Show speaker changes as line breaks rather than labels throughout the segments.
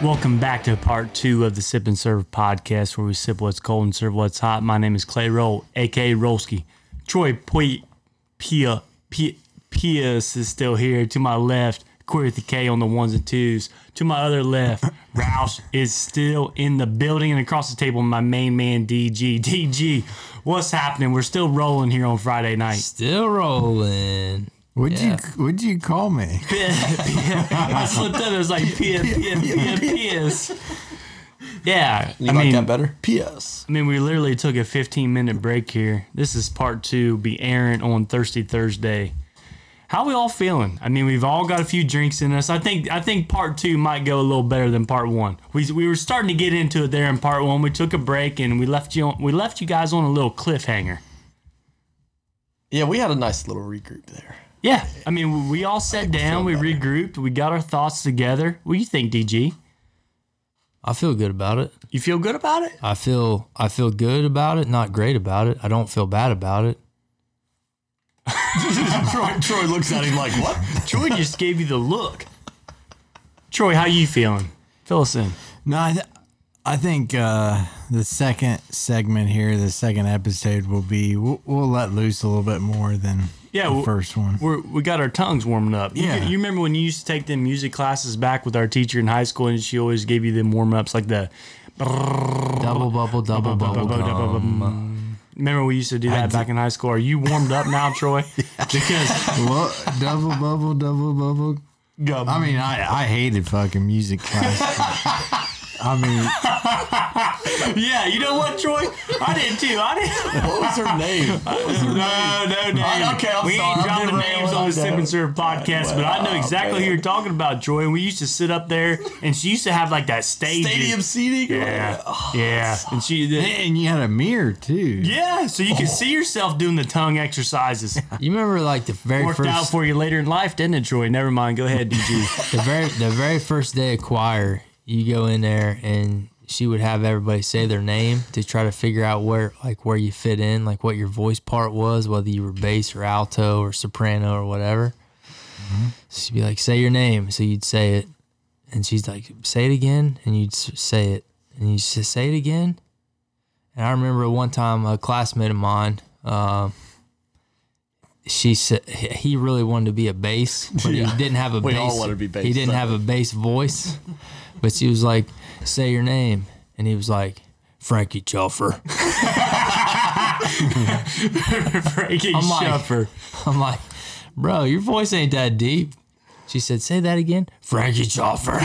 Welcome back to part two of the Sip and Serve podcast, where we sip what's cold and serve what's hot. My name is Clay Roll, aka Rolski. Troy Poy Pia Pia Pius is still here. To my left, Corey the K on the ones and twos. To my other left, Roush is still in the building, and across the table, my main man DG. DG, what's happening? We're still rolling here on Friday night.
Still rolling.
Would
Yeah.
you would you call me?
I slipped up. It was like Pia Pia Pia Pius. Yeah,
You like that better? P.S.
I mean, we literally took a 15 minute break here. This is part two, be errant on Thirsty Thursday. How we all feeling? I mean, we've all got a few drinks in us. I think I think part two might go a little better than part one. We, we were starting to get into it there in part one. We took a break and we left you on, we left you guys on a little cliffhanger.
Yeah, we had a nice little regroup there.
Yeah, I mean, we all sat down, we regrouped, we got our thoughts together. What do you think, DG?
I feel good about it.
You feel good about it?
I feel I feel good about it, not great about it. I don't feel bad about it.
Troy, Troy looks at him like, "What?"
Troy just gave you the look. Troy, how you feeling? Fill us in.
No, I, th- I think uh, the second segment here, the second episode will be we'll, we'll let loose a little bit more than
Yeah,
the
well-
first one.
We're, we got our tongues warming up. You-
Yeah.
You, remember when you used to take them music classes back with our teacher in high school, and she always gave you them warm ups like the.
Double bubble, double bubble gum.
Remember we used to do that back in high school. Are you warmed up now, Troy? Because
Well, double bubble, double bubble. I mean, I, I hated fucking music class. I mean,
yeah, you know what, Troy? I did too. I did.
What was her name?
No, no, no.
I- okay, I'm
we ain't
sorry. I'm
dropping
derailed.
names on the Sip and Serve podcast, but I know
oh,
exactly who you're talking about, Troy. And we used to sit up there, and she used to have like that stage.
Stadium seating.
Yeah,
Oh,
yeah, and she.
and you had a mirror too.
Yeah, so you can
Oh.
see yourself doing the tongue exercises.
You remember like the very
Worked
first
out for you later in life, didn't it, Troy? Never mind. Go ahead, DG.
the very the very first day of choir, you go in there and she would have everybody say their name to try to figure out where like where you fit in, like what your voice part was, whether you were bass or alto or soprano or whatever. She'd be like, "Say your name," so you'd say it, and she's like, "Say it again," and you'd s- say it, and you just say it again. And I remember one time a classmate of mine. Um, she said he really wanted to be a bass, but
Yeah.
he didn't have a
We all
bass.
wanted to be bass,
He didn't have a bass voice, but she was like, "Say your name," and he was like, "Frankie Chuffer."
Frankie
I'm like-
Shuffer.
I'm like, "Bro, your voice ain't that deep." She said, "Say that again, Frankie Chuffer."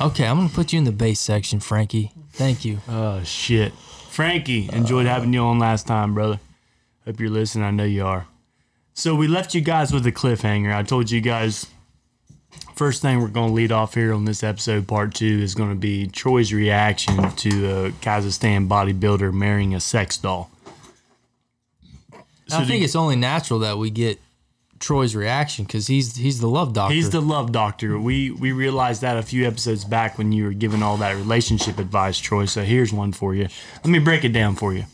okay, I'm gonna put you in the bass section, Frankie. Thank you.
Oh shit, Frankie. Enjoyed
Uh,
having you on last time, brother. Hope you're listening. I know you are. So we left you guys with a cliffhanger. I told you guys. First thing we're going to lead off here on this episode, part two, is going to be Troy's reaction to a Kazakhstan bodybuilder marrying a sex doll.
I think it's only natural that we get Troy's reaction because he's he's the love doctor.
He's the love doctor. We we realized that a few episodes back when you were giving all that relationship advice, Troy. So here's one for you. Let me break it down for you.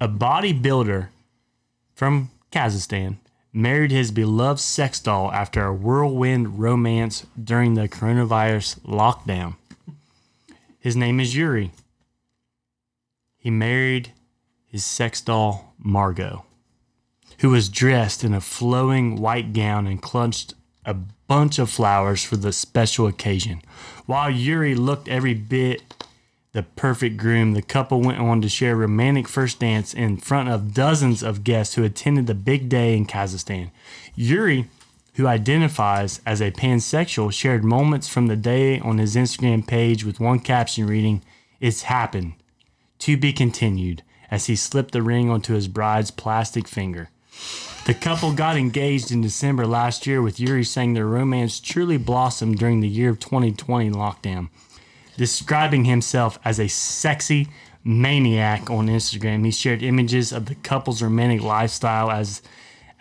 A bodybuilder from Kazakhstan married his beloved sex doll after a whirlwind romance during the coronavirus lockdown. His name is Yuri. He married his sex doll, Margot who was dressed in a flowing white gown and clutched a bunch of flowers for the special occasion. While Yuri looked every bit the perfect groom, the couple went on to share a romantic first dance in front of dozens of guests who attended the big day in Kazakhstan. Yuri, who identifies as a pansexual, shared moments from the day on his Instagram page with one caption reading, It's happened. To be continued, as he slipped the ring onto his bride's plastic finger. The couple got engaged in December last year, with Yuri saying their romance truly blossomed during the year of 2020 lockdown. Describing himself as a sexy maniac on Instagram, he shared images of the couple's romantic lifestyle as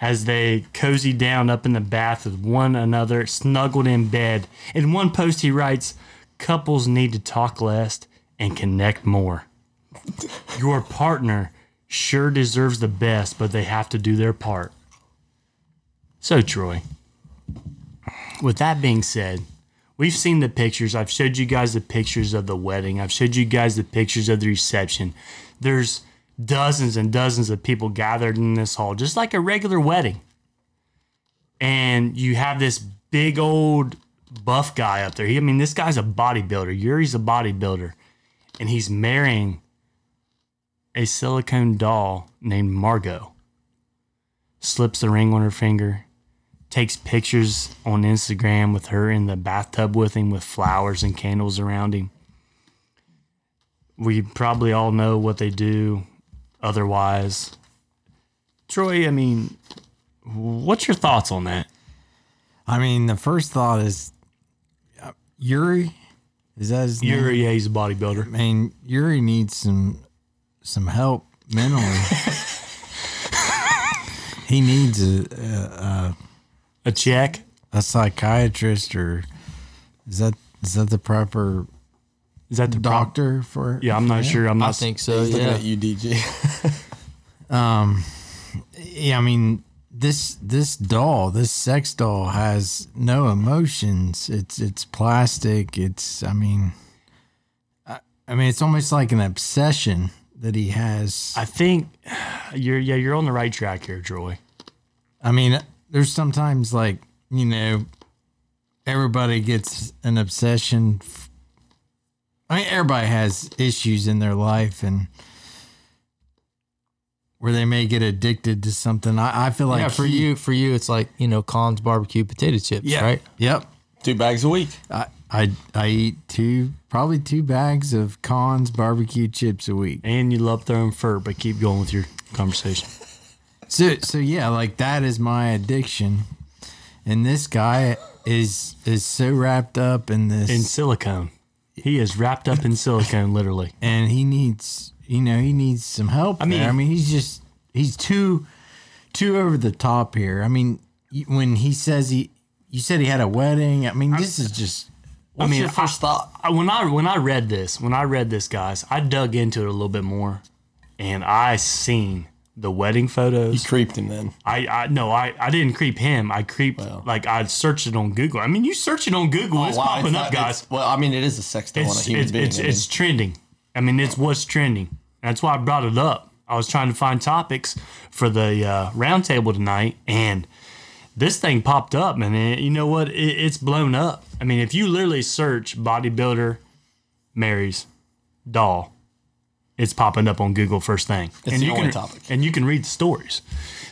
as they cozy down up in the bath with one another, snuggled in bed. In one post, he writes, "Couples need to talk less and connect more." Your partner sure deserves the best, but they have to do their part. So, Troy, with that being said, We've seen the pictures. I've showed you guys the pictures of the wedding. I've showed you guys the pictures of the reception. There's dozens and dozens of people gathered in this hall, just like a regular wedding. And you have this big old buff guy up there. He, I mean, this guy's a bodybuilder. Yuri's a bodybuilder. And he's marrying a silicone doll named Margot. Slips the ring on her finger, takes pictures on Instagram with her in the bathtub with him with flowers and candles around him. We probably all know what they do otherwise. Troy, I mean, what's your thoughts on that?
I mean, the first thought is uh, Yuri. Is that his name?
Yuri, yeah, he's a bodybuilder.
I mean, Yuri needs some some help mentally. he needs a,
A check?
a psychiatrist, or is that is that the proper
Is that the pro-
doctor for?
yeah, I'm not sure. I'm not.
I think so.
Looking
Yeah.
at you, DJ.
yeah. I mean, this this doll, this sex doll, has no emotions. It's it's plastic. It's I mean, I, I mean, it's almost like an obsession that he has.
I think you're. Yeah, you're on the right track here, Troy.
I mean, there's sometimes like, you know, everybody gets an obsession. f- I mean, everybody has issues in their life and where they may get addicted to something. I, I feel like
yeah, for
he-
you, for you, it's like you know, Collins barbecue potato chips, right?
Yep.
Two bags a week.
I, I I eat two probably two bags of Cons barbecue chips a week.
And you love throwing fur, but keep going with your conversation.
So so yeah, like that is my addiction. And this guy is is so wrapped up in this
in silicone. He is wrapped up in silicone, literally.
and he needs you know he needs some help. I mean,
mean-
I mean he's just he's too too over the top here. I mean y- when he says he you said he had a wedding. I mean this is just
What's
mean,
your first thought?
I, when I when I read this, when I read this, guys, I dug into it a little bit more, and I seen the wedding
You
photos.
creeped him then.
I, I no, I, I didn't creep him. I creeped like I searched it on Google. I mean, you search it on Google, it's
Oh, Wow,
popping
it's
up,
not-
guys.
it's- well, I mean, it is a sex doll on a
It's
human
it's,
being.
it's,
I mean.
it's trending. I mean, it's what's trending. That's why I brought it up. I was trying to find topics for the uh, roundtable tonight, and this thing popped up, and it, you know what? It, it's blown up. I mean, if you literally search bodybuilder marries doll, it's popping up on Google first thing. It's
the
you
only
can,
topic.
And you can read the stories.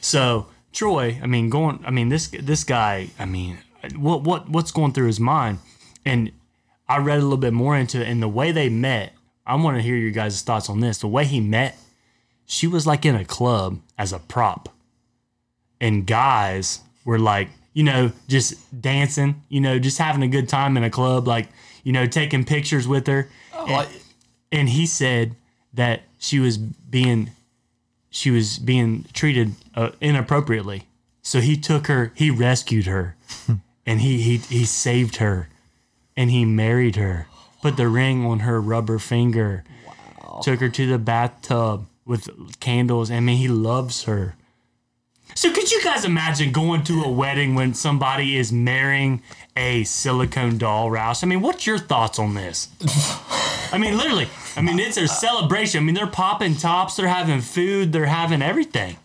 So Troy, I mean, going, I mean, this this guy, I mean, what what what's going through his mind? And I read a little bit more into it, and the way they met. I want to hear your guys' thoughts on this. The way he met, she was like in a club as a prop, and guys were like, you know, just dancing, you know, just having a good time in a club, like, you know, taking pictures with her
Like,
and he said that she was being she was being treated uh, inappropriately. So he took her, he rescued her, and he he he saved her, and he married her. Put the ring on her rubber finger. Took her to the bathtub with candles. I mean, he loves her. So could you guys imagine going to a wedding when somebody is marrying a silicone doll, Rouse? I mean, what's your thoughts on this? I mean, literally. I mean, it's their celebration. I mean, they're popping tops. They're having food. They're having everything.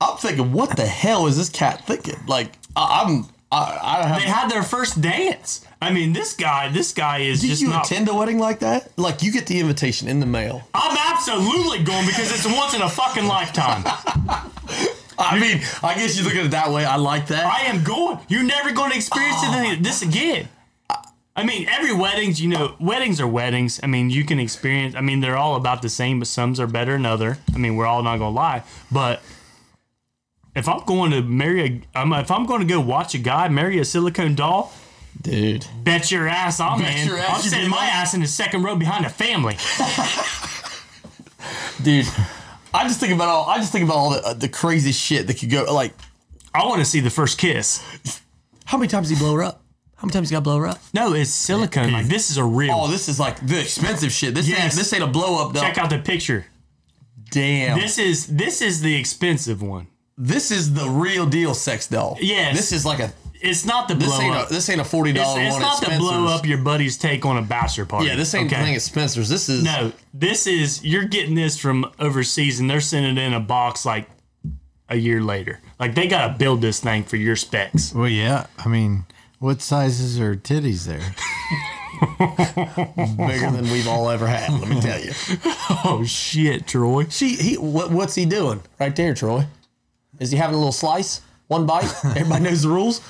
I'm thinking, what the hell is this cat thinking? Like, I, I'm, I, I have.
They had their first dance. I mean, this guy, this guy is
Do
just
you
not.
attend a wedding like that? Like, you get the invitation in the mail.
I'm absolutely going because it's once in a fucking lifetime.
I mean, I guess you look at it that way. I like that.
I am going. You're never going to experience
Oh,
anything this again. I mean, every weddings, you know, weddings are weddings. I mean, you can experience. I mean, they're all about the same, but some's are better than other. I mean, we're all not gonna lie. But if I'm going to marry a, I'm, if I'm going to go watch a guy marry a silicone doll,
Dude.
bet your ass I'm in.
your ass
I'm
you
sitting
do
my
that.
ass in the second row behind a family.
Dude. I just think about all. I just think about all the uh, the crazy shit that could go. Like,
I want to see the first kiss.
how many times did he blow her up? How many times he got blow her up?
No, it's silicone. Like this is a real.
Oh, this is like the expensive shit. This ain't
Yes.
this ain't a blow up. No.
Check out the picture.
Damn. This,
This is this is the expensive one.
is the real deal sex doll.
Yes.
This is like a
it's not the
This
blow
ain't
up.
a this ain't a forty
it's,
dollar
it's
one.
not
at
the blow
Spencer's.
up your buddy's take on a bachelor party.
Yeah, this ain't the thing at Spencer's. This is
No, this is you're getting this from overseas, and they're sending it in a box like a year later. Like they gotta build this thing for your specs.
Well, yeah. I mean, what sizes are titties there?
bigger than we've all ever had. Let me tell you.
Oh shit, Troy!
She he what, what's he doing right there, Troy? Is he having a little slice, one bite? Everybody knows the rules.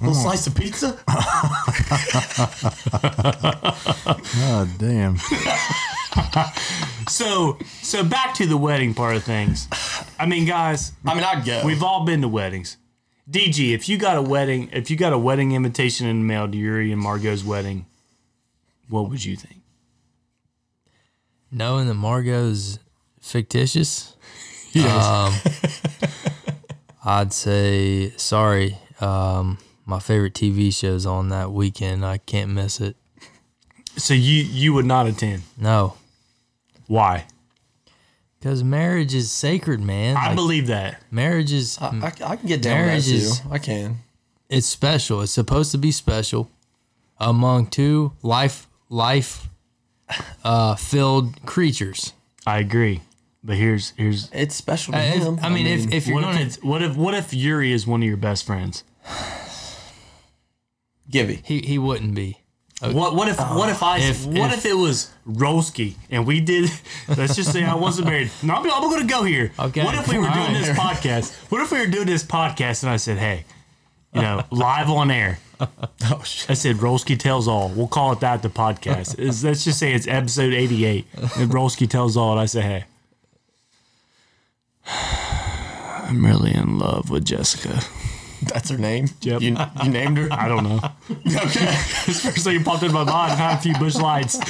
little slice of pizza.
Oh, damn.
So, so back to the wedding part of things. I mean, guys,
I mean, I'd go.
we've all been to weddings. DG, if you got a wedding, if you got a wedding invitation in the mail to Yuri and Margot's wedding, what would you think?
Knowing that Margot's fictitious, um, I'd say sorry. Um, my favorite TV show's on that weekend. I can't miss it.
So you you would not attend.
No,
Why?
because marriage is sacred, man.
I
Like,
believe that.
marriage is
I, I can get down with
Marriage
that too.
is-
I can.
it's special. It's supposed to be special among two life life uh, filled creatures.
I agree. But here's here's
It's special to
Uh, if-
him.
I mean, if, if you're
what if
going
it's, what if what if Yuri is one of your best friends?
Gibby.
he he wouldn't be.
What what if what if I
If-
what if,
if-
it was Rolski and we did let's just say I wasn't married. No, I'm, I'm gonna go here.
Okay.
What if we were doing this podcast? What if we were doing this podcast and I said, Hey, you know, live on air.
Oh shit.
I said Rolski tells all. We'll call it that the podcast. It's, let's just say it's episode eighty eight and Rolski tells all and I say, Hey. I'm really in love with Jessica.
That's her name.
Yep.
You, you named her.
I don't know.
Okay.
This first thing popped into my mind, not a few bush lights.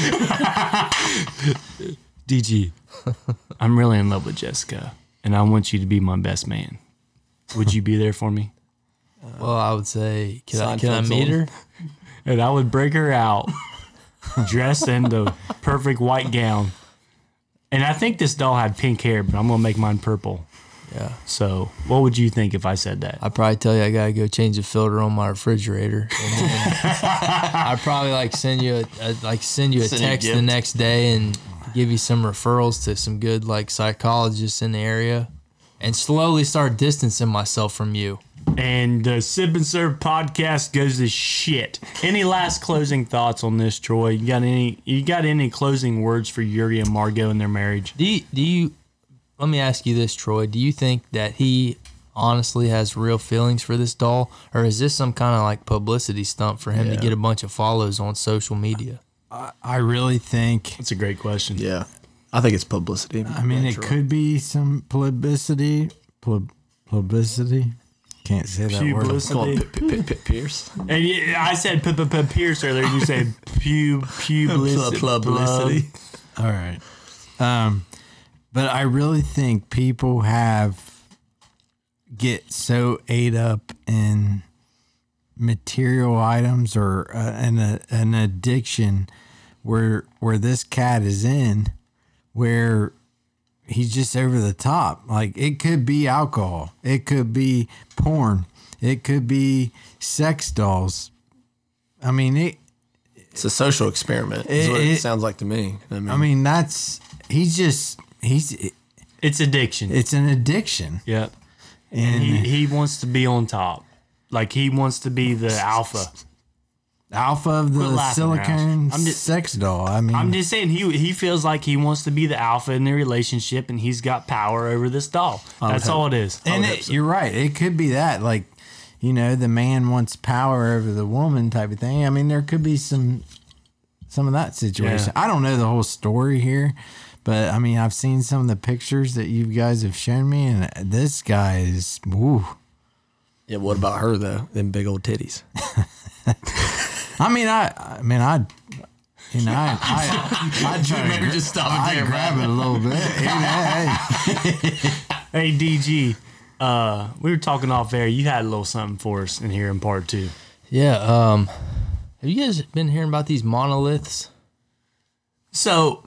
DG, I'm really in love with Jessica, and I want you to be my best man. Would you be there for me?
Well, I would say, can I, can I
Seinfeld's
meet
on.
her?
And I would break her out, dressed in the perfect white gown. And I think this doll had pink hair, but I'm gonna make mine purple.
Yeah.
So, what would you think if I said that?
I'd probably tell you I gotta go change the filter on my refrigerator. And then I'd probably like send you a, a like send you a
Send you a
text the
gift.
next day and give you some referrals to some good like psychologists in the area, and slowly start distancing myself from you.
And the Sip and Serve podcast goes to shit. Any last closing thoughts on this, Troy? You got any? You got any closing words for Yuri and Margot and their marriage?
Do you, do you? Let me ask you this, Troy. Do you think that he honestly has real feelings for this doll, or is this some kind of like publicity stunt for him to get a bunch of follows on social media?
I really think.
That's a great question.
Yeah. I think it's publicity.
I mean, it could be some publicity. Plub, publicity. Can't say that word.
Publicity.
Pierce.
And yeah, I said p- p- p- Pierce earlier. You said pu publicity.
Publicity.
All right. Um, but I really think people have get so ate up in material items or uh, an uh, an addiction where where this cat is in where he's just over the top like it could be alcohol it could be porn it could be sex dolls i mean it
It's a social experiment. Is
It-
what it,
it-
sounds like to me. I mean,
i mean that's he's just he's
It's addiction.
it's an addiction
yep.
and
He, he wants to be on top. Like he wants to be the alpha.
alpha of the
laughing,
silicone
Roush. I'm just-
sex doll. I mean,
I'm just saying he he feels like he wants to be the alpha in the relationship, and he's got power over this doll. That's all it is.
and it, you're right. It could be that, like, you know, the man wants power over the woman type of thing. I mean, there could be some some of that situation. I don't know the whole story here, but I mean, I've seen some of the pictures that you guys have shown me, and this guy is woo.
yeah. What about her though? Them big old titties.
I mean, I, I mean, I. You know, I, I, I try to
just stop
I grab it a little bit. Hey, hey,
Hey DG, uh, we were talking off air. You had a little something for us in here in part two.
Yeah. Um, have you guys been hearing about these monoliths?
So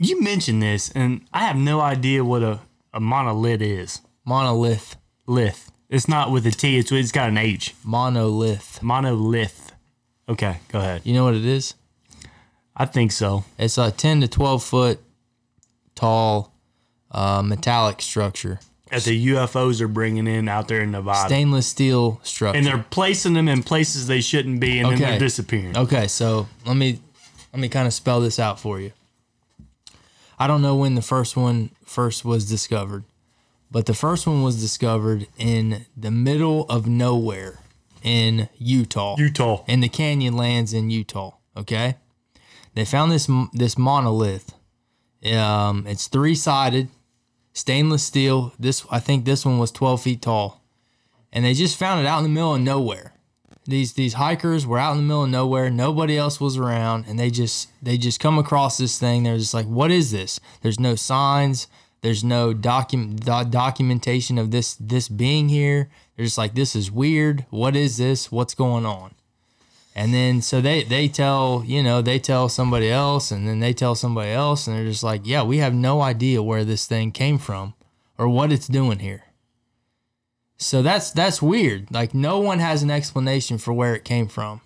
you mentioned this, and I have no idea what a, a monolith is.
Monolith.
Lith. It's not with a T. It's it's got an H.
Monolith.
Monolith. Okay, go ahead.
You know what it is?
I think so.
It's a 10 to 12 foot tall uh, metallic structure,
That the UFOs are bringing in out there in Nevada,
stainless steel structure.
and they're placing them in places they shouldn't be, and then
Okay.
they're disappearing.
Okay, so let me let me kind of spell this out for you. I don't know when the first one first was discovered, but the first one was discovered in the middle of nowhere in Utah.
Utah.
In the canyon lands in Utah, okay? They found this m- this monolith. Um, it's three-sided, stainless steel. This I think this one was 12 feet tall. And they just found it out in the middle of nowhere these these hikers were out in the middle of nowhere nobody else was around and they just they just come across this thing they're just like what is this there's no signs there's no document do- documentation of this this being here they're just like this is weird what is this what's going on and then so they they tell you know they tell somebody else and then they tell somebody else and they're just like yeah we have no idea where this thing came from or what it's doing here so that's that's weird. Like no one has an explanation for where it came from.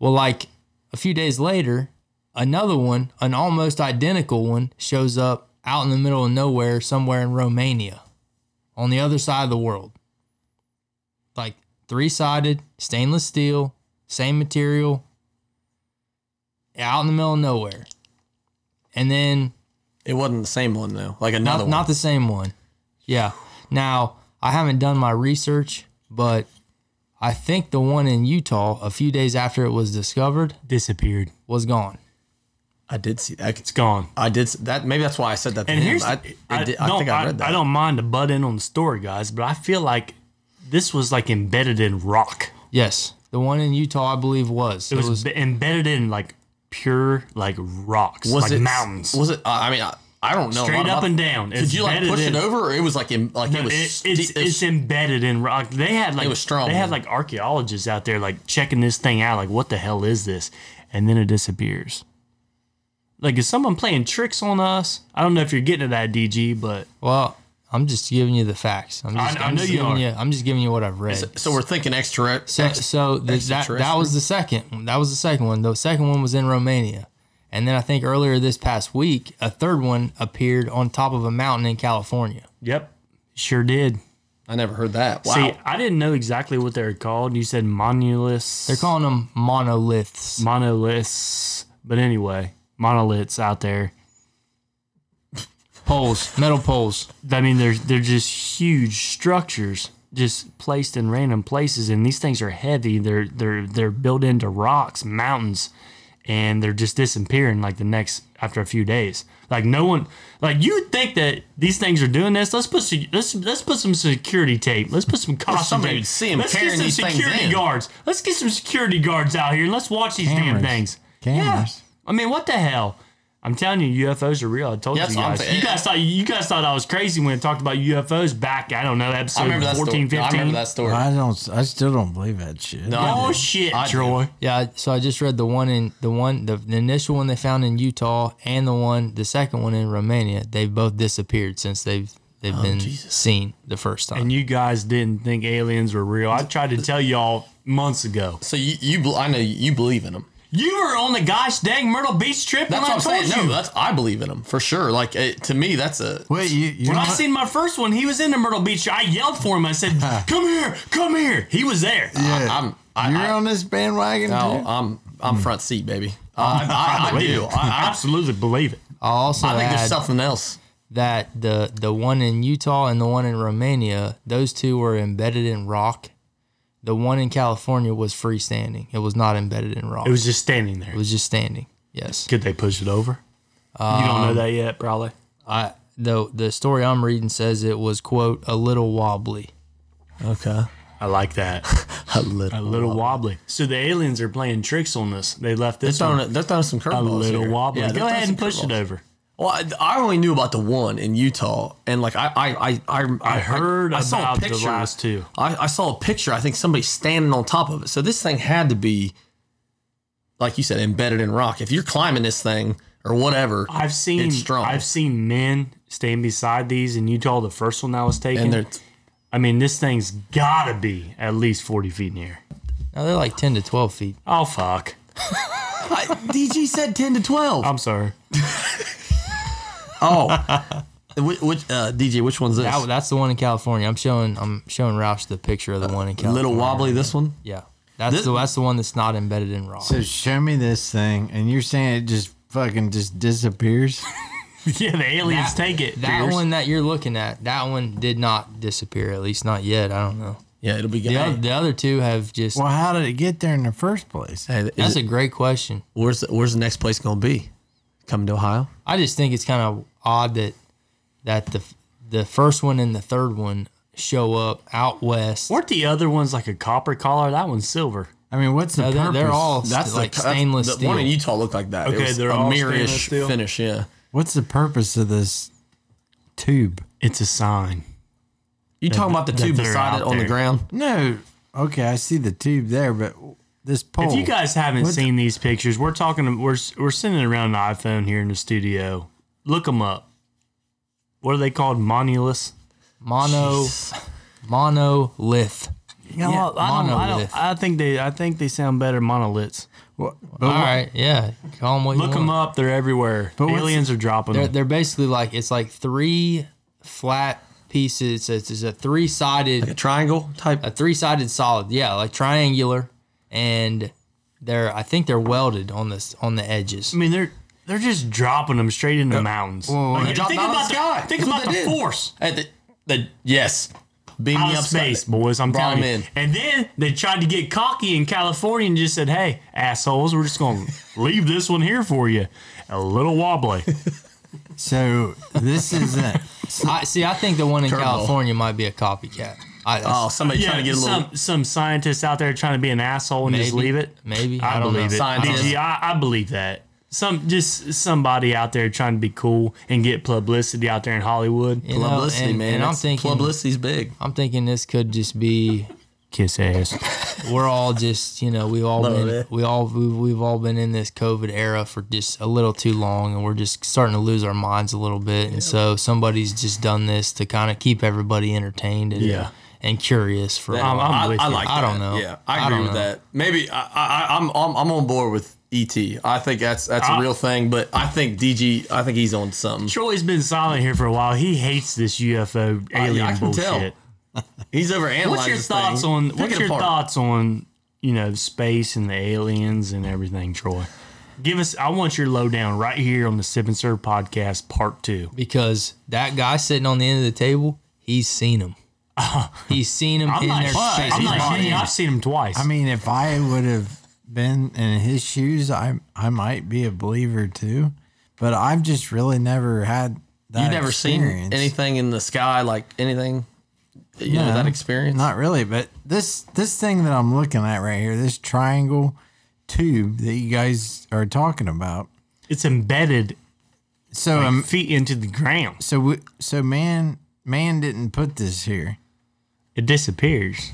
Well, like a few days later, another one, an almost identical one, shows up out in the middle of nowhere somewhere in Romania on the other side of the world. Like three-sided, stainless steel, same material, out in the middle of nowhere. And then
It wasn't the same one though. Like another
not,
one.
not the same one. Yeah. Now, I haven't done my research, but I think the one in Utah a few days after it was discovered
Disappeared.
was gone.
I did see that.
It's gone.
I did s- that. Maybe that's why I said that. To
And
him.
here's
I, I, did, I
don't-
think I, read that.
I don't mind to butt in on the story, guys, but I feel like this was like embedded in rock.
Yes. The one in Utah, I believe, was.
It was, be- embedded in like pure like rocks,
Was
like
it
mountains,
Was it? I I mean, I, I don't know. a lot
straight up
about-
and down. It's
Did you like
embedded
push
in-
it over, or it was like in, like it was?
It,
sti-
it's,
it was-
it's embedded in rock. They had like
It was strong,
They had
man.
like archaeologists out there like checking this thing out, like what the hell is this? And then it disappears. Like is someone playing tricks on us? I don't know if you're getting to that, DG, but
well, I'm just giving you the facts. I'm just,
I
am
know
just
you
giving
are.
you I'm just giving you what I've read.
so we're thinking extra. e,
So,
ex-
so th- that that
extraterrestrial?
was the second. That was the second one. The second one was in Romania, and then I think earlier this past week, a third one appeared on top of a mountain in California.
yep, sure did.
I never heard that. Wow.
See, I didn't know exactly what they were called. You said monoliths.
They're calling them monoliths.
monoliths, but anyway, monoliths out there.
poles, metal poles.
I mean, they're they're just huge structures, just placed in random places, and these things are heavy. They're they're they're built into rocks, mountains, and they're just disappearing like the next after a few days. Like no one, like you would think that these things are doing this. Let's put se- let's let's put some security tape. Let's put some costume
somebody
tape.
would see 'em
let's
carrying
get
these
some
things
security
in.
guards. Let's get some security guards out here and let's watch these damn
Cameras.
things.
Cameras.
Yeah. I mean, what the hell? I'm telling you, UFOs are real. I told
Yes,
you
I'm
guys.
th-
you guys thought you guys thought I was crazy when I talked about UFOs back. I don't know episode
I remember that
14,
story.
15.
No, I remember that story.
I don't. I still don't believe that shit.
No, I
Oh
do.
shit,
I do.
Troy!
Yeah, I- so I just read the one in the one the, the initial one they found in Utah and the one the second one in Romania. They've both disappeared since they've they've
Oh,
been seen the first time.
And you guys didn't think aliens were real. I tried to tell y'all months ago.
So you, you bel- I know you believe in them.
You were on the gosh dang Myrtle Beach trip
That's
when I
what I'm
told
saying.
you.
No, uh, that's I believe in them for sure. Like it, to me, that's a
Wait, you you
when
know
I
what?
seen my first one, he was in the Myrtle Beach. I yelled for him. I said, "Come here, come here!" He was there.
yeah,
I'm- I-
you're
I-
on this bandwagon.
no.
too?
I'm I'm front seat, baby. Uh, I, I, I, do. I,
I absolutely believe it.
I'll also
I think
add
there's something else.
that the the one in Utah and the one in Romania, those two were embedded in rock. The one in California was freestanding. It was not embedded in rock.
It was just standing there.
it was just standing. Yes.
Could they push it over?
Um,
you don't know that yet, probably.
I the the story I'm reading says it was quote a little wobbly.
Okay.
I like that.
A little.
A little wobbly. So the aliens are playing tricks on us. They left
They're
this one
throwing, they're throwing some
a
curveballs.
little
here.
wobbly.
Yeah, they're
Go
throwing
ahead
some
and push it
curveballs.
over.
Well, I, I only knew about the one in Utah, and like I, I, I, I,
I heard
I, saw a
about the
picture.
last two.
I, I saw a picture. I think somebody standing on top of it. So this thing had to be, like you said, embedded in rock. If you're climbing this thing or whatever,
I've seen
It's strong.
I've seen men stand beside these in Utah. The first one that was taken,
and they're
I mean, this thing's gotta be at least 40 feet in the air.
Now they're like ten to twelve feet.
Oh, fuck.
I, DG said 10 to 12.
I'm sorry.
oh. Which, which uh, DG, which one's this?
That, that's the one in California. I'm showing I'm showing Roush the picture of the one in California.
Little wobbly, this one?
Yeah. That's
This-
the that's the one that's not embedded in rock.
So show me this thing, and you're saying it just fucking just disappears.
yeah, the aliens take it.
That
Pierce.
one that you're looking at, that one did not disappear, at least not yet. I don't know.
Yeah, it'll be good.
The, oth- the other two have just.
well, how did it get there in the first place?
Hey, is
that's
it-
a great question.
where's, the, where's the next place going to be? Coming to Ohio?
I just think it's kind of odd that that the the first one and the third one show up out west.
Weren't the other ones like a copper collar? That one's silver.
I mean, what's the
No, they're,
purpose?
they're all st-
the
like
cu-
stainless
the
steel.
one in Utah looked like that.
Okay,
it was
they're
a
all
mirror-ish
stainless steel.
finish. Yeah,
What's the purpose of this tube?
It's a sign.
you talking about the
that
tube
they're
beside
out
it on
there.
the ground?
No. Okay, I see the tube there, but this pole.
If you guys haven't
Oh, What-
seen these pictures, we're talking. We're we're sending around an iPhone here in the studio. Look them up. What are they called? Monoliths.
mono monolith.
Yeah, well, I, don't, I,
monolith.
don't, I think they. I think they sound better monoliths.
Well, but
All
what-
right, yeah. Call them what
Look
you
them
want.
up. They're everywhere.
But what's-
Aliens are dropping
They're,
them.
they're basically like it's like three flat pieces. It's, it's a three sided
A triangle type.
a three sided solid. Yeah, like triangular, and they're I think they're welded on this on the edges.
I mean, they're they're just dropping them straight in the mountains. Like,
They dropped
think
out of
about
the
the,
sky.
Think
That's what
about the
they did.
force.
At the, the yes, beam
Out
me
of
up
space, boys. I'm
Brought
telling you.
them in.
And then they tried to get cocky in California and just said, "Hey, assholes, we're just gonna leave this one here for you." A little wobbly.
So this isn't.
I see. I think the one in
Turbo.
California might be a copycat. I,
Oh, somebody trying to get a little.
some some scientists out there trying to be an asshole and just
Maybe.
leave it.
Maybe.
I,
I don't
believe
know.
it.
Scientists.
DG, I, I believe that. Some just somebody out there trying to be cool and get publicity out there in Hollywood.
You know,
Publicity,
and-
man.
And I'm
It's-
thinking,
publicity's big.
I'm thinking this could just be
Kiss ass.
we're all just you know we've all
Little
been
bit.
we all we've, we've all been in this COVID era for just a little too long, and we're just starting to lose our minds a little bit. And so somebody's just done this to kind of keep everybody entertained and
Yeah.
and curious for.
I'm- I'm
I-
with
I
you.
like.
I don't
that.
know.
Yeah,
I
I agree
don't
with
know.
that. Maybe I, I, I'm, I'm I'm on board with ET. I think that's that's a real thing. But I think DG. I think he's on something.
Troy's been silent here for a while. He hates this UFO alien
I can
bullshit.
tell. He's over analyzing.
What's your
this
thoughts
thing.
on
Pick
what's
it
your
apart.
thoughts on you know space and the aliens and everything, Troy? Give us. I want your lowdown right here on the Sip and Serve podcast, part two.
because that guy sitting on the end of the table, he's seen him. He's seen him
I'm
in
not.
their face.
I'm not kidding. you. I've seen him twice.
I mean, if I would have been in his shoes, I I might be a believer too. But I've just really never had that.
You never
experience.
seen anything in the sky like anything. You know
No,
that experience.
Not really. But this this thing that I'm looking at right here, this triangle tube that you guys are talking about.
it's embedded
So um,
feet into the ground.
so we, so man man didn't put this here.
It disappears.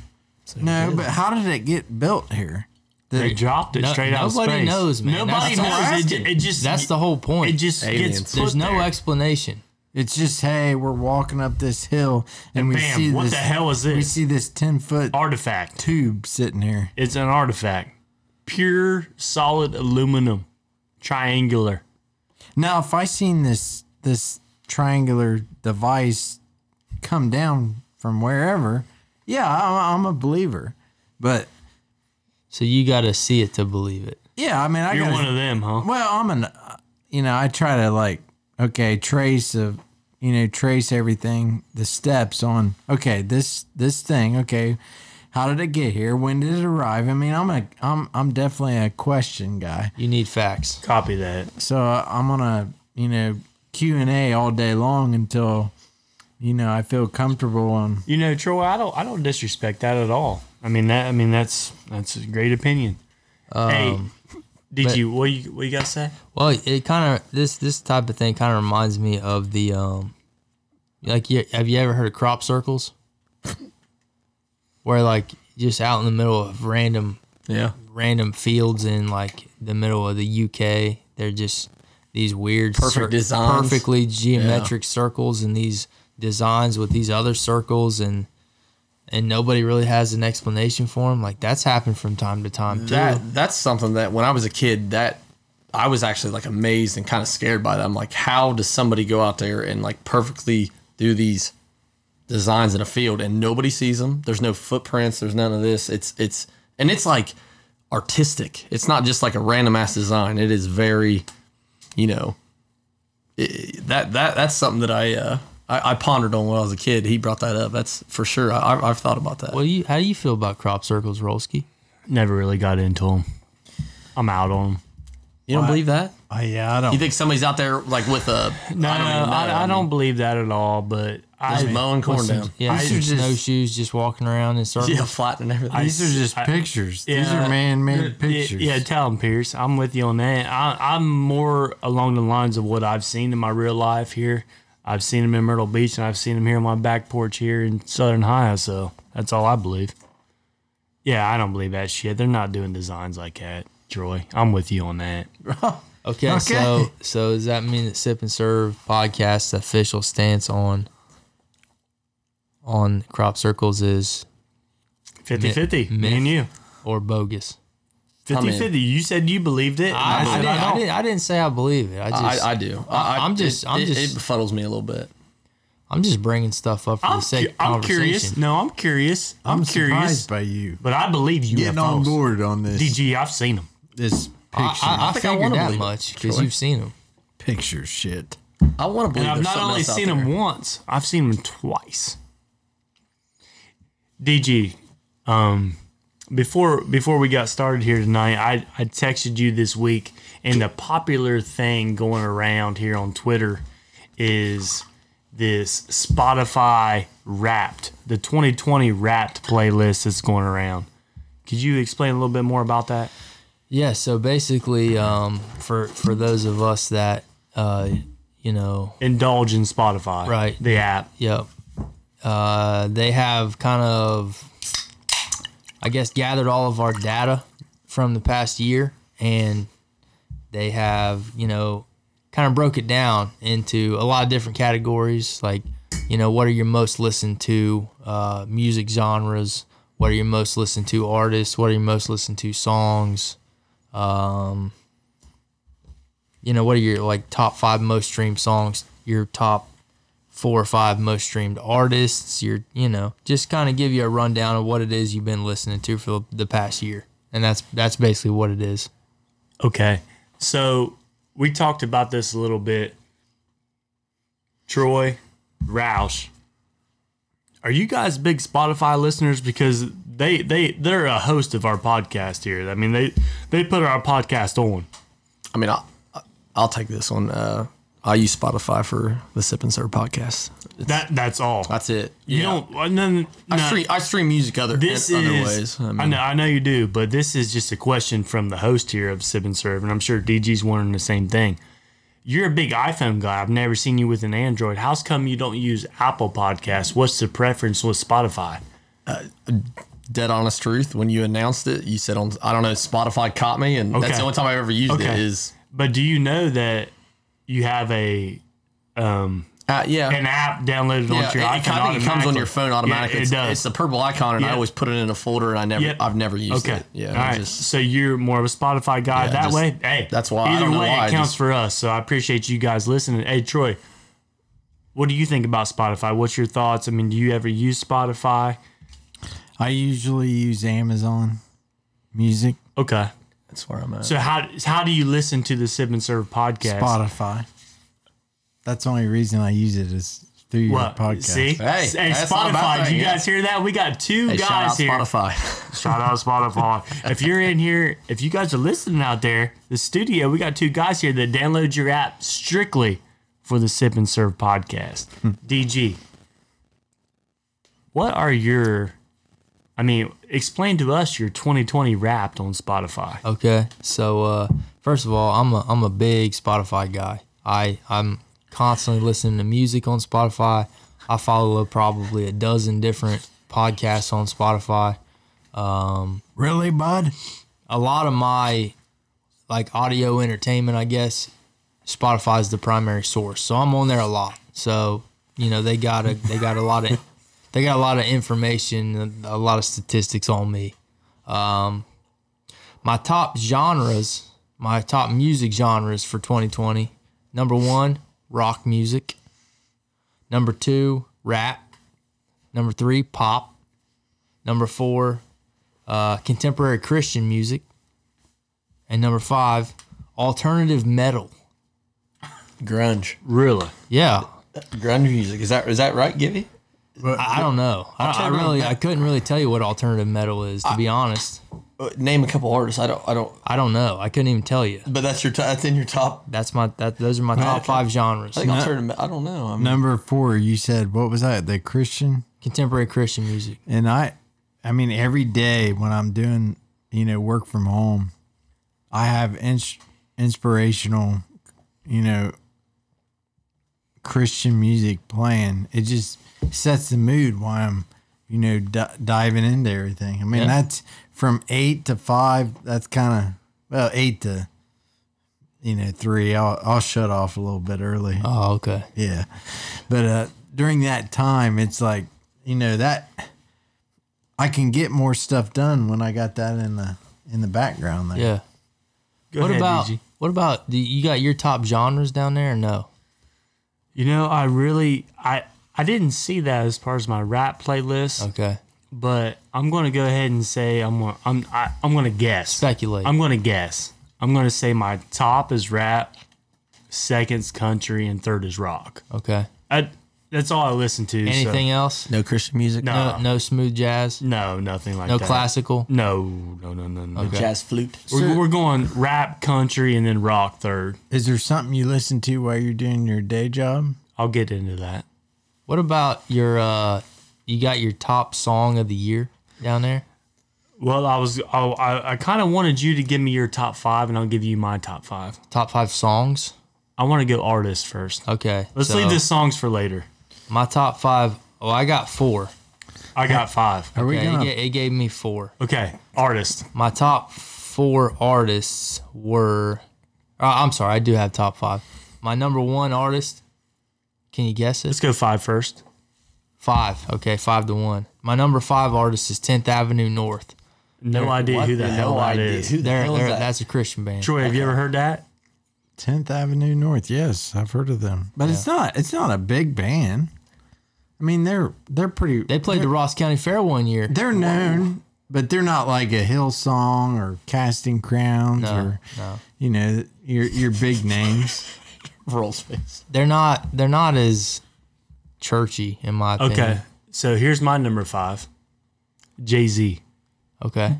No, but how did it get built here?
They dropped it
no-
straight out of space.
nobody knows, man.
Nobody
That's what we're
knows. It,
asking.
ju- it just
That's the whole point.
It just
Aliens.
gets.
There's
put
no
there.
explanation.
It's just hey, we're walking up this hill and, we
bam,
see
what
this,
the hell is
We
this?
see this ten foot
artifact.
tube sitting here.
It's an artifact. Pure solid aluminum, triangular.
Now, if I seen this this triangular device come down from wherever, yeah, I, I'm a believer. But
So you got to see it to believe it.
yeah, I mean, I
You're
gotta-
one of them, huh?
Well, I'm an, you know, I try to like, okay, trace of, you know, trace everything, the steps on, okay, this this thing, okay, how did it get here? When did it arrive? I mean, I'm a, I'm, I'm definitely a question guy,
You need facts.
Copy that.
so I'm gonna, you know, Q and A all day long until, you know, I feel comfortable on.
You know, Troy, I don't. I don't disrespect that at all. I mean that. I mean that's that's a great opinion. hey,
Um,
did you what you what you got to say?
Well, it kind of this this type of thing kind of reminds me of the um, like you, have you ever heard of crop circles? Where like just out in the middle of random
yeah.
random fields in like the middle of the UK. They're just these weird,
Perfect designs.
perfectly geometric circles, and these designs with these other circles, and and nobody really has an explanation for them. Like that's happened from time to time too.
That that's something that when I was a kid, that I was actually like amazed and kind of scared by that. I'm like, how does somebody go out there and like perfectly do these designs in a field and nobody sees them? There's no footprints. There's none of this. It's it's and it's like artistic. It's not just like a random ass design. It is very, you know, it, that that that's something that I. uh I, I pondered on when I was a kid. He brought that up. That's for sure. I, I- I've thought about that.
What do you? How do you feel about crop circles, Rolski?
Never really got into them. I'm out on them.
You don't believe that?
Oh, yeah, I don't.
You think somebody's out there like with a
No, I don't, I, I don't believe that at all. But I,
just mowing corn down?
Yeah,
These are
just,
just-
snowshoes, just walking around in circles.
Yeah, flattening everything.
I-
These are just
I-
pictures. These
Yeah.
are man-made
Yeah,
pictures.
Yeah, tell him, Pierce. I'm with you on that. I, I'm more along the lines of what I've seen in my real life here. I've seen him in Myrtle Beach, and I've seen him here on my back porch here in Southern Ohio. So that's all I believe. Yeah, I don't believe that shit. They're not doing designs like that, Troy. I'm with you on that.
Okay, so so does that mean that Sip and Serve podcast's official stance on on crop circles is
50 50.
Myth.
Me and you.
or bogus?
50 50. You said you believed it. and
I,
said
didn't,
don't.
I, didn't, I didn't say I believe it. I
I,
just I,
I do. I, I-
I'm just-
It,
I'm
it-
just-
It befuddles me a little bit.
am just bringing stuff up for
I'm,
the sake
cu-
of
I'm
conversation.
curious. No, I'm curious. I'm,
I'm
curious.
surprised by you
But I believe you.
getting on board on this.
DG, I've seen them.
this
I,
picture
I, I
think I
figured
wanna
that
believe it,
much because
Troy.
you've seen them.
picture shit.
I want to believe.
And I've
there's
not
something
only
else out
seen
there.
him once, I've seen him twice. DG, um, before before we got started here tonight, I, I texted you this week, and the popular thing going around here on Twitter is this Spotify Wrapped, the 2020 Wrapped playlist that's going around. Could you explain a little bit more about that?
Yeah, so basically, um, for for those of us that uh, you know
Indulge in Spotify,
Right.
The app.
Yep. Uh, they have kind of, I guess, gathered all of our data from the past year, and they have, you know, kind of broke it down into a lot of different categories. Like, you know, what are your most listened to uh, music genres? What are your most listened to artists? What are your most listened to songs? Um, you know, what are your like top five most streamed songs? Your top four or five most streamed artists. Your, you know, just kind of give you a rundown of what it is you've been listening to for the, the past year, and that's that's basically what it is.
Okay. So we talked about this a little bit. Troy, Roush. Are you guys big Spotify listeners? Because they they they're a host of our podcast here. I mean they they put our podcast on.
I mean, I'll, I'll take this one. Uh, I use Spotify for the Sip and Serve podcast.
That that's all.
That's it.
you
Yeah.
don't. uh, No, no,
I
no.
stream. I stream music other
This
in other
is.
ways. I
I,
mean,
know. I know you do, but this is just a question from the host here of Sip and Serve, and I'm sure DG's wondering the same thing. You're a big iPhone guy. I've never seen you with an Android. How's come you don't use Apple Podcasts? What's the preference with Spotify?
dead honest truth. When you announced it, you said on. I don't know. Spotify caught me, and
Okay.
that's the only time I've ever used it.
Okay.
Is
But do you know that you have a
uh, yeah.
an app downloaded
yeah,
onto your
it,
iPhone?
it, I think it comes on
automatically?
your phone
Yeah,
automatically.
it
it's,
does.
it's the purple icon, and
Yeah.
I always put it in a folder, and I never,
Yep.
I've never used
okay.
it. Yeah,
All
I
right.
just-
so you're more of a Spotify guy that
just-
way. Hey,
that's why- I
Either
don't know
way,
why, I
it counts
just-
for us. So I appreciate you guys listening. Hey, Troy, what do you think about Spotify? What's your thoughts? I mean, do you ever use Spotify?
I usually use Amazon Music,
Okay.
that's where I'm at.
So how how do you listen to the Sip and Serve podcast?
Spotify. That's the only reason I use it is through your
What?
podcast.
See,
Hey,
hey,
that's not a bad
Spotify! Do
thing,
you
yeah.
guys hear that? We got two
Hey,
guys
shout out
here.
Spotify.
Shout out Spotify. if you're in here, if you guys are listening out there, the studio, we got two guys here that download your app strictly for the Sip and Serve podcast.
Hmm.
DG, what are your, I mean, explain to us your 2020 wrapped on Spotify.
Okay. So uh, first of all, I'm a I'm a big Spotify guy. I I'm constantly listening to music on Spotify. I follow probably a dozen different podcasts on Spotify.
Really, bud?
a lot of my like audio entertainment, I guess, Spotify's the primary source. So I'm on there a lot. So, you know, they got a they got a lot of they got a lot of information, a lot of statistics on me. Um, my top genres, my top music genres for 2020. Number one, rock music. Number two, rap. Number three, pop. Number four, uh, contemporary Christian music. And number five, alternative metal.
Grunge.
Really?
Yeah.
Grunge music. Is that is that right, Gibby?
I, I don't know. I, I
can't
really,
remember.
I couldn't really tell you what alternative metal is. To be honest,
Uh, Name a couple artists. I don't. I don't.
I don't know. I couldn't even tell you.
But that's your. T- that's in your top.
That's my. That those are my top five genres:
I think I'll turn. to- I don't know. I mean,
Number four, you said what was that? The Christian
contemporary Christian music.
and I. I mean, every day when I'm doing you know work from home, I have ins- inspirational, you know, Christian music playing. It just sets the mood while I'm you know di- diving into everything. I mean,
Yeah.
that's from eight to five. That's kind of well eight to. You know, three. I'll I'll shut off a little bit early.
Oh, okay.
Yeah. But uh during that time it's like, you know, that I can get more stuff done when I got that in the in the background there.
Yeah.
Go
what
ahead,
about
DG.
what about do you got your top genres down there? Or no.
You know, I really I I didn't see that as part of my rap playlist,
Okay.
but I'm gonna go ahead and say I'm gonna I'm I, I'm gonna guess.
Speculate.
I'm gonna guess. I'm gonna say my top is rap, second's country, and third is rock.
okay.
I, that's all I listen to. so-
Anything else?
no Christian music.
No.
No, no smooth jazz.
No, nothing like
No
that.
classical.
No, no, no, no, no.
Jazz flute.
We're, we're going rap, country, and then rock third.
Is there something you listen to while you're doing your day job?
I'll get into that.
What about your? uh You got your top song of the year down there?
Well, I was I I, I kind of wanted you to give me your top five, and I'll give you my top five.
Top five songs.
I want to go artist first.
Okay.
Let's
so
leave the songs for later.
My top five. Oh, I got four.
I got five.
Are we
Okay, it,
gonna
ga- it gave me four.
Okay, artist.
My top four artists were. Uh, I'm sorry, I do have top five. My number one artist. Can you guess
Let's
it?
go five first.
Five. Okay, five to one. My number five artist is 10th Avenue North.
No idea who the
No
hell that
idea.
is.
Who the
They're,
hell is
they're,
that?
That's a Christian band.
Troy, have you ever heard that?
Tenth Avenue North, yes, I've heard of them. But it's not it's not a big band. I mean they're they're pretty
They played the Ross County Fair one year.
they're known, but they're not like a Hill song or Casting Crowns or you know, your your big names.
Roll space.
They're not. They're not as churchy in my opinion.
Okay, so here's my number five, Jay Z.
Okay.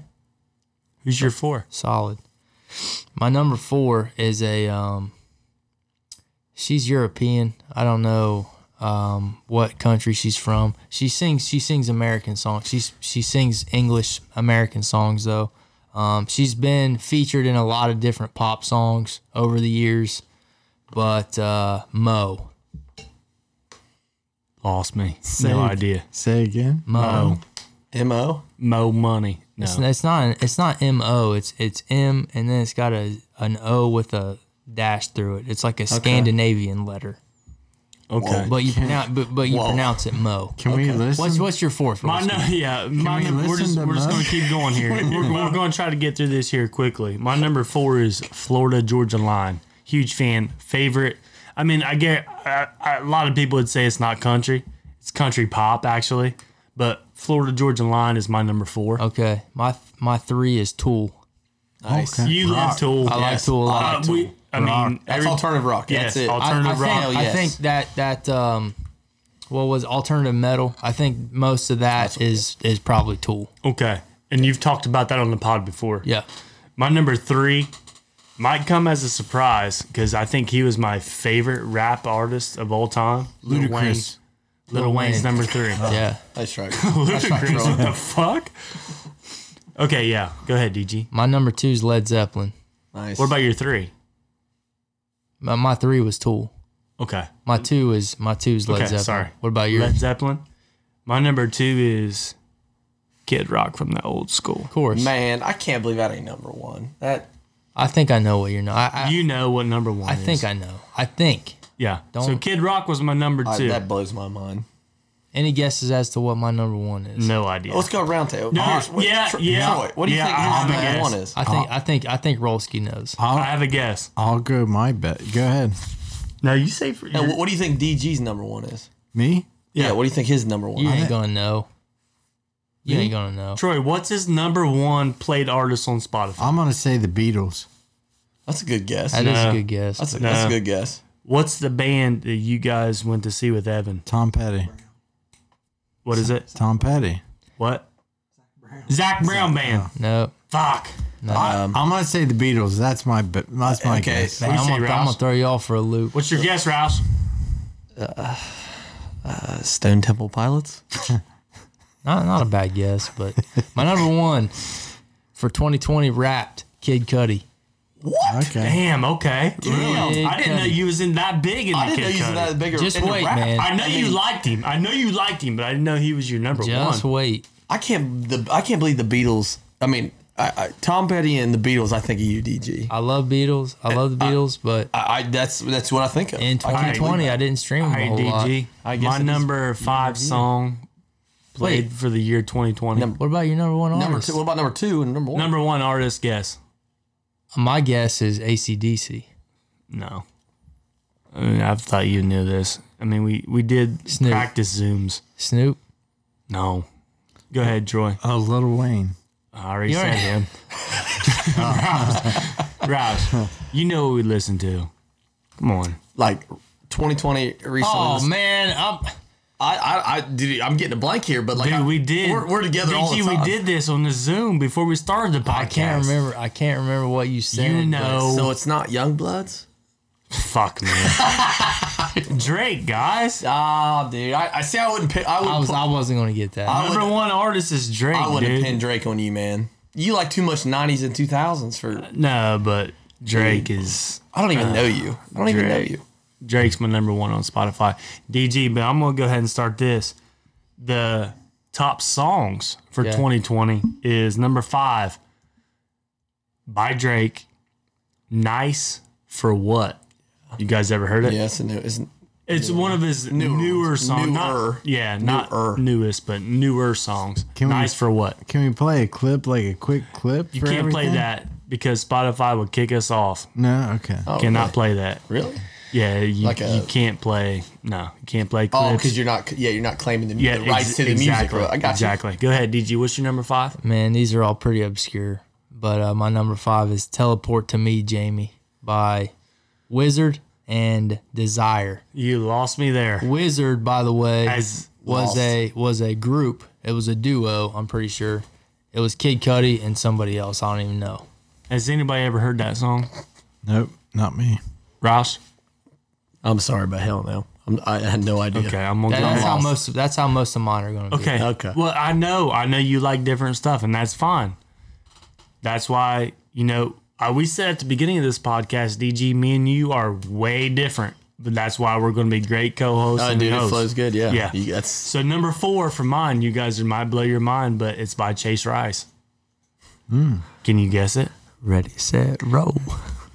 Who's your four?
solid. My number four is a um, she's European. I don't know um, what country she's from. She sings she sings American songs. She's she sings English American songs though. Um, she's been featured in a lot of different pop songs over the years, but uh, Mo
Lost me.
Saved.
No idea.
Say again.
Mo.
Mo.
Mo money. No.
It's, it's not it's not M O. It's it's M and then it's got a an O with a dash through it. It's like a Scandinavian letter.
okay.
But you pronounce but, but you pronounce it Mo.
Can we listen?
What's what's your fourth?
My
Ross?
no, yeah, my
we
number, we're
listen
just
to
we're just
Mo?
gonna keep going here. we're, we're gonna try to get through this here quickly. My number four is Florida Georgia Line. Huge fan, favorite. I mean, I get I, I, a lot of people would say it's not country. It's country pop actually, but Florida Georgia Line is my number four.
Okay, my my three is Tool.
Nice.
You love Tool.
I like
Yes,
Tool a
I
lot.
Uh, we, I mean,
That's
every-
alternative rock.
Yes,
That's it.
alter-
I, I
Alternative rock.
think, I
Hell
think
yes.
that that um, what was alternative metal? I think most of that is is probably Tool.
okay. And you've talked about that on the pod before.
Yeah.
My number three might come as a surprise because I think he was my favorite rap artist of all time. Lil Wayne.
Ludacris.
Lil,
Lil
Wayne's
Wayne.
number three.
Yeah.
That's right. That's right,
Ludacris,
bro.
what the fuck? Okay, yeah. Go ahead, DG.
My number two is Led Zeppelin.
Nice.
What about your three?
My, my three was Tool.
Okay.
My two is my two is Led
Okay,
Zeppelin.
sorry.
What about yours?
Led Zeppelin. My number two is Kid Rock from the old school.
of course.
Man, I can't believe that ain't number one. That
I think I know what you're not. I, I,
You know what number one
I
is.
think I know. I think.
Yeah. So
Don't-
Kid Rock was my number
I,
two.
that blows my mind.
Any guesses as to what my number one is?
No idea.
Let's go round table.
No,
Here's- what-
yeah, yeah,
Troy, what do you
yeah,
think
I have
his
a
number
guess.
one is?
I think I think I think Rolski knows.
I have a guess.
I'll go my bet. Go ahead.
No, you say for
Now, wh- what do you think DG's number one is?
Me?
Yeah. what do you think his number one?
You
is?
ain't gonna know. You ain't gonna know.
Troy. What's his number one played artist on Spotify?
I'm gonna say the Beatles.
That's a good guess.
That is
No.
a good guess.
That's a, that's a
No.
good guess.
What's the band that you guys went to see with Evan?
Tom Petty.
What is it?
Tom Petty.
What? Zach Brown band.
no.
Fuck.
I, am gonna say the Beatles. That's my bet. That's my
okay.
guess.
I'm
say
gonna, I'm
Rouse?
gonna throw you all for a loop.
What's your guess, Rouse?
Uh, Stone Temple Pilots.
Not not a bad guess, but my number one for 2020 wrapped Kid Cudi.
What?
Okay.
Damn. Okay. Damn. I didn't know
Cudi.
you was in that big in the
I didn't know
Kid
you said
Cudi.
that bigger.
Just
in the
wait,
rap.
man.
I know you liked him. I know you liked him, but I didn't know he was your number
Just
one.
wait.
I can't. The I can't believe the Beatles. I mean, I, I, Tom Petty and the Beatles. I think of you, DG. I,
I love Beatles. I love
Uh,
the Beatles, but
I that's that's what I think of.
in
I can't believe
2020 I,
that.
didn't stream them a
Hey,
whole lot.
DG.
I guess
my
it is-
number five song played for the year 2020. Number,
What about your number one
number
artist?
two. What about number two and number one?
one artist guess.
My guess is ACDC.
No. I mean, I thought you knew this. I mean, we, we did
Snoop.
practice Zooms.
Snoop.
No. Go ahead, Troy.
Oh, Little Wayne.
I already
You
said
already-
him. Rouse, Rouse, you know what we listen to. Come on.
like 2020 recently.
Oh man, I'm,
I, I, I, dude, I'm getting a blank here, but like,
Dude,
I-
we did.
We're, we're together all the
DG,
time.
we did this on the Zoom before we started the podcast.
I can't remember. I can't remember what you said.
You
but-
know.
So it's not Youngbloods.
Fuck, man. Drake, guys.
Ah, dude, I, I say I wouldn't pick. I would.
I
I,
was. I wasn't gonna get that.
I
Number one artist is Drake,
would have
dude.
pinned Drake on you, man. You like too much 90s and 2000s for.
No, but Drake is
I don't even know you. I don't even know
Uh, Drake.
you.
Drake's my number one on Spotify. DG, but I'm gonna go ahead and start this. The top songs for
Yeah.
2020 is number five by Drake. Nice for what? You guys ever heard it?
Yeah, it's a new. It's,
It's one of his newer,
ones.
songs.
Newer.
Not, yeah, not
Newer.
newest, but newer songs.
Can we-
nice for what?
Can we play a clip, like a quick clip?
You
for
can't play
everything?
that because Spotify would kick us off.
No. Okay.
oh,
Cannot play that.
Really? really?
Yeah, you,
Like a-
you can't play. No, you can't play clips.
Oh, because you're not. Yeah, you're not claiming the,
yeah,
the rights
ex-
to the
exactly,
music. Bro. I got
exactly. Go ahead, DG. What's your number five?
Man, these are all pretty obscure. But uh, my number five is "Teleport to Me, Jamie" by Wizard and Desire.
You lost me there.
Wizard, by the way,
As
was
lost.
a was a group. It was a duo. I'm pretty sure. It was Kid Cudi and somebody else. I don't even know.
has anybody ever heard that song,
Nope. Not me.
Rouse?
you. I'm sorry, but hell no. I'm, I had no idea.
Okay, I'm gonna
That-
go.
that's how
lost.
most. Of, that's how most of mine are going to be.
Okay,
Okay.
Well, I know, I know you like different stuff, and that's fine. That's why you know I, we said at the beginning of this podcast, DG, me and you are way different, but that's why we're going to be great co-hosts.
Oh,
and
dude, it
hosts.
flows good. Yeah.
Yeah.
You- that's
So number four for mine, you guys are might blow your mind, but it's by Chase Rice. Can you guess it?
Ready, set, roll.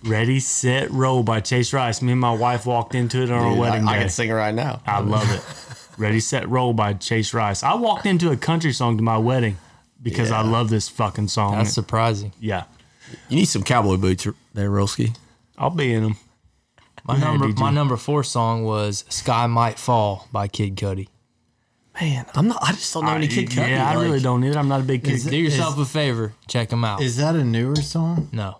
Ready, set, roll by Chase Rice. Me and my wife walked into it on our
dude, I,
wedding
I
day. Ah.
can sing it right now.
I love it. Ready, set, roll by Chase Rice. I walked into a country song to my wedding because I love this fucking song.
That's surprising.
yeah,
You need some cowboy boots there, Rolski.
I'll be in them.
My
ahead,
number
DG.
my number four song was "Sky Might Fall" by Kid Cudi.
Man, I'm not. I just don't know any Kid Cudi.
yeah, I
like-
really don't either. I'm not a big kid.
Do
uh,
yourself a favor, check them out.
Is that a newer song?
no,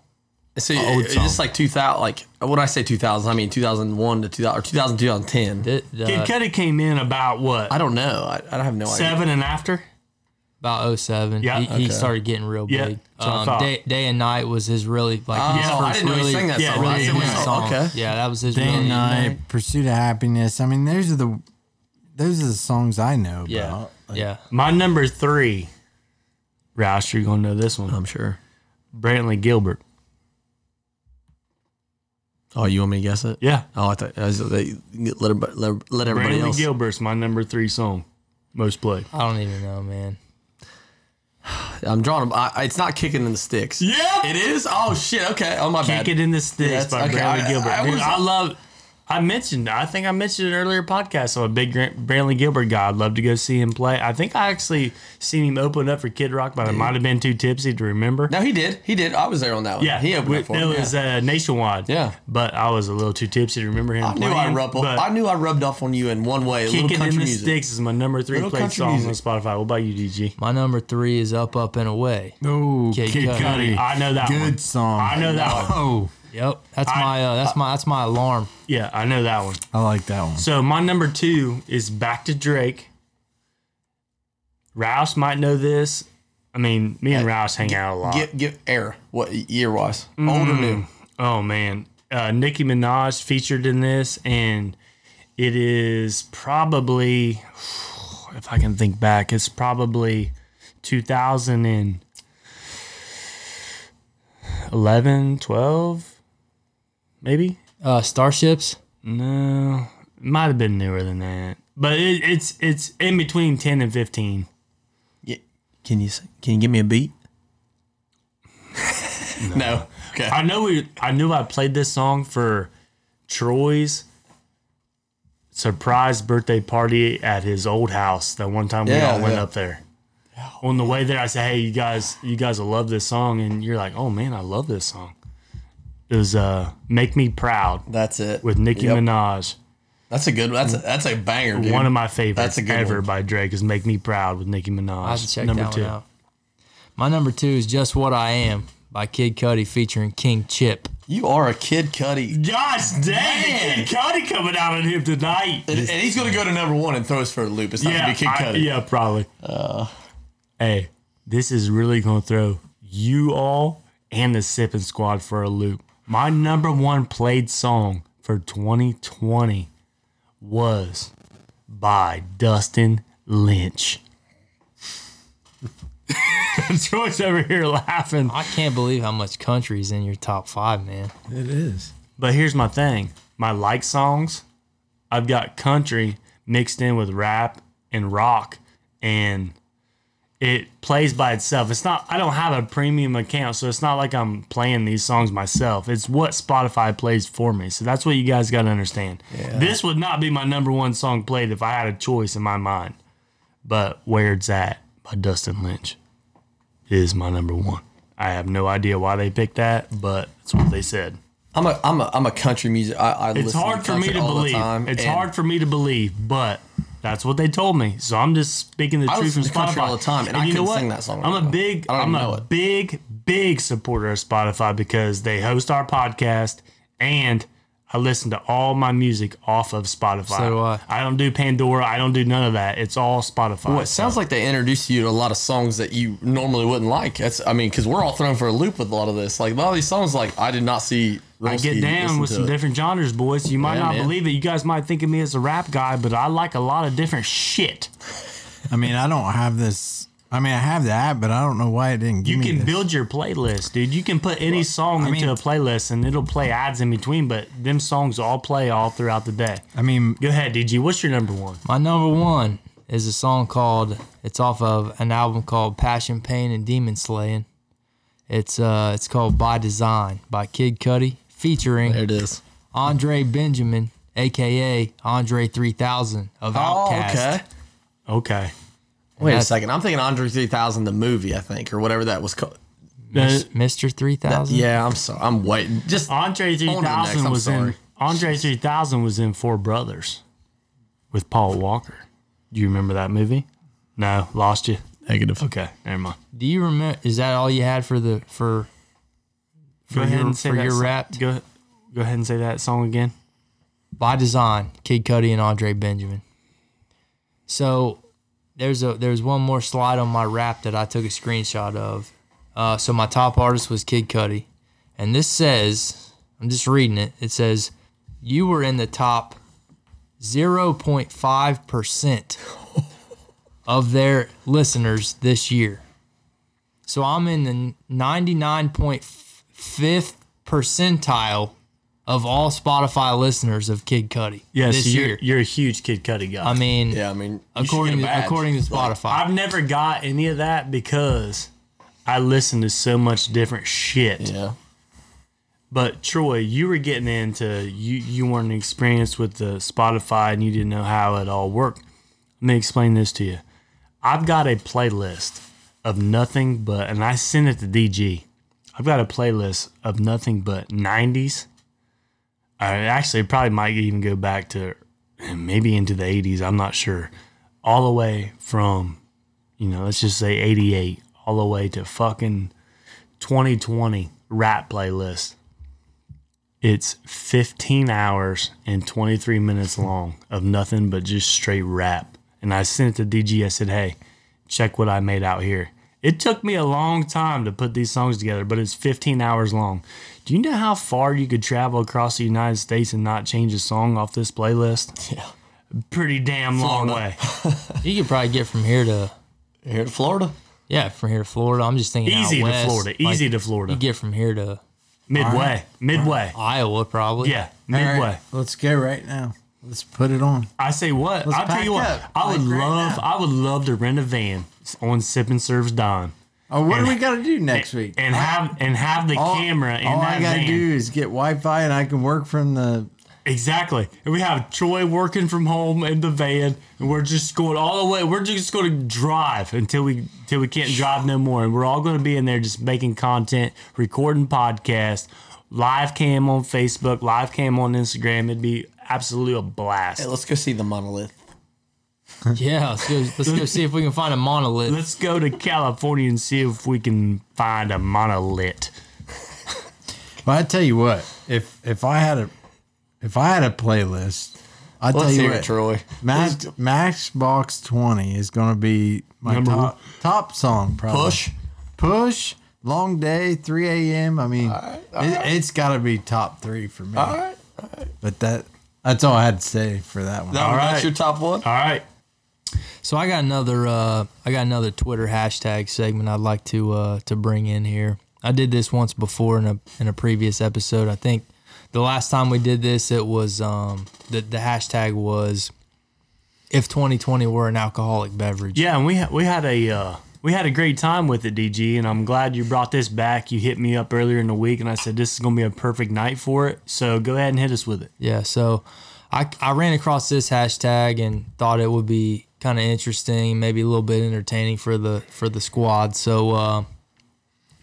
So it- it's just like 2000. Like when I say 2000, I mean 2001 to 2000 or 2000 2010.
It, uh,
Kid Cudi came in about what
I don't know. I, I have no idea.
seven and after.
about 07.
Yeah,
he, he started getting real
Yeah,
big.
that's what I
Um,
thought.
day, day and night was his really like his
Oh, I
first
didn't know he
really,
sang that
yeah,
song.
really
I
really
didn't know
big
he-
song.
Okay.
Yeah, that was his
Day
really
and Night, Pursuit of Happiness. I mean, those are the those are the songs I know about.
Yeah, yeah.
My number three, Roush, you're gonna know this one.
I'm sure.
Brantley Gilbert.
Oh, you want me to guess it?
Yeah,
Oh, I thought I was, they, let, everybody- let, let everybody
Brantley
else.
Gilbert's my number three song, most played.
I don't even know, man.
I'm drawing. I, I- it's not kicking in the sticks.
Yeah.
it is. Oh shit. Okay. Oh my
Kick
bad.
it in the sticks
that's-
by
okay,
Brantley
I-
Gilbert.
I
Dude,
was-
I love. I mentioned, I think I mentioned it earlier podcast on a big Grant, Brantley Gilbert guy. I'd love to go see him play. I think I actually seen him open up for Kid Rock, but I might have been too tipsy to remember.
No, he did. He did. I was there on that one.
Yeah,
he opened
we-
up for
It
him. yeah.
was uh, nationwide.
Yeah.
but I was a little too tipsy to remember him.
I knew I
playing,
rubbed.
but
I knew I rubbed off on you in one way. A little
"Kicking in
country
the
music.
Sticks" is my number three
Little
played
country
song
music.
on Spotify. What about you, DG?
My number three is Up, Up, and Away.
Oh,
Kid
Kid,
Cudi.
Cudi.
I know that
Good
one.
song.
I know that one.
Oh,
Yep, that's
I-
my uh, that's my that's my alarm.
Yeah, I know that one.
I like that one.
So my number two is back to Drake. Rouse might know this. I mean, me and Rouse hang out a lot.
Give, give era. What year was?
Mm.
Old or new?
Oh man, uh, Nicki Minaj featured in this, and it is probably, if I can think back, it's probably 2011, 12, maybe.
Uh, Starships.
No, it might have been newer than that, but it, it's it's in between 10 and 15.
Yeah. Can you s- can you give me a beat? no. Okay.
I know we I knew I played this song for Troy's surprise birthday party at his old house that one time we
Yeah,
all went
yeah.
up there. On the way there I said, Hey you guys you guys will love this song and you're like, Oh man, I love this song. It was uh Make Me Proud
That's it.
with Nicki
Yep.
Minaj.
That's a good. That's a, that's a banger, dude.
One of my favorites
That's a good
ever
one.
by Drake is Make Me Proud with Nicki Minaj.
I have to check
Number
that
two.
one out. My number two is Just What I Am by Kid Cudi featuring King Chip.
you are a kid, Cuddy,
Gosh dang,
Man.
Kid Cudi coming out on him tonight.
and, and he's gonna go to number one and throw us for a loop. It's not gonna be Kid
I-
Cudi. Uh.
yeah, probably. hey, this is really gonna throw you all and the Sipping Squad for a loop. My number one played song for 2020 was by Dustin Lynch. Troy's over here laughing.
I can't believe how much country's in your top five, man.
It is.
But here's my thing my like songs, I've got country mixed in with rap and rock, and it plays by itself. It's not, I don't have a premium account, so it's not like I'm playing these songs myself. It's what Spotify plays for me. So that's what you guys got to understand. This would not be my number one song played if I had a choice in my mind. But Where It's At by Dustin Lynch is my number one. I have no idea why they picked that, but it's what they said.
I'm a I'm a I'm a country music. I, I
It's
listen
hard
to
for me
country
to
all the
believe.
time,
It's
and
hard for me to believe, but that's what they told me. So I'm just speaking the
I
truth from
listen to
Spotify
country all the time, and I
you know
couldn't
what?
sing that song right
I'm a
now.
big,
I don't
I'm
even know
a
it.
big, big supporter of Spotify because they host our podcast, and I listen to all my music off of Spotify.
So do I.
I don't do Pandora. I don't do none of that. It's all Spotify.
Well, it sounds like they introduced you to a lot of songs that you normally wouldn't like. That's I mean, because we're all thrown for a loop with a lot of this. Like a lot of these songs, like I did not see.
I get
Rolski
down
listen
with
to
some
it.
different genres, boys. You might
Yeah,
not
man.
believe it. You guys might think of me as a rap guy, but I like a lot of different shit.
I mean, I don't have this. I mean, I have the app, but I don't know why it didn't give
You
me
can
this.
build your playlist, dude. You can put any song
I
into
mean-
a playlist and it'll play ads in between, but them songs all play all throughout the day.
I mean,
Go ahead, DG. What's your number one?
My number one is a song called, it's off of an album called Passion, Pain, and Demon Slaying. It's uh, it's called By Design by Kid Cudi featuring
There it is.
Andre Benjamin, aka Andre 3000 of Outkast.
Oh, okay.
Okay.
Wait a
That's-
second. I'm thinking Andre 3000, the movie, I think, or whatever that was called.
Uh,
Mr. 3000?
Yeah, I'm sorry. I'm waiting. Just
Andre
next,
3000
I'm
was in
sorry.
Andre 3000 was in Four Brothers with Paul Walker. Do you remember that movie? No, lost you.
negative.
Okay, never mind.
Do you remember? Is that all you had for the for
Go ahead
your-
and say
for
that
your
song-
rap?
Go, go ahead and say that song again.
by design? Kid Cudi and Andre Benjamin. So there's a there's one more slide on my rap that I took a screenshot of. Uh, so my top artist was Kid Cudi, and this says I'm just reading it. It says you were in the top 0.5 percent of their listeners this year. So I'm in the 99.5th percentile of all Spotify listeners of Kid Cudi
Yes,
this
you're,
year.
you're a huge Kid Cudi guy.
I mean,
Yeah, I mean, you should
according
get
to,
a badge.
according to Spotify.
I've never got any of that because I listen to so much different shit.
yeah,
But Troy, you were getting into you you weren't experienced with the Spotify and you didn't know how it all worked. Let me explain this to you. I've got a playlist of nothing but and I sent it to DG. I've got a playlist of nothing but 90s. I actually probably might even go back to eh, maybe into the 80s, I'm not sure. All the way from you know, let's just say 88 all the way to fucking 2020 rap playlist. It's 15 hours and 23 minutes long of nothing but just straight rap. And I sent it to DG. I said, hey, check what I made out here. It took me a long time to put these songs together, but it's 15 hours long. Do you know how far you could travel across the United States and not change a song off this playlist? Yeah. Pretty damn long
Florida.
way.
You could probably get from here to
Here to Florida.
yeah, from here to Florida. I'm just thinking out
Easy to
west,
Florida.
like,
Easy to Florida.
You get from here to
Midway. Midway.
Iowa probably.
Yeah.
All
Midway.
right, let's go right now. Let's put it on.
I say what? I'll tell
pack
you what.
up.
I would
Like right
love.
now.
I would love to rent a van on Sip and Serves Don
Oh, what
And-
do we got to do next week?
and have and have the
All-
camera in
all
that
I gotta
van.
do is get Wi-Fi, and I can work from the.
Exactly. And we have Troy working from home in the van, and we're just going all the way. We're just going to drive until we until we can't drive no more, and we're all going to be in there just making content, recording podcasts, live cam on Facebook, live cam on Instagram. It'd be absolutely a blast.
Hey, let's go see the monolith.
Yeah, let's go, let's go see if we can find a monolith.
Let's go to California and see if we can find a monolith.
But I tell you what, if if I had a if I had a playlist, I tell
Let's
you
hear
what,
it, Troy.
Max Maxbox Twenty is gonna be my
Number
top top song. Probably.
Push.
push. Long day, three a.m. I mean, it, it's got to be top three for me.
All right.
But that that's all I had to say for that one.
That one,
right. Uh,
That's your top one.
All right.
So I got another uh, I got another Twitter hashtag segment I'd like to uh, to bring in here. I did this once before in a in a previous episode. I think the last time we did this, it was um, the the hashtag was if 2020 were an alcoholic beverage.
Yeah, and we ha- we had a uh, we had a great time with it, DG, and I'm glad you brought this back. You hit me up earlier in the week, and I said this is gonna be a perfect night for it. So go ahead and hit us with it.
Yeah, so I, I ran across this hashtag and thought it would be kind of interesting, maybe a little bit entertaining for the for the squad. So uh,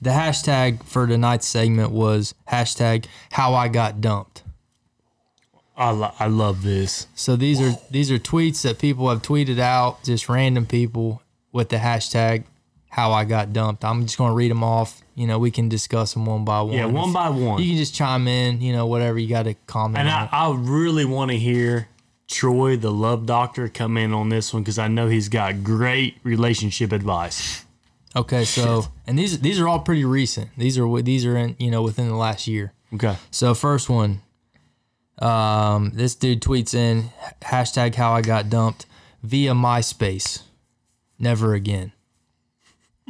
the hashtag for tonight's segment was hashtag How I Got Dumped.
I, lo- I love this.
So these are these are tweets that people have tweeted out, just random people with the hashtag How I Got Dumped. I'm just gonna read them off. You know, we can discuss them one by one.
Yeah, one by one.
You can just chime in. You know, whatever you got to comment.
And
on.
I, I really want to hear Troy, the love doctor, come in on this one because I know he's got great relationship advice.
Okay, so and these these are all pretty recent. These are wi- these are in you know within the last year.
Okay.
So first one, um, this dude tweets in hashtag How I Got Dumped via MySpace. Never again.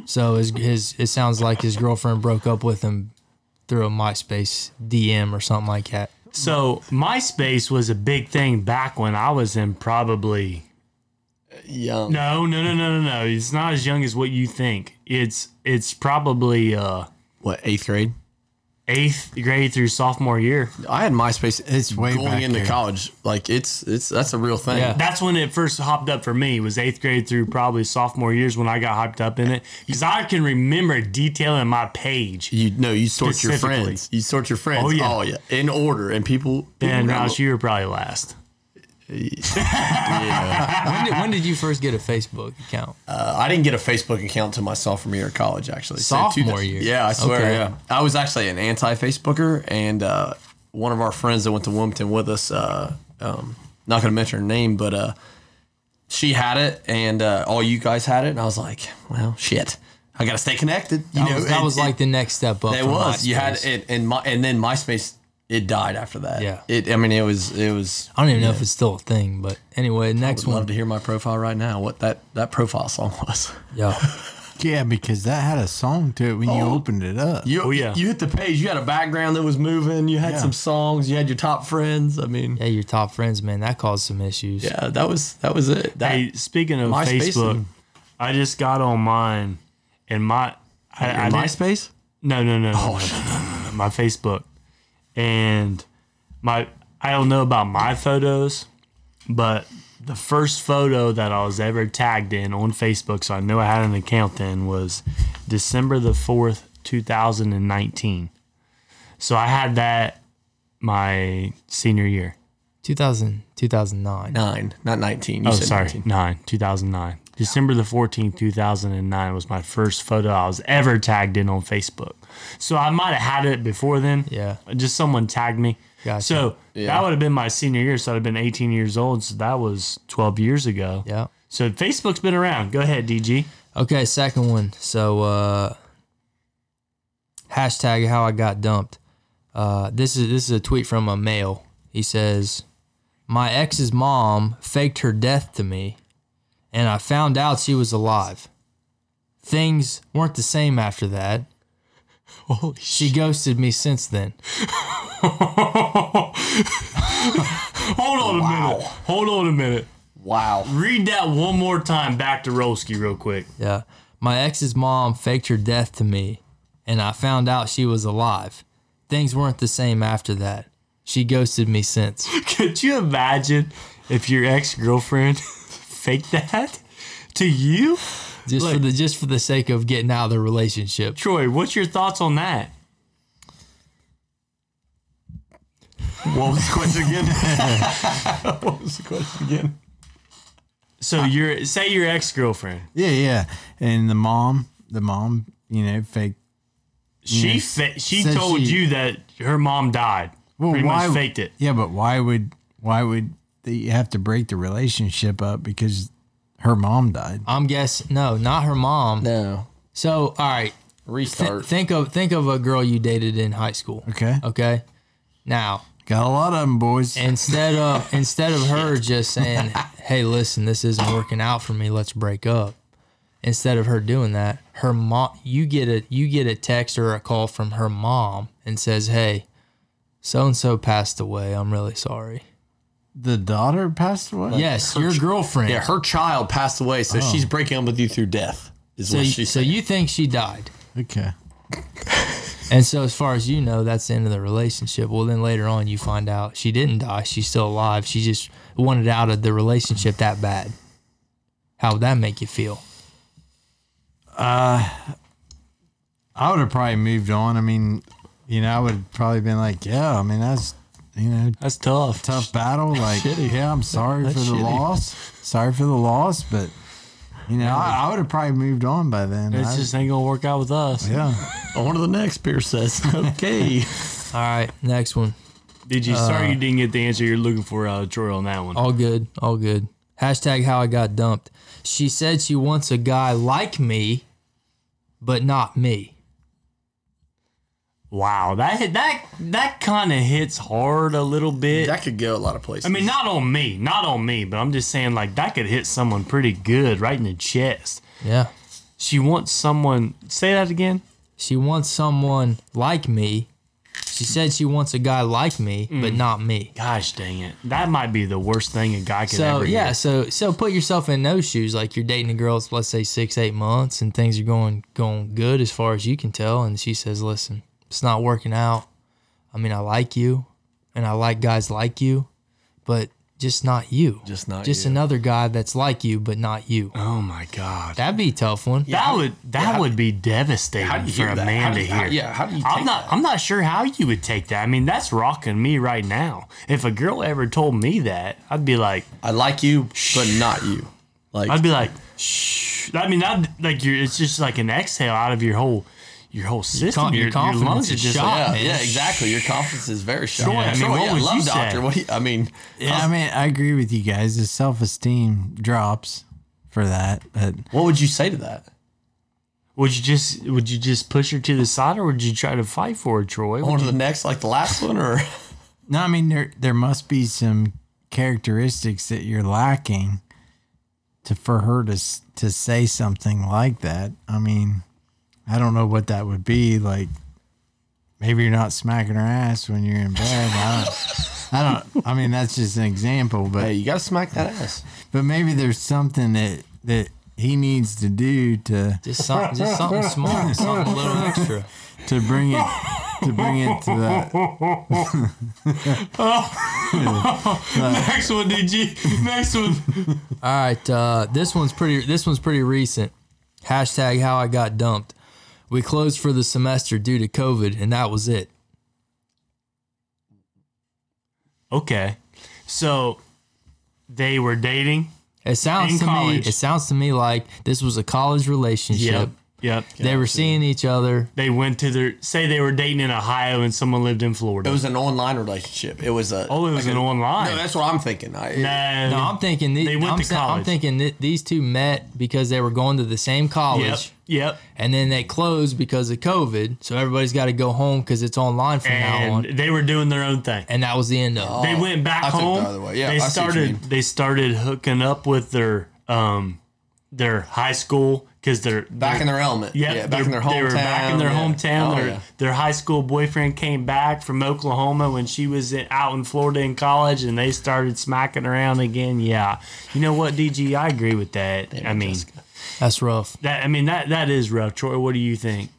So his his it sounds like his girlfriend broke up with him through a MySpace DM or something like that.
So MySpace was a big thing back when I was in probably
Young.
No, no, no, no, no, no. It's not as young as what you think. It's it's probably uh
What eighth grade?
eighth grade through sophomore year.
I had MySpace.
It's way
going
back
into
there.
college. Like it's it's that's a real thing.
Yeah.
That's when it first hopped up for me. Was eighth grade through probably sophomore years when I got hyped up in it because I can remember detailing my page.
You no, you sort your
Specifically.
friends. You sort your friends.
Oh,
Oh
yeah.
yeah, in order. And people, people
And
got-
Roush, you were probably last.
When did, when did you first get a Facebook account?
uh, I didn't get a Facebook account until my sophomore year of college. Actually, So two-
Sophomore year?
Yeah, I swear.
Okay.
Yeah, I was actually an anti-Facebooker, and uh, one of our friends that went to Wilmington with us. Uh, um, not going to mention her name, but uh, she had it, and uh, all you guys had it, and I was like, well, shit. I gotta stay connected. You
That
know,
was, that
and-
was like the next step up.
It
from
was. You had
MySpace.
it, and my, and then MySpace. It died after that.
Yeah.
It. I mean, it was. It was.
I don't even know if it's still a thing, but anyway, next
I'd
one.
love to hear my profile right now. What that that profile song was.
Yeah.
Yeah, because that had a song to it when you opened it up.
You,
Oh, yeah.
You hit the page. You had a background that was moving. You had
Yeah.
some songs. You had your top friends. I mean,
Yeah, your top friends, man, that caused some issues.
yeah. That was that was it. That,
Hey, speaking of
MySpace
Facebook,
and-
I just got on mine, and my I, I
your
didn't-
MySpace. Oh,
No, no, no, no, no, no, no, no, no, my Facebook. and my I don't know about my photos, but the first photo that I was ever tagged in on Facebook, so I knew I had an account then, was December the fourth, two thousand and nineteen. So I had that my senior year.
2000, 2009.
Nine, not 19. You
Oh,
said
sorry,
19.
nine, two thousand nine. December the fourteenth, two thousand and nine, was my first photo I was ever tagged in on Facebook. So I might have had it before then.
Yeah.
just someone tagged me.
Gotcha.
So that
Yeah.
would have been my senior year. So I'd have been eighteen years old. So that was twelve years ago.
Yeah.
So Facebook's been around. Go ahead, DG.
Okay, second one. So uh hashtag how I got dumped. Uh this is this is a tweet from a male. He says, My ex's mom faked her death to me and I found out she was alive. Things weren't the same after that.
Holy
She ghosted me since then.
Hold on a minute. Hold on a minute.
Wow.
Read that one more time back to Rolski real quick.
Yeah. My ex's mom faked her death to me, and I found out she was alive. Things weren't the same after that. She ghosted me since.
Could you imagine if your ex girlfriend faked that to you?
Just for
Look.
the just for the sake of getting out of the relationship.
Troy, what's your thoughts on that?
What was the question again? what was the question again?
So your say your ex girlfriend,
Yeah, yeah. And the mom, the mom, you know, fake.
she
Yeah.
fa- she
Said
told
she-
you that her mom died. Pretty much faked it.
Yeah, but why would why would they have to break the relationship up because her mom died?
I'm guess no, not her mom.
No.
So all right, th-
Restart.
think of think of a girl you dated in high school.
Okay,
Okay. Now
got a lot of them, boys.
instead of instead of her just saying, "Hey, listen, this isn't working out for me. Let's break up." Instead of her doing that, her mom you get a you get a text or a call from her mom and says, "Hey, so and so passed away. I'm really sorry."
the daughter passed away.
Yes, your girlfriend.
yeah, her child passed away, so she's breaking up with you through death. Is
so
what
you,
she
so
said.
you think she died.
Okay.
And so, as far as you know, that's the end of the relationship. Well, then later on, you find out she didn't die. She's still alive. She just wanted out of the relationship that bad. How would that make you feel?
I would have probably moved on. I mean, you know, I would have probably been like, yeah, I mean, that's, you know,
That's tough.
tough battle. Like, yeah, I'm sorry for the
shitty.
loss. Sorry for the loss, but, you know, I, I would have probably moved on by then.
It
I-
just ain't gonna work out with us.
yeah.
On to the next, Pierce says. Okay.
All right, next one.
Did you? sorry, you
Uh,
didn't get the answer you're looking for, uh, Troy, on that
Oh.
one.
All good. All good. Hashtag how I got dumped. She said she wants a guy like me, but not me.
Wow, that hit, that that kind of hits hard a little bit.
that could go a lot of places.
I mean, not on me, not on me, but I'm just saying like that could hit someone pretty good right in the chest.
Yeah.
She wants someone. Say that again.
She wants someone like me. She said she wants a guy like me, but not me.
Gosh dang it, that might be the worst thing a guy could
So
ever.
yeah,
hear.
so so put yourself in those shoes. Like you're dating a girl, it's let's say six, eight months, and things are going going good as far as you can tell, and she says, "Listen, it's not working out. I mean, I like you, and I like guys like you, but just not you.
Just not
Just
you."
another guy that's like you, but not you.
Oh my god.
That'd be a tough one.
That would that would be devastating
How do you
for
hear
a
that?
man
How do
to
you- how-
hear.
yeah, how do you
I'm
take
not.
that?
I'm not sure how you would take that. I mean, that's rocking me right now. If a girl ever told me that, I'd be like,
I like you, but not you. Like,
I'd be like, shh. I mean, I'd like you. It's just like an exhale out of your whole, your whole system.
con- your
Your, your,
confidence
lungs are
is
just
shot.
like,
yeah,
man.
yeah, exactly. Your confidence is very shot.
Yeah, I mean,
Troy,
what would
love
you say?
doctor. What do you, I mean,
Yeah, I mean, I agree with you guys. The self esteem drops for that. But
what would you say to that?
Would you just would you just push her to the side, or would you try to fight for her, Troy?
On to the next, like the last one, or
no, I mean, there, there must be some characteristics that you're lacking to for her to, s- to say something like that. I mean, I don't know what that would be. Like, maybe you're not smacking her ass when you're in bed. I don't, I don't, I mean, that's just an example, but
hey, you gotta smack that ass.
But maybe there's something that that he needs to do to
Just something, just something small, something a little extra.
to bring it to bring it to that.
Next one, DG. Next one.
All right, uh, this one's pretty. This one's pretty recent. Hashtag how I got dumped. We closed for the semester due to COVID, and that was it.
Okay. So they were dating.
It sounds
In
to
college.
me. It sounds to me like this was a college relationship.
Yep. Yep.
They were seeing each other.
They went to their say they were dating in Ohio and someone lived in Florida.
It was an online relationship. It was a.
oh, it was
like
an
a-
online.
No, that's what I'm thinking. I,
No.
No, I'm thinking the,
They went
I'm,
to
sa- I'm
college.
thinking that these two met because they were going to the same college,
Yep. Yep.
and then they closed because of COVID. So everybody's got to go home because it's online from now on.
And they were doing their own thing.
And that was the end of. it.
They went back
Oh, I took the
home.
other way. Yeah,
they
I see what you
started.
mean.
They started hooking up with their um their high school because they're
back in their element.
Yep,
yeah, back in their
they're-
hometown.
They were back in their
yeah.
hometown.
Oh,
their,
yeah.
their high school boyfriend came back from Oklahoma when she was in, out in Florida in college, and they started smacking around again. Yeah, you know what, DG, I agree with that. I mean,
That's rough.
that I mean that that is rough. Troy, what do you think?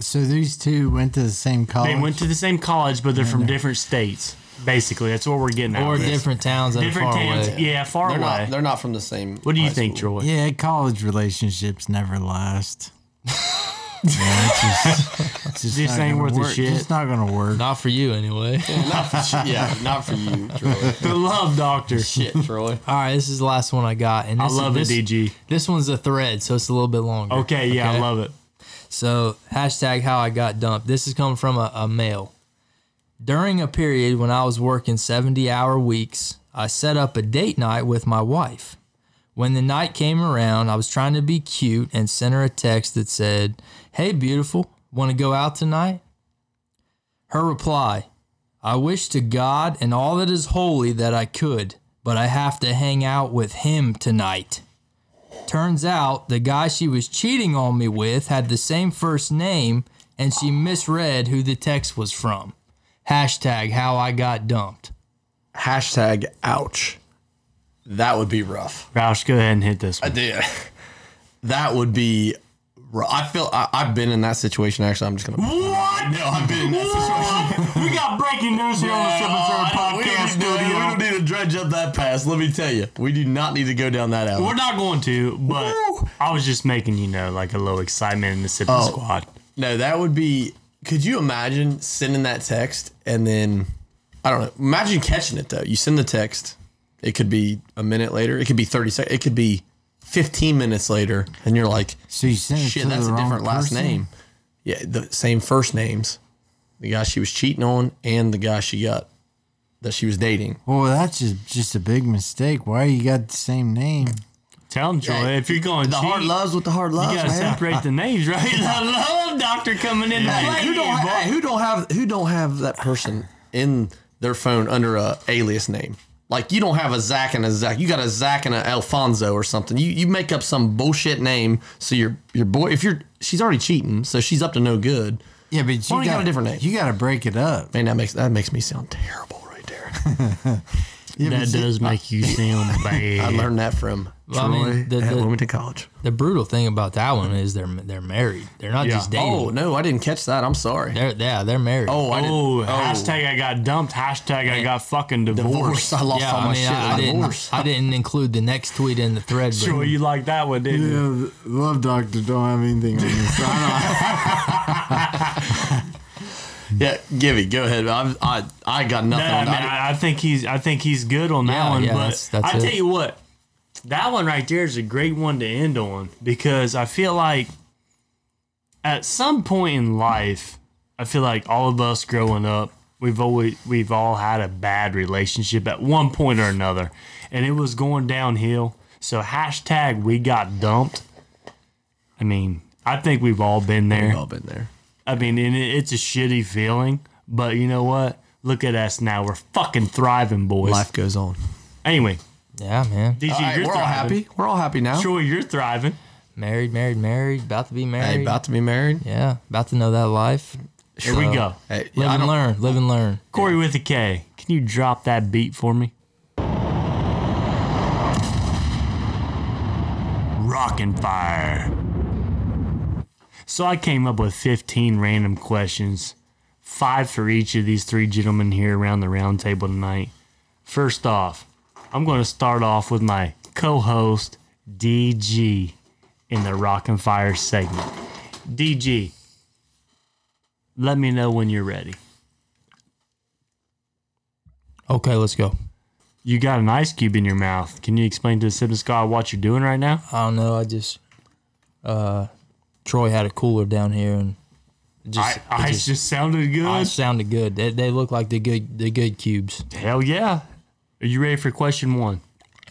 So these two went to the same college.
They went to the same college, but they're from different states. Basically, that's what we're getting at.
Or
with this.
different towns that
different
are far
towns.
away.
Yeah, far
They're
away.
not. They're not from the same.
what do you
high
think,
school.
Troy?
yeah, college relationships never last. yeah, it's just, it's just
This
not
ain't
gonna
worth a
work.
shit.
It's not gonna work.
Not for you anyway.
Not for, yeah, not for you, Troy.
The love doctor.
Shit, Troy.
All right, this is the last one I got, and
I
this
love it,
this,
DG.
This one's a thread, so it's a little bit longer.
Okay, yeah, I
Okay.
love it.
So hashtag how I got dumped. This is coming from a, a male. During a period when I was working 70 hour weeks, I set up a date night with my wife. When the night came around, I was trying to be cute and sent her a text that said, Hey, beautiful, want to go out tonight? Her reply, I wish to God and all that is holy that I could, but I have to hang out with him tonight. Turns out the guy she was cheating on me with had the same first name, and she misread who the text was from. Hashtag how I got dumped.
Hashtag ouch. That would be rough.
Roush, go ahead and hit this one.
Dude, that would be. rough. I feel I, I've been in that situation. Actually, I'm just gonna.
What?
No, I've been in that
What? we got breaking news here on the Sip and Serve
Uh, we don't
podcast
need to- We
studio.
don't need to dredge up that past. Let me tell you, we do not need to go down that
We're
alley.
not going to, but I was just making you know like a little excitement in the Sipping Squad.
No, that would be. Could you imagine sending that text and then, I don't know. Imagine catching it though. You send the text. It could be a minute later. It could be thirty seconds. It could be fifteen minutes later, and you're like,
So you sent it
shit,
to
that's
the
a
wrong
different last
person?
name. Yeah, the same first names. The guy she was cheating on and the guy she got that she was dating.
Well, that's just just a big mistake. Why you got the same name?
Tell him, Troy, if you're going
The
cheat,
hard loves with the hard loves,
you gotta
man.
separate the names, right? The love doctor coming in.
Hey,
Yeah.
who don't ha- hey, who don't have who don't have that person in their phone under a alias name? Like you don't have a Zach and a Zach. You got a Zach and a Alfonso or something. You you make up some bullshit name so your your boy if you're she's already cheating, so she's up to no good.
Yeah, but you
don't you got a different name?
You got to break it up.
Man, that makes that makes me sound terrible right there.
Yeah, but
That
see-
does make you sound
I
bad.
learned that from
Well, I mean,
Troy
the-
at
the-
Wilmington College.
The brutal thing about that one is they're they're married. They're not
Yeah.
just dating.
Oh no, I didn't catch that. I'm sorry.
They're yeah, they're married.
Oh, I didn't.
Oh, hashtag I got dumped. Hashtag I got fucking divorced.
divorce. I lost
yeah.
all my
I mean,
shit.
I, I
I
didn't
divorced.
I didn't include the next tweet in the thread. but-
Troy, you like that one, didn't you?
Yeah, the love doctor don't have anything on this. I
Yeah, give it. Go ahead. I I, I got nothing.
Yeah, I,
on
mean,
that.
I, I think he's I think he's good on that
Yeah,
one.
yeah,
but
that's- that's
I
it.
tell you what, that one right there is a great one to end on because I feel like at some point in life, I feel like all of us growing up, we've always we've all had a bad relationship at one point or another, and it was going downhill. So hashtag we got dumped. I mean, I think we've all been there.
We've all been there.
I mean, and it, it's a shitty feeling, but you know what? Look at us now. We're fucking thriving, boys.
Life goes on.
Anyway,
yeah, man.
DG,
All right,
you're
we're
thriving.
all happy. We're all happy now.
Troy, you're thriving.
Married, married, married. About to be married.
Hey, about to be married.
yeah, about to know that life.
Here we go.
Hey,
Live
yeah, I
and
don't,
learn. Live and learn.
Corey with a K. Can you drop that beat for me? Rock and fire. So I came up with 15 random questions, five for each of these three gentlemen here around the round table tonight. First off, I'm going to start off with my co host, DG, in the Rock and Fire segment. DG, let me know when you're ready.
Okay, let's go.
You got an ice cube in your mouth. Can you explain to the Sip and Scott what you're doing right now?
I don't know. I just, uh, Troy had a cooler down here and it just,
I, ice just, sounded good.
I sounded good. They, they look like the good, the good cubes.
Hell yeah. Are you ready for question one?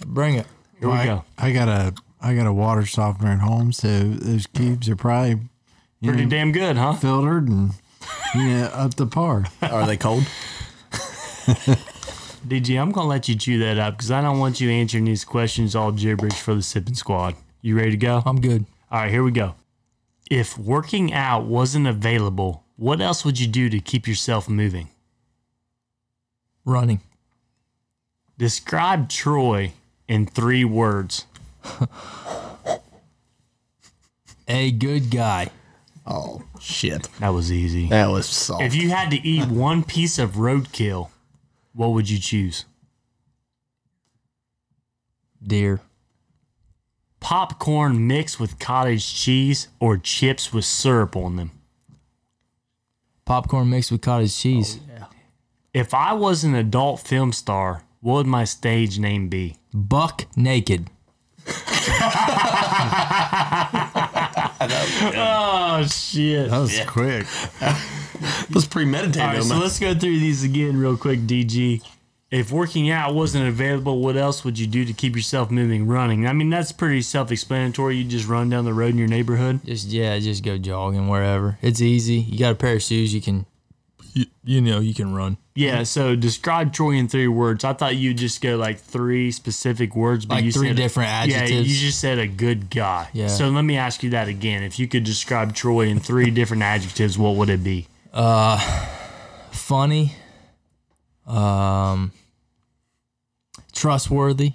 Bring it.
Here we go.
I, I got a I got a water softener at home, so those cubes are probably you
Pretty
know,
damn good, huh?
filtered and you know up to par.
Are they cold?
DG, I'm gonna let you chew that up because I don't want you answering these questions all gibberish for the sipping squad. You ready to go?
I'm good.
All right, here we go. If working out wasn't available, what else would you do to keep yourself moving?
Running.
Describe Troy in three words.
A good guy.
Oh shit,
That was easy.
that was soft.
If you had to eat one piece of roadkill, what would you choose?
Deer.
Popcorn mixed with cottage cheese or chips with syrup on them?
Popcorn mixed with cottage cheese.
Oh, If I was an adult film star, what would my stage name be?
Buck naked.
Oh shit.
That was quick.
it was premeditated.
All right, so
man.
let's go through these again real quick, DG. If working out wasn't available, what else would you do to keep yourself moving? Running. I mean, that's pretty self-explanatory. You just run down the road in your neighborhood.
Just yeah, just go jogging wherever. It's easy. You got a pair of shoes. You can, you, you know, you can run.
Yeah. So describe Troy in three words. I thought you'd just go like three specific words, but
Like
you
three
said-
different
Yeah,
adjectives.
you just said a good guy.
Yeah.
So let me ask you that again. If you could describe Troy in three different adjectives, what would it be?
Funny. Um. Trustworthy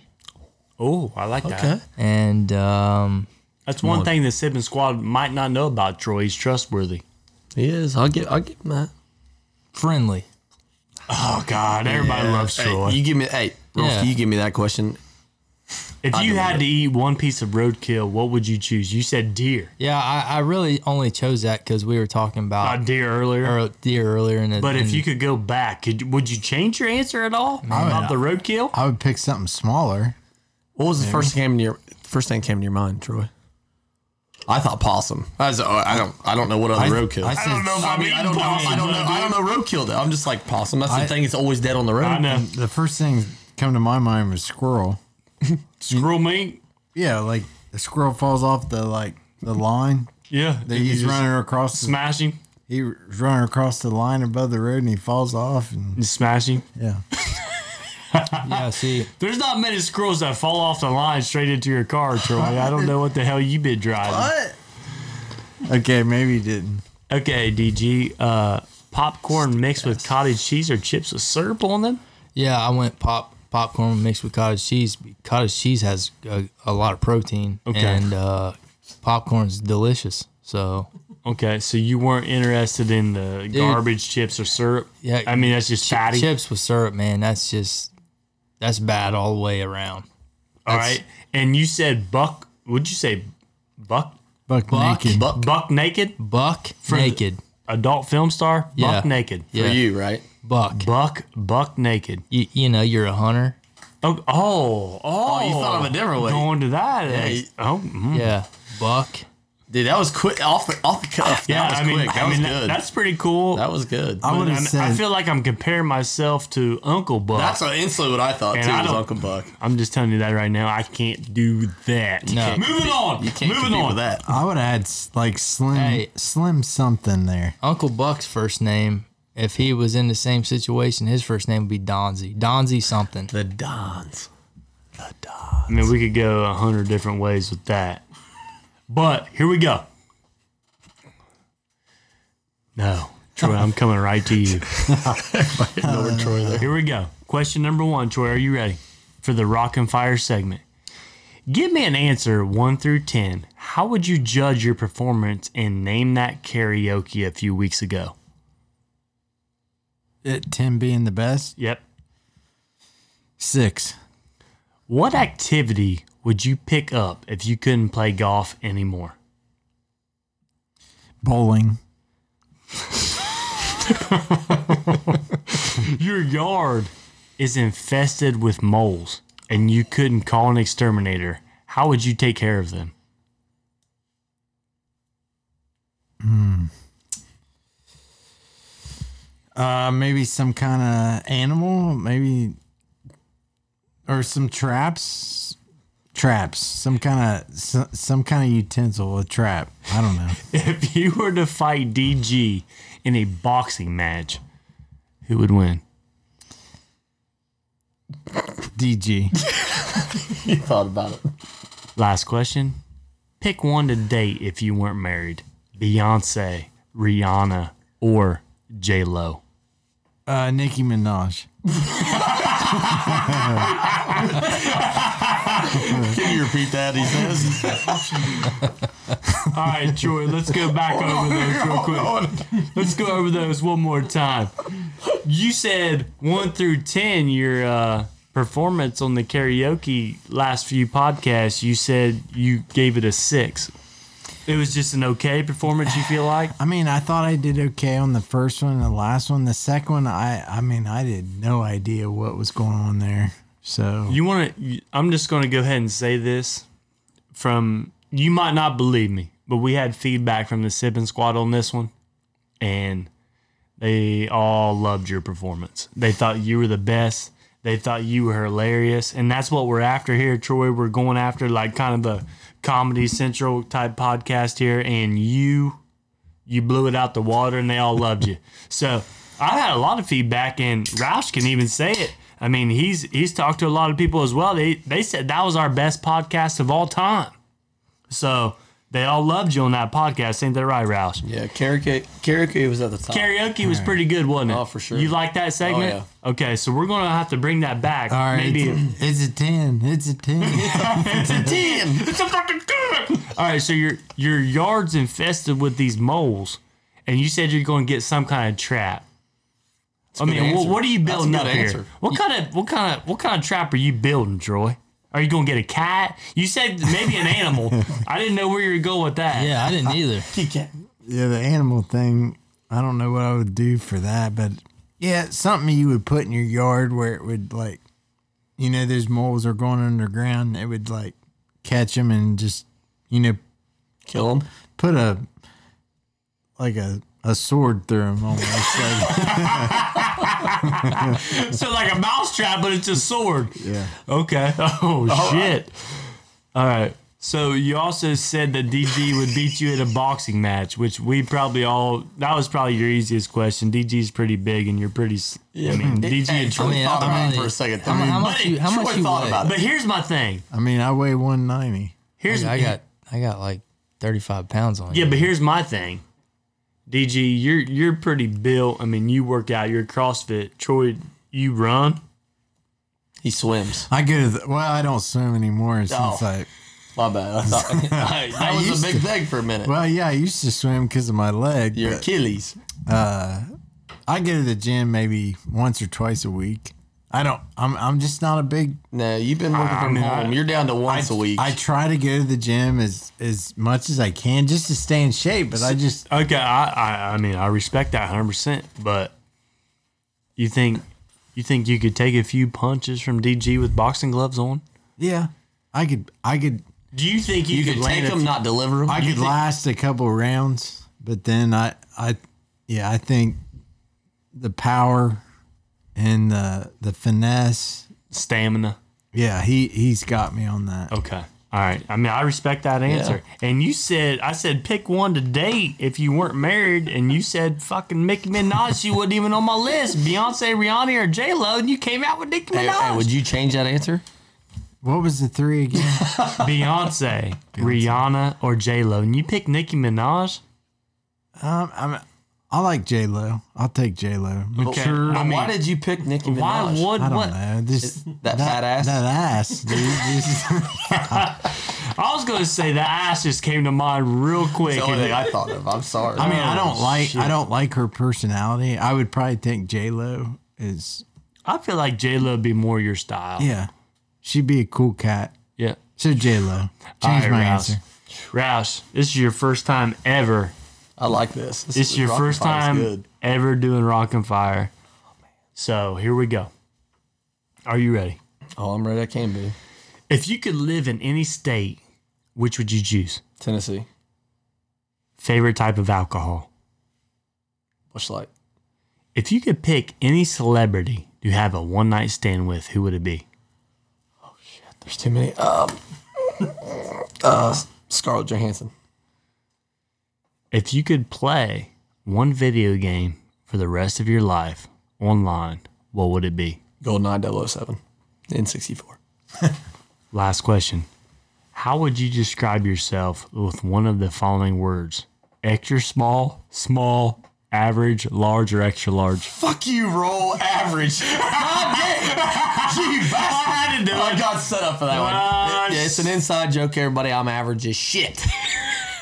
Oh, I like that.
okay.
and um.
That's one thing the Sippin' Squad might not know about Troy. He's trustworthy.
He is. I'll get. I'll get that.
friendly.
Oh God, everybody loves
Hey,
Troy.
you give me. Hey, Rolf,
Yeah.
you give me that question.
If
I
you
believe
had to eat one piece of roadkill, what would you choose? You said deer.
Yeah, I, I really only chose that because we were talking
Uh,
about
deer earlier. Mm.
ear- deer earlier in the.
but if
in-
you could go back, could, would you change your answer at all about the roadkill?
I would pick something smaller.
What was the first thing came to your first thing came to your mind, Troy? I thought possum. I, was, oh, I don't. I don't know what other roadkill.
I
I,
said,
if
I mean, I don't know. I don't know. I don't know roadkill. Though. I'm just like possum. That's the thing. It's always dead on the road.
I know.
the first thing come to my mind was squirrel.
Squirrel meat.
Yeah, like the squirrel falls off the like the line.
Yeah.
They
and you
he's
just
running across. The,
Smash him.
he was running across the line above the road, and he falls off. And
Just smash him.
yeah,
yeah, see,
There's not many squirrels that fall off the line straight into your car, Troy. I don't know what the hell you been driving.
okay, maybe he didn't.
Okay, DG. Uh, popcorn mixed with cottage cheese or chips with syrup on them.
yeah, I went pop popcorn mixed with cottage cheese. Cottage cheese has a, a lot of protein,
Okay.
and uh, popcorn's delicious. So
Okay, so you weren't interested in the garbage chips or syrup.
Yeah,
I mean that's just fatty.
chips with syrup, man, that's just that's bad all the way around.
All right, and you said buck. Would you say buck?
Buck,
Buck?
naked.
Buck
Buck naked,
Buck naked,
adult film star. Buck
Yeah.
naked.
for
yeah,
you, right?
buck.
Buck, buck naked.
You, you know, you're a hunter.
Oh, oh, oh!
you thought of a different way.
Going to that.
you-
is- oh, mm.
Yeah, buck.
Dude, that was quick. Off the off the cuff.
yeah.
that was
I mean,
quick. That
I
was
mean, that-
good.
that's pretty cool.
that was good.
I
But
would
I'm-
have
I
said
feel like I'm comparing myself to Uncle Buck.
that's instantly what I thought
And
too.
I
was
don't-
Uncle Buck.
I'm just telling you that right now. I can't do that.
No.
Moving on.
You can't
Moving
compete
on.
with that.
I would have had s- like slim
Hey.
slim something there.
Uncle Buck's first name, if he was in the same situation, his first name would be Donzie. Donzie something.
The Dons.
I mean, we could go a hundred different ways with that. But here we go. No, Troy, I'm coming right to you. Here we go. Question number one, Troy, are you ready for the rock and fire segment? Give me an answer one through 10. How would you judge your performance in Name That Karaoke a few weeks ago?
It, Tim being the best.
Yep.
Six.
What activity would you pick up if you couldn't play golf anymore?
Bowling.
Your yard is infested with moles and you couldn't call an exterminator. How would you take care of them?
Uh, maybe some kind of animal. Maybe or some traps. Traps. Some kind of some, some kind of utensil. A trap. I don't know.
If you were to fight DG in a boxing match, who would win?
DG.
You thought about it.
Last question. Pick one to date if you weren't married Beyonce, Rihanna, or J Lo.
Uh, Nicki Minaj.
Can you repeat that? He says.
All right, Troy, let's go back over those real quick. Let's go over those one more time. You said one through 10, your uh, performance on the karaoke last few podcasts, you said you gave it a six. It was just an okay performance, you feel like?
I mean, I thought I did okay on the first one, and the last one, the second one. I I mean, I had no idea what was going on there. So
You want to? I'm just going to go ahead and say this. From you might not believe me, but we had feedback from the Sippin Squad on this one, and they all loved your performance. They thought you were the best. They thought you were hilarious, and that's what we're after here, Troy. We're going after like kind of the Comedy Central type podcast here, and you you blew it out the water and they all loved you. So I had a lot of feedback and Roush can even say it. I mean, he's he's talked to a lot of people as well. They they said that was our best podcast of all time. So they all loved you on that podcast, ain't that right, Roush?
Yeah, karaoke. Karaoke was at the top.
Karaoke was pretty good, wasn't it?
Oh, for sure.
You like that segment? Okay, so we're gonna have to bring that back.
all right,
Maybe
it's, it's a ten. It's a ten.
It's a fucking good. All right, so your your yard's infested with these moles, and you said you're going to get some kind of trap. I
good
mean, what,
answer.
what are you
That's a
building
good
up here?
answer.
What kind of what kind of what kind of trap are you building, Troy? Are you going to get a cat? You said maybe an animal. I didn't know where you were going with that.
Yeah, I didn't either.
yeah, the animal thing. I don't know what I would do for that, but yeah, it's something you would put in your yard where it would like, you know, those moles are going underground. It would like catch them and just, you know,
Kill him.
put a like a a sword through them almost. like,
So like a mouse trap, but it's a sword.
yeah.
Okay. Oh shit. All right. So you also said that DG would beat you at a boxing match, which we probably all that was probably your easiest question. DG's pretty big and you're pretty s- I mean DG and
Troy
Troy.
mean,
thought
I
about it
really-
for a second.
I mean, how much
but
you- how
Troy
much you
thought
weigh?
about it.
But here's my thing.
I mean, I weigh 190.
Here's
I got I got like thirty five pounds on.
Yeah,
you.
but here's my thing. DG, you're you're pretty built. I mean, you work out, you're CrossFit. Troy, you run.
He swims.
I go to the, well, I don't swim anymore since
Oh.
I
My bad. I thought I, that was
used
a big thing for a minute.
well, yeah, I used to swim because of my leg.
Your
But
Achilles.
I go to the gym maybe once or twice a week. I don't. I'm. I'm just not a big.
No, you've been working from
mean,
home.
I-
You're down to once a week.
I try to go to the gym as as much as I can just to stay in shape, but I just
Okay, I, I I mean I respect that hundred percent, but you think you think you could take a few punches from DG with boxing gloves on?
yeah. I could. I could.
Do you think you,
you
could,
could
land
take
a
him, not deliver him.
I could last a couple rounds, but then I, I, yeah, I think the power and the the finesse,
stamina?
yeah, he he's got me on that.
Okay, all right. I mean I respect that answer. And you said I said pick one to date if you weren't married, and you said fucking Nicki Minaj. you wasn't even on my list. Beyonce, Rihanna, or J Lo, and you came out with Nicki
Hey, hey,
Minaj.
would you change that answer?
What was the three again?
Beyonce, Rihanna, or J Lo, and you picked Nicki Minaj.
um, I'm, I like J Lo. I'll take J Lo. Mature.
But
I mean-
why did you pick Nicki Minaj?
Why would
I don't
what?
know. This
that fat ass?
That ass, dude. Just-
I was gonna say the ass just came to mind real quick.
The only
and-
thing I thought of. I'm sorry.
I mean, I don't
Oh,
like.
shit.
I don't like her personality. I would probably think J Lo is.
I feel like J Lo would be more your style.
Yeah, she'd be a cool cat.
yeah.
So J Lo.
All
Change
right,
my
Rouse.
answer.
Rouse, this is your first time ever.
I like this. This
This is your
Rock and
first
Fire's
time
Good.
ever doing Rock and Fire. So here we go. Are you ready?
Oh, I'm ready. I can be
If you could live in any state, which would you choose?
Tennessee.
Favorite type of alcohol?
Bushlight.
If you could pick any celebrity to have a one night stand with, who would it be?
There's too many. Um, uh, Scarlett Johansson.
If you could play one video game for the rest of your life online, what would it be?
GoldenEye 007. N64.
Last question. How would you describe yourself with one of the following words? Extra small, small, average, large, or extra large?
Fuck you, roll average. God damn. You bastard.
I had to do
I got set up for that one.
Ah,
Yeah, it's an inside joke, everybody. I'm average as shit.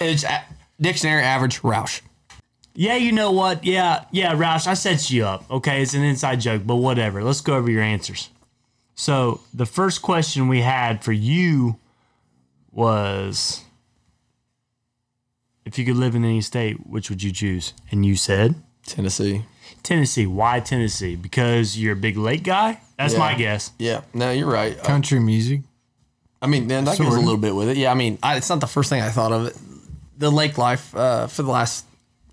it's a- dictionary average Roush.
Yeah, you know what? Yeah, yeah, Roush, I set you up. Okay, it's an inside joke, but whatever. Let's go over your answers. So, the first question we had for you was if you could live in any state, which would you choose? And you said
Tennessee.
Tennessee. Why Tennessee? Because you're a big lake guy? That's
Yeah.
my guess.
Yeah, no, you're right. I-
Country music.
I mean, then that goes a little bit with it. Yeah, I mean, I, it's not the first thing I thought of. It. The lake life uh, for the last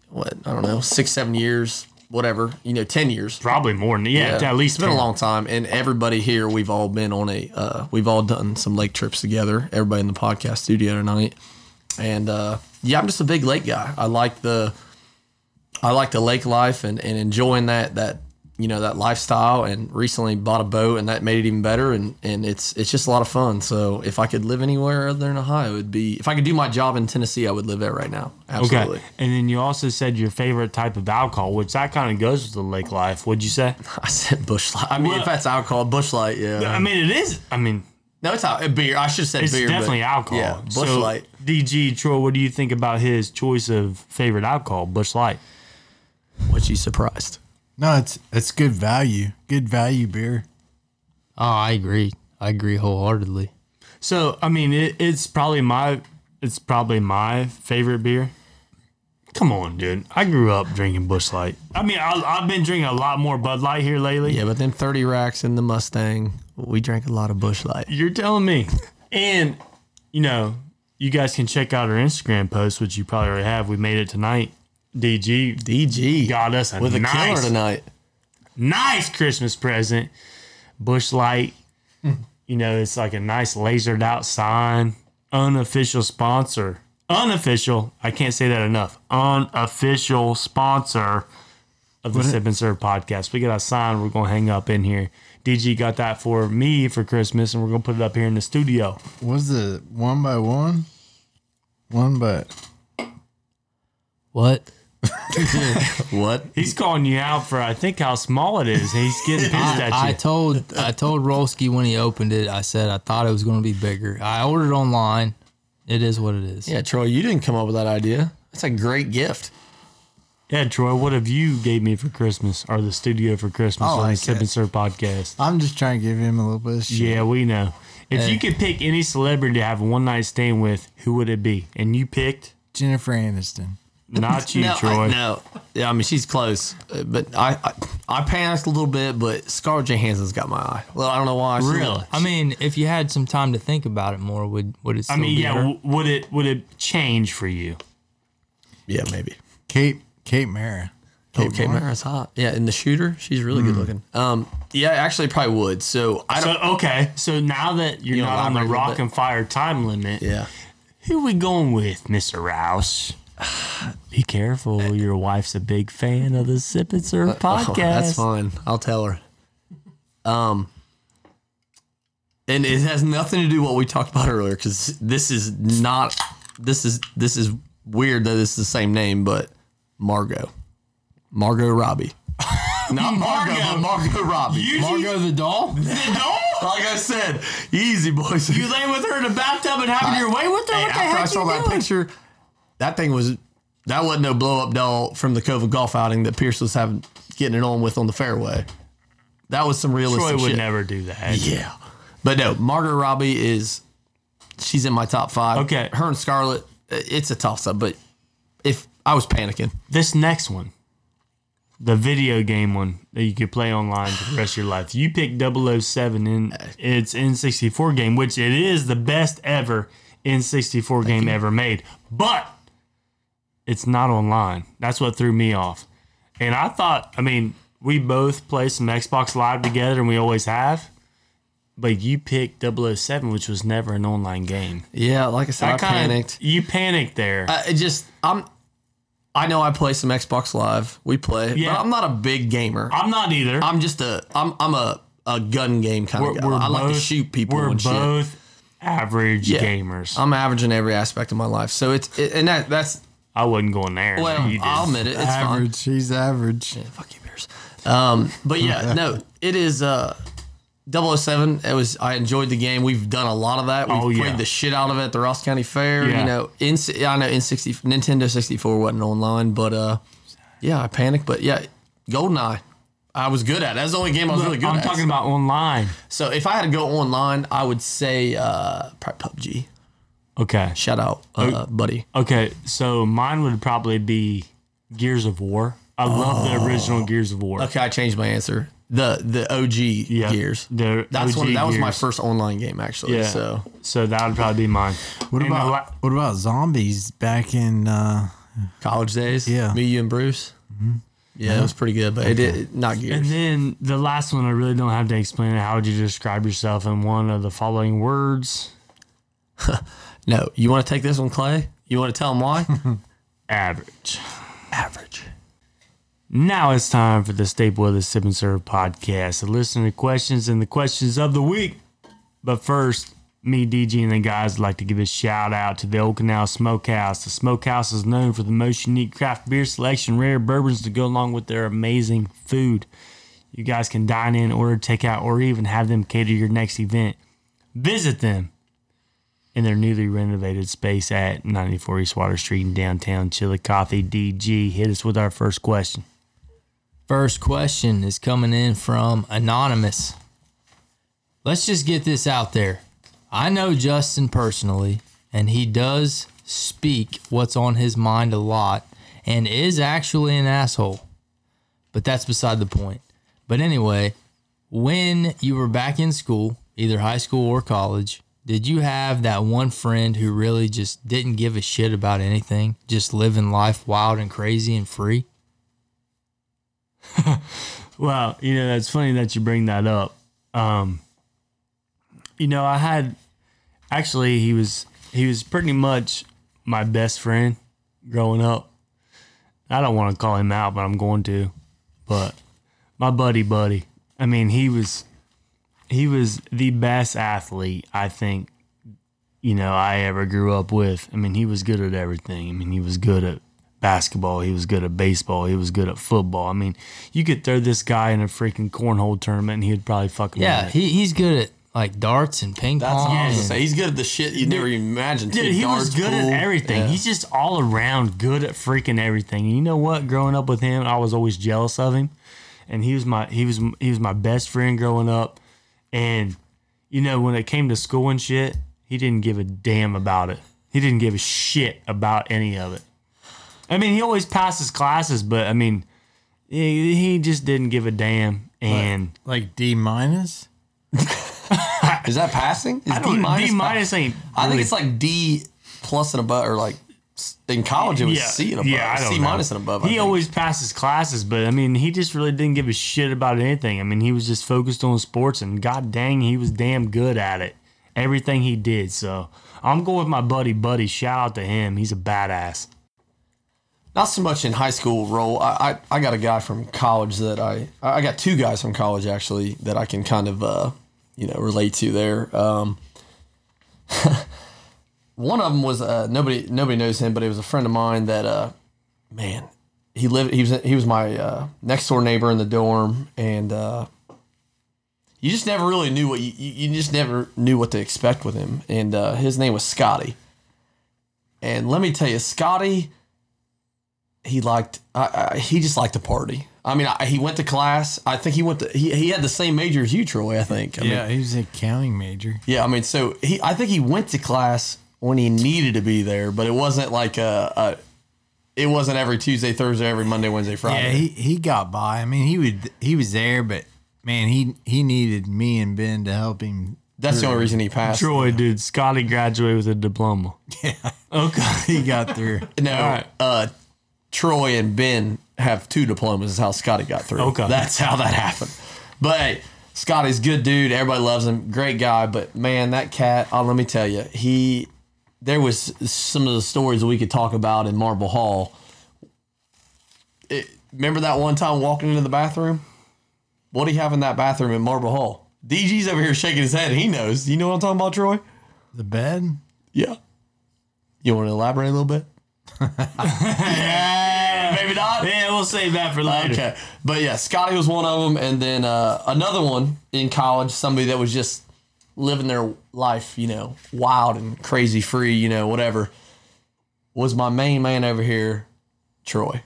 what I don't know six, seven years, whatever you know, ten years.
Probably more than yeah, at least
it's been a
10.
long time. And everybody here, we've all been on a, uh, we've all done some lake trips together. Everybody in the podcast studio tonight. And uh, yeah, I'm just a big lake guy. I like the, I like the lake life and, and enjoying that that you know that lifestyle. And recently bought a boat, and that made it even better. And and it's it's just a lot of fun. So if I could live anywhere other than Ohio, it'd be if I could do my job in Tennessee, I would live there right now. Absolutely.
Okay. And then you also said your favorite type of alcohol, which that kind of goes with the lake life. Would you say?
I said bushlight. I mean,
Well-
if that's alcohol, bushlight. Yeah.
I mean, it is. I mean,
no, it's al- uh, beer. I should have said
It's
beer. but-
definitely alcohol.
Yeah.
So,
Bushlight.
DG Troy, what do you think about his choice of favorite alcohol, Bush Light?
What you surprised?
No, it's it's good value. Good value beer.
Oh, I agree. I agree wholeheartedly.
So I mean, it, it's probably my it's probably my favorite beer. Come on, dude. I grew up drinking Bush Light. I mean, I, I've been drinking a lot more Bud Light here lately.
Yeah, but then 30 racks in the Mustang, we drank a lot of Bush Light.
You're telling me. And you know, you guys can check out our Instagram post, which you probably already have. We made it tonight. DG
DG
got us a
with a
nice-
killer tonight.
nice Christmas present. Bush light. You know, it's like a nice lasered out sign. Unofficial sponsor. Unofficial. I can't say that enough. Unofficial sponsor of the Sip and Serve podcast. We got a sign we're gonna hang up in here. DG got that for me for Christmas, and we're gonna put it up here in the studio.
Was the one by one? One by
What?
What?
He's calling you out for I think how small it is. He's getting pissed at you.
I told I told Rolski when he opened it. I said I thought it was going to be bigger. I ordered online. It is what it is.
Yeah, Troy, you didn't come up with that idea. That's a great gift.
yeah, Troy, what have you gave me for Christmas or the studio for Christmas
I
Oh,
on the
like
Sip
it.
and Serve podcast?
I'm just trying to give him a little bit of shit.
Yeah, we know. If you could pick any celebrity to have a one night stand with, who would it be? And you picked
Jennifer Aniston.
not you,
no,
Troy.
I, no. Yeah, I mean, she's close. uh, But I, I I panicked a little bit, but Scarlett Johansson's got my eye. Well, I don't know why. She's a
Really?
little-
I mean, if you had some time to think about it more, would would it? Still
I mean,
be
yeah.
her?
W- would it would it change for you?
Yeah, maybe.
Kate Kate Mara.
Kate, Kate Mara's hot. Yeah, and the shooter, she's really good looking. Um, yeah, actually, probably would. So I don't.
Hmm. So okay. So now that you're
You know,
not on the
elaborate a little
rock
bit.
and fire time limit,
yeah.
who we going with, Mister Rouse? Be careful. Your wife's a big fan of the Sip and Serve
Oh,
podcast.
that's fine. I'll tell her. Um, and it has nothing to do what we talked about earlier because this is not. This is this is weird that it's the same name, but Margot. Margot Robbie. Not Margot, but Margot Robbie.
Margot the doll?
like I said, easy, boys.
You lay with her in a bathtub and having your way with her?
Hey,
what the
after
heck
I saw
you
that
doing?
picture, that thing was that wasn't no blow up doll from the Cova golf outing that Pierce was having getting it on with on the fairway. That was some realistic
Troy would
shit.
never do that.
Yeah, but no, Margot Robbie is she's in my top five.
Okay.
her and Scarlett, i- it's a toss up. But if I was panicking,
This next one, the video game one that you could play online for the rest of your life. You pick 007 in its N64 game, which it is the best ever N64 game ever made. But it's not online. That's what threw me off. And I thought, I mean, we both play some Xbox Live together and we always have. But you picked 007, which was never an online game.
yeah, like I said, I,
kinda-
panicked.
You panicked there.
I, it just I'm. I know I play some Xbox Live. We play,
Yeah.
but I'm not a big gamer.
I'm not either.
I'm just a I'm I'm a, a gun game kind of guy. I like to shoot people.
We're
and shit.
both average
Yeah. Um,
gamers.
I'm averaging every aspect of my life. So it's it, and that that's
I wasn't going there.
well,
you did.
I'll admit it. It's fine.
average. He's average.
Fuck you, Bears. Um, but yeah, no, it is uh 007. It was I enjoyed the game. We've done a lot of that. We've
Oh, yeah.
played the shit out of it at the Ross County Fair.
Yeah.
You know, in I know in sixty Nintendo sixty four wasn't online, but uh yeah, I panicked. But yeah, Goldeneye. I was good at. it. That's the only game I was really good
I'm
at.
talking about online.
So if I had to go online, I would say uh, probably PUBG.
Okay.
Shout out,
Oh.
uh, buddy.
Okay. So mine would probably be Gears of War. I love the original Gears of War.
Oh. Okay, I changed my answer. The the OG years.
the
That's
OG
one. That was my
Gears.
first online game actually.
Yeah.
So
So that would probably be mine.
What
And the
about
la-
what about zombies back in? Uh,
college days.
Yeah.
Me, you, and Bruce. Yeah, it was pretty good, but it, it not
Mm-hmm. And
gears.
then the last one, I really don't have to explain it. How would you describe yourself in one of the following words?
no, you want to take this one, Clay? You want to tell them why?
Average.
Average.
Now it's time for the staple of the Sip and Serve podcast, the listener questions and the questions of the week. But first, me, DG, and the guys would like to give a shout out to the Old Canal Smokehouse. The Smokehouse is known for the most unique craft beer selection, rare bourbons to go along with their amazing food. You guys can dine in, order takeout, or even have them cater your next event. Visit them in their newly renovated space at 94 East Water Street in downtown Chillicothe, DG. Hit us with our first question.
First question is coming in from Anonymous. Let's just get this out there. I know Justin personally, and he does speak what's on his mind a lot and is actually an asshole. But that's beside the point. But anyway, when you were back in school, either high school or college, did you have that one friend who really just didn't give a shit about anything, just living life wild and crazy and free?
Well, you know, that's funny that you bring that up. Um, you know, I had actually he was he was pretty much my best friend growing up. I don't want to call him out, but I'm going to. But my buddy buddy. I mean, he was he was the best athlete I think you know I ever grew up with. I mean, he was good at everything. I mean, he was good at basketball, he was good at baseball, he was good at football. I mean, you could throw this guy in a freaking cornhole tournament and he'd probably fucking win
Yeah,
it.
he, he's good at like darts and ping
That's
pong.
what I was
and-
gonna say. He's good at the shit you never even imagined. too.
Dude, he was
Darts,
good
pool.
at everything.
Yeah.
He's just all around good at freaking everything. And you know what? Growing up with him, I was always jealous of him. And he was my he was he was my best friend growing up. And you know, when it came to school and shit, he didn't give a damn about it. He didn't give a shit about any of it. I mean, he always passed his classes, but I mean, he, he just didn't give a damn. And
like D minus.
Is that passing? Is
I don't,
D-minus
D minus ain't.
I think
really-
it's like D plus and above, or like s- in college it was C and above,
I don't
C
know.
minus and above. I
He
think.
always passed his classes, but I mean, he just really didn't give a shit about anything. I mean, he was just focused on sports, and god dang, he was damn good at it. Everything he did. So I'm going with my buddy, buddy. Shout out to him. He's a badass.
not so much in high school role. I, I I got a guy from college that I I got two guys from college actually that I can kind of uh you know relate to there. Um, one of them was uh, nobody nobody knows him, but it was a friend of mine that uh man he lived he was he was my uh, next door neighbor in the dorm and uh, you just never really knew what you, you you just never knew what to expect with him and uh, his name was Scotty and let me tell you Scotty he liked I, I, he just liked to party I mean I, he went to class I think he went to he, he had the same major as you Troy I think I mean,
Yeah, he was a accounting major.
yeah, I mean, so he, I think he went to class when he needed to be there, but it wasn't like a, a it wasn't every Tuesday, Thursday, every Monday, Wednesday, Friday.
Yeah, he, he got by. I mean, he would he was there, but man, he he needed me and Ben to help him.
That's the only reason he passed.
Troy, dude, Scotty graduated with a diploma.
He got through.
No, uh, Troy and Ben have two diplomas. Is how Scotty got through.
Okay.
that's how that happened. But hey, Scotty's a good dude. Everybody loves him. Great guy. But man, that cat. Oh, let me tell you, he. There was some of the stories that we could talk about in Marble Hall. It, remember that one time walking into the bathroom? What do you have in that bathroom in Marble Hall? DG's over here shaking his head. He knows. You know what I'm talking about, Troy?
The bed?
Yeah. You want to elaborate a little bit? yeah, maybe not.
Yeah, we'll save that for later.
Okay, but yeah, Scotty was one of them, and then uh, another one in college, somebody that was just living their life, you know, wild and crazy free, you know, whatever, was my main man over here, Troy.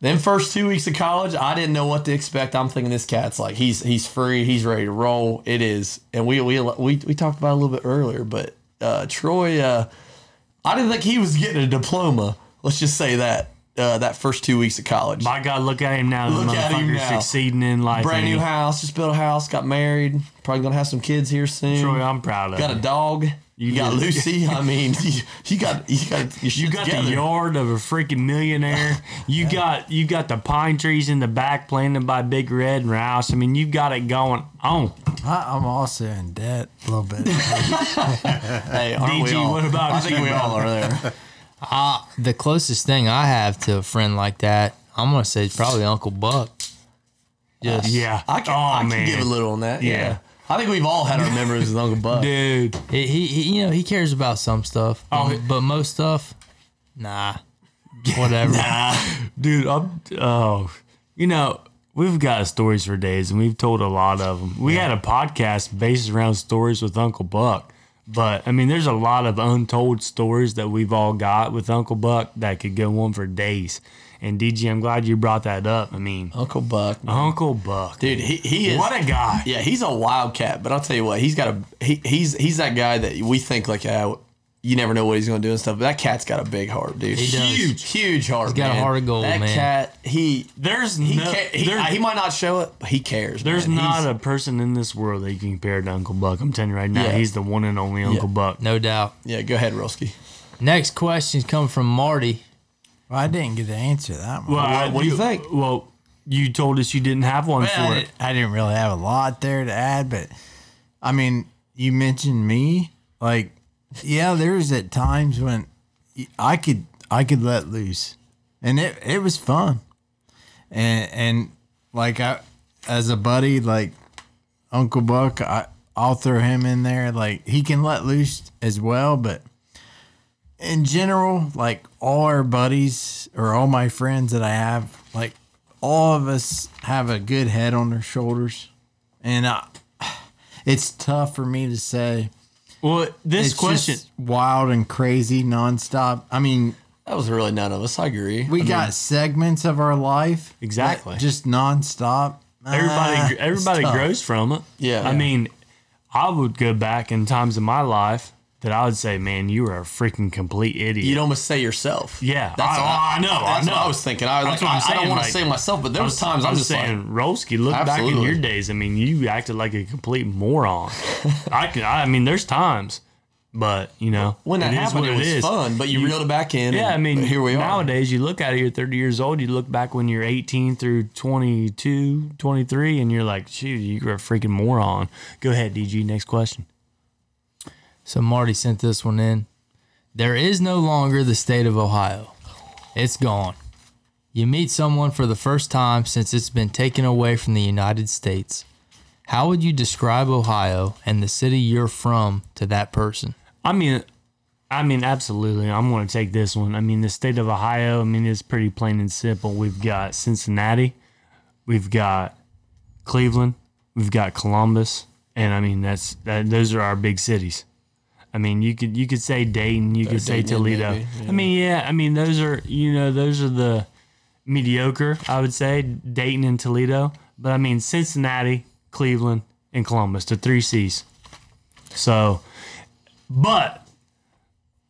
Them first two weeks of college, I didn't know what to expect. I'm thinking this cat's like he's he's free, he's ready to roll. It is, and we we we, we talked about it a little bit earlier, but uh, Troy, uh, I didn't think he was getting a diploma. Let's just say that uh, that first two weeks of college,
By God, look at him now.
Look
the
at him
motherfucker's
now.
succeeding in life.
brand new
ain't
house, just built a house, got married, probably gonna have some kids here soon.
he? Troy, I'm proud of
got a
you.
dog. You, got
did.
Lucy. I mean, you, you got you got your
You
shit
got
together.
the yard of a freaking millionaire. You got you got the pine trees in the back planted by Big Red and Rouse. I mean, you got it going on.
I, I'm also in debt a little bit.
Hey, aren't we
DG,
all?
what about
I
you,
think we all are there.
The closest thing I have to a friend like that, I'm gonna say it's probably Uncle Buck. Just
Yeah.
I can,
oh
I can
man,
give a little on that. Yeah.
Yeah.
I think we've all had our memories with Uncle Buck.
dude.
he, he, he- you know, he cares about some stuff.
Oh,
but,
he-
but most stuff, nah. Whatever.
Ah.
dude i'm oh you know we've got stories for days and we've told a lot of them we had a podcast based around stories with uncle buck but i mean there's a lot of untold stories that we've all got with uncle buck that could go on for days and dg i'm glad you brought that up i mean
Uncle Buck,
uncle buck
dude, he, he is
Uh-huh. what a guy
Yeah, he's a wildcat, but I'll tell you what, he's got a he, he's he's that guy that we think like uh, you never know what he's gonna do and stuff. But that cat's got a big heart, dude.
He does.
Huge, huge heart. He's
got a heart of gold,
that
man.
cat, he
there's
he,
no
ca- he,
there's,
he might not show it, but he cares.
there's
man.
not
He's-
a person in this world that you can compare to uncle buck i'm telling you right now
Yeah.
he's the one and only uncle buck
No doubt.
yeah. Go ahead, Rolski.
Next questions come from Marty.
well, I didn't get to answer that one.
Well, I
what do you think?
Well, you told us you didn't have one
I,
for it.
didn't, I didn't really have a lot there to add, but I mean, you mentioned me. Like, yeah, there was at times when I could I could let loose, and it it was fun, and and like I as a buddy like Uncle Buck, I I'll throw him in there. Like he can let loose as well, but in general, like all our buddies or all my friends that I have, like all of us have a good head on their shoulders, and I, it's tough for me to say.
Well, this
It's
question.
just wild and crazy, nonstop. I mean,
That was really none of us. I agree.
we got segments of our life that
Exactly.
just nonstop. Ah,
everybody
it's
everybody
tough.
grows from it.
uh, Yeah.
I
Yeah.
mean, I would go back in times in my life that I would say, "Man, you are a freaking complete idiot."
You'd almost say yourself.
Yeah,
that's
I-
what
I know, I
That's
know.
what I was thinking. I was
That's what I'm
like, I, I don't
saying,
want to
like,
say myself, but there was times I'm,
I'm
just like,
saying, Rolski, look back in
Absolutely.
your days. I mean, you acted like a complete moron. I can. I mean, there's times, but you know,
when that
it is
happened,
what
it was fun, but you, reeled it back in.
Yeah,
and-
I mean,
but here we are.
Nowadays, you look at it, you're 30 years old, you look back when you're 18 through 22, 23, and you're like, shoot, you were a freaking moron. Go ahead, DG. Next question.
So Marty sent this one in. There is no longer the state of Ohio. It's gone. You meet someone for the first time since it's been taken away from the United States. How would you describe Ohio and the city you're from to that person?
I mean, I mean, absolutely. I'm going to take this one. I mean, the state of Ohio, I mean, it's pretty plain and simple. We've got Cincinnati, we've got Cleveland, we've got Columbus, and I mean, that's that, those are our big cities. I mean, you could you could say Dayton, you could say
Dayton,
Toledo.
maybe,
I mean, yeah, I mean, those are, you know, those are the mediocre, I would say, Dayton and Toledo. But I mean, Cincinnati, Cleveland, and Columbus, the three C's. So, but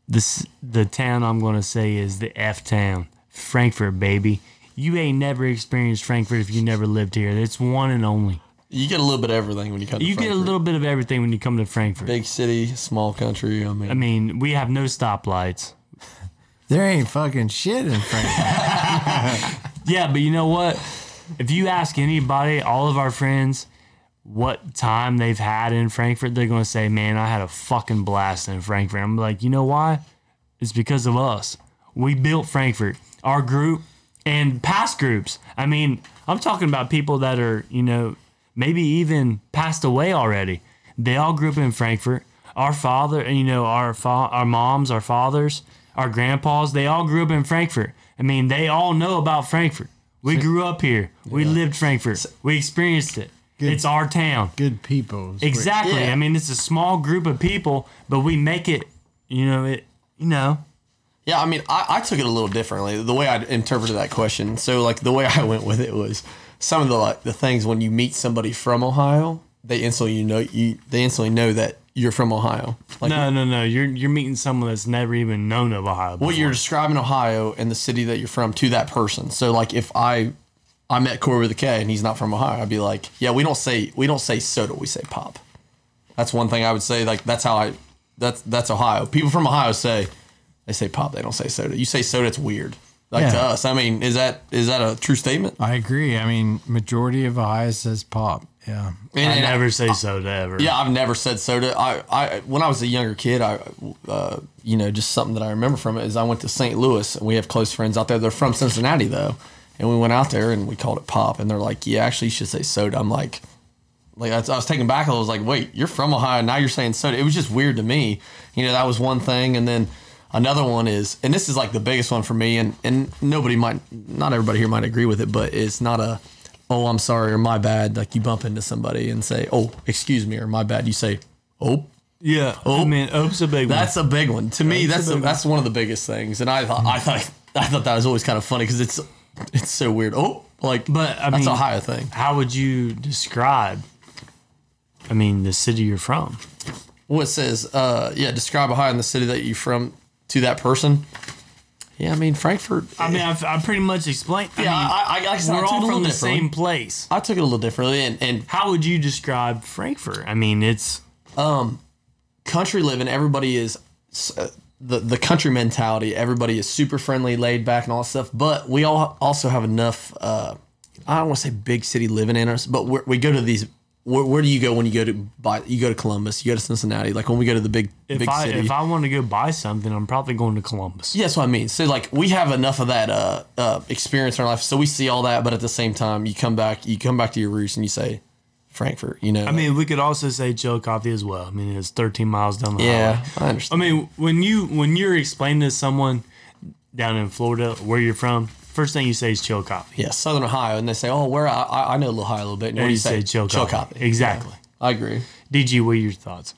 this the town I'm gonna say is the F town, Frankfurt, baby. You ain't never experienced Frankfurt if you never lived here. It's one and only.
You get a little bit of everything when you come. to
You get a
Frankfurt.
little bit of everything when you come to Frankfurt.
big city, small country. I mean,
I mean, we have no stoplights.
There ain't fucking shit in Frankfurt.
Yeah, but you know what? If you ask anybody, all of our friends, what time they've had in Frankfurt, they're gonna say, "Man, I had a fucking blast in Frankfurt." I'm like, you know why? It's because of us. We built Frankfurt, our group, and past groups. I mean, I'm talking about people that are, you know, maybe even passed away already. They all grew up in Frankfurt. Our father, you know, our fa- our moms, our fathers, our grandpas, they all grew up in Frankfurt. I mean, they all know about Frankfurt. We grew up here. We lived Frankfurt. We experienced it. It's our town.
Good people. is what-
Exactly.
Yeah.
I mean, it's a small group of people, but we make it. You know it. You know.
Yeah, I mean, I, I took it a little differently. The way I interpreted that question, so like the way I went with it was some of the like the things when you meet somebody from Ohio, they instantly you know you they instantly know that you're from Ohio. Like
No, no, no. You're you're meeting someone that's never even known of Ohio.
what you're describing Ohio and the city that you're from to that person. So like if I I met Corey with a K and he's not from Ohio, I'd be like, yeah, we don't say we don't say soda, we say pop. That's one thing I would say. Like that's how I that's that's Ohio. People from Ohio say they say pop, they don't say soda. You say soda, it's weird. Like to
Yeah.
us, I mean, is that is that a true statement?
I agree. I mean, majority of Ohio says pop. Yeah.
And-
I
and
never say so to ever.
Yeah, I've never said soda. I, I when I was a younger kid, I, uh, you know, just something that I remember from it is I went to St. Louis and we have close friends out there. They're from Cincinnati though, and we went out there and we called it pop, and they're like, "Yeah, actually, you should say soda." I'm like, like I, I was taken back. I was like, "Wait, you're from Ohio? Now you're saying soda?" It was just weird to me. You know, that was one thing, and then another one is, and this is like the biggest one for me, and and nobody might, not everybody here might agree with it, but it's not a, oh, I'm sorry or my bad. Like you bump into somebody and say, "Oh, excuse me" or "my bad." You say, "Oh."
yeah. Oh man, Ope's a big
That's a big one to me. That's the that's one of the biggest things, and I thought I thought I thought that was always kind of funny because it's it's so weird. Oh, like
But, I
that's
mean-
a higher thing.
How would you describe? I mean, the city you're from.
Well, it says, uh, yeah, describe Ohio in the city that you're from to that person. Yeah, I mean Frankfurt.
I mean, I've, I pretty much explained. I
yeah,
mean,
I, I, I, I said I
we're
took it a
all
little
from the
differently.
same place.
I took it a little differently, and, and
How would you describe Frankfurt? I mean, it's
country living, everybody is uh, the the country mentality. Everybody is super friendly, laid back, and all that stuff. But we all also have enough. Uh, I don't want to say big city living in us, but we're, we go to these. Where, where do you go when you go to buy? You go to Columbus. You go to Cincinnati. Like when we go to the big
if
big
I
city.
if I want to go buy something, I'm probably going to Columbus.
Yeah, that's what I mean. So like we have enough of that uh, uh, experience in our life, so we see all that. But at the same time, you come back, you come back to your roots, and you say Frankfurt. You know,
I mean, we could also say Chillicothe as well. I mean, it's 13 miles down the highway.
yeah, I
I
understand.
mean, when you when you're explaining to someone down in Florida where you're from, first thing you say is Chillicothe.
yeah, Southern Ohio, and they say, "Oh, where I- I, I know Ohio a little bit." And what
Or
do
you
you
say
say?
Chillicothe. Exactly.
I agree.
DG, what are your thoughts?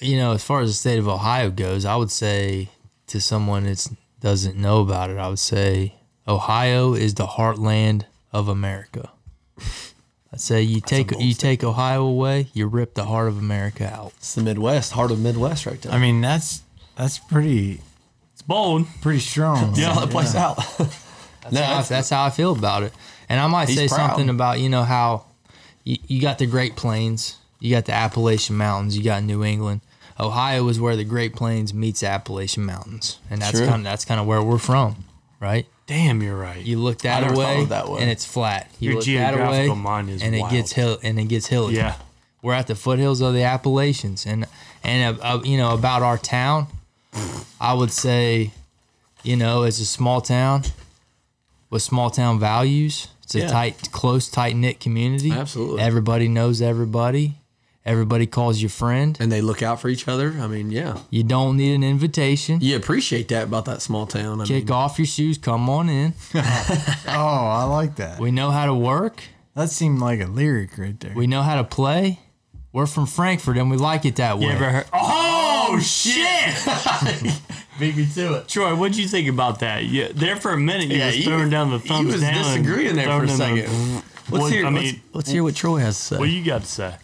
you know, as far as the state of Ohio goes, I would say to someone that doesn't know about it, I would say Ohio is the heartland of America. I'd say you take you take Ohio away, you rip the heart of America out.
It's the Midwest, heart of Midwest, right there.
I mean, that's that's pretty
It's bold.
pretty strong.
yeah, that place out. no,
That's,
that's,
that's how I feel about it. And I might
He's
say
proud.
something about, you know, how you, you got the Great Plains, you got the Appalachian Mountains, you got New England. Ohio is where the Great Plains meets Appalachian Mountains. And that's
True.
kind of that's kind of where we're from, right?
Damn, you're right.
You look that
I never thought
away,
of it that way.
and it's flat. You
Your
look that
geographical
away,
mind is
and
wild.
it gets hill and it gets hilly.
yeah.
we're at the foothills of the Appalachians, and and uh, uh, you know about our town, I would say, you know, it's a small town with small town values. It's a
Yeah.
tight, close, tight knit community.
Absolutely.
everybody knows everybody. Everybody calls you friend.
and they look out for each other. I mean, yeah,
You don't need an invitation.
you appreciate that about that small town. I
Kick
mean,
off your shoes. Come on in.
Oh, I like that.
We know how to work.
That seemed like a lyric right there.
We know how to play. We're from Frankfurt and we like it that way.
You ever heard? Oh, shit!
beat me to it.
Troy, what'd you think about that? Yeah, there for a minute, you
Yeah,
was
you-
throwing down the thumbs
was
down. and
disagreeing there for a
throwing down the-
second. Let's
What-
hear.
I
let's-
mean-
let's, hear what Troy has to say.
What you got to say?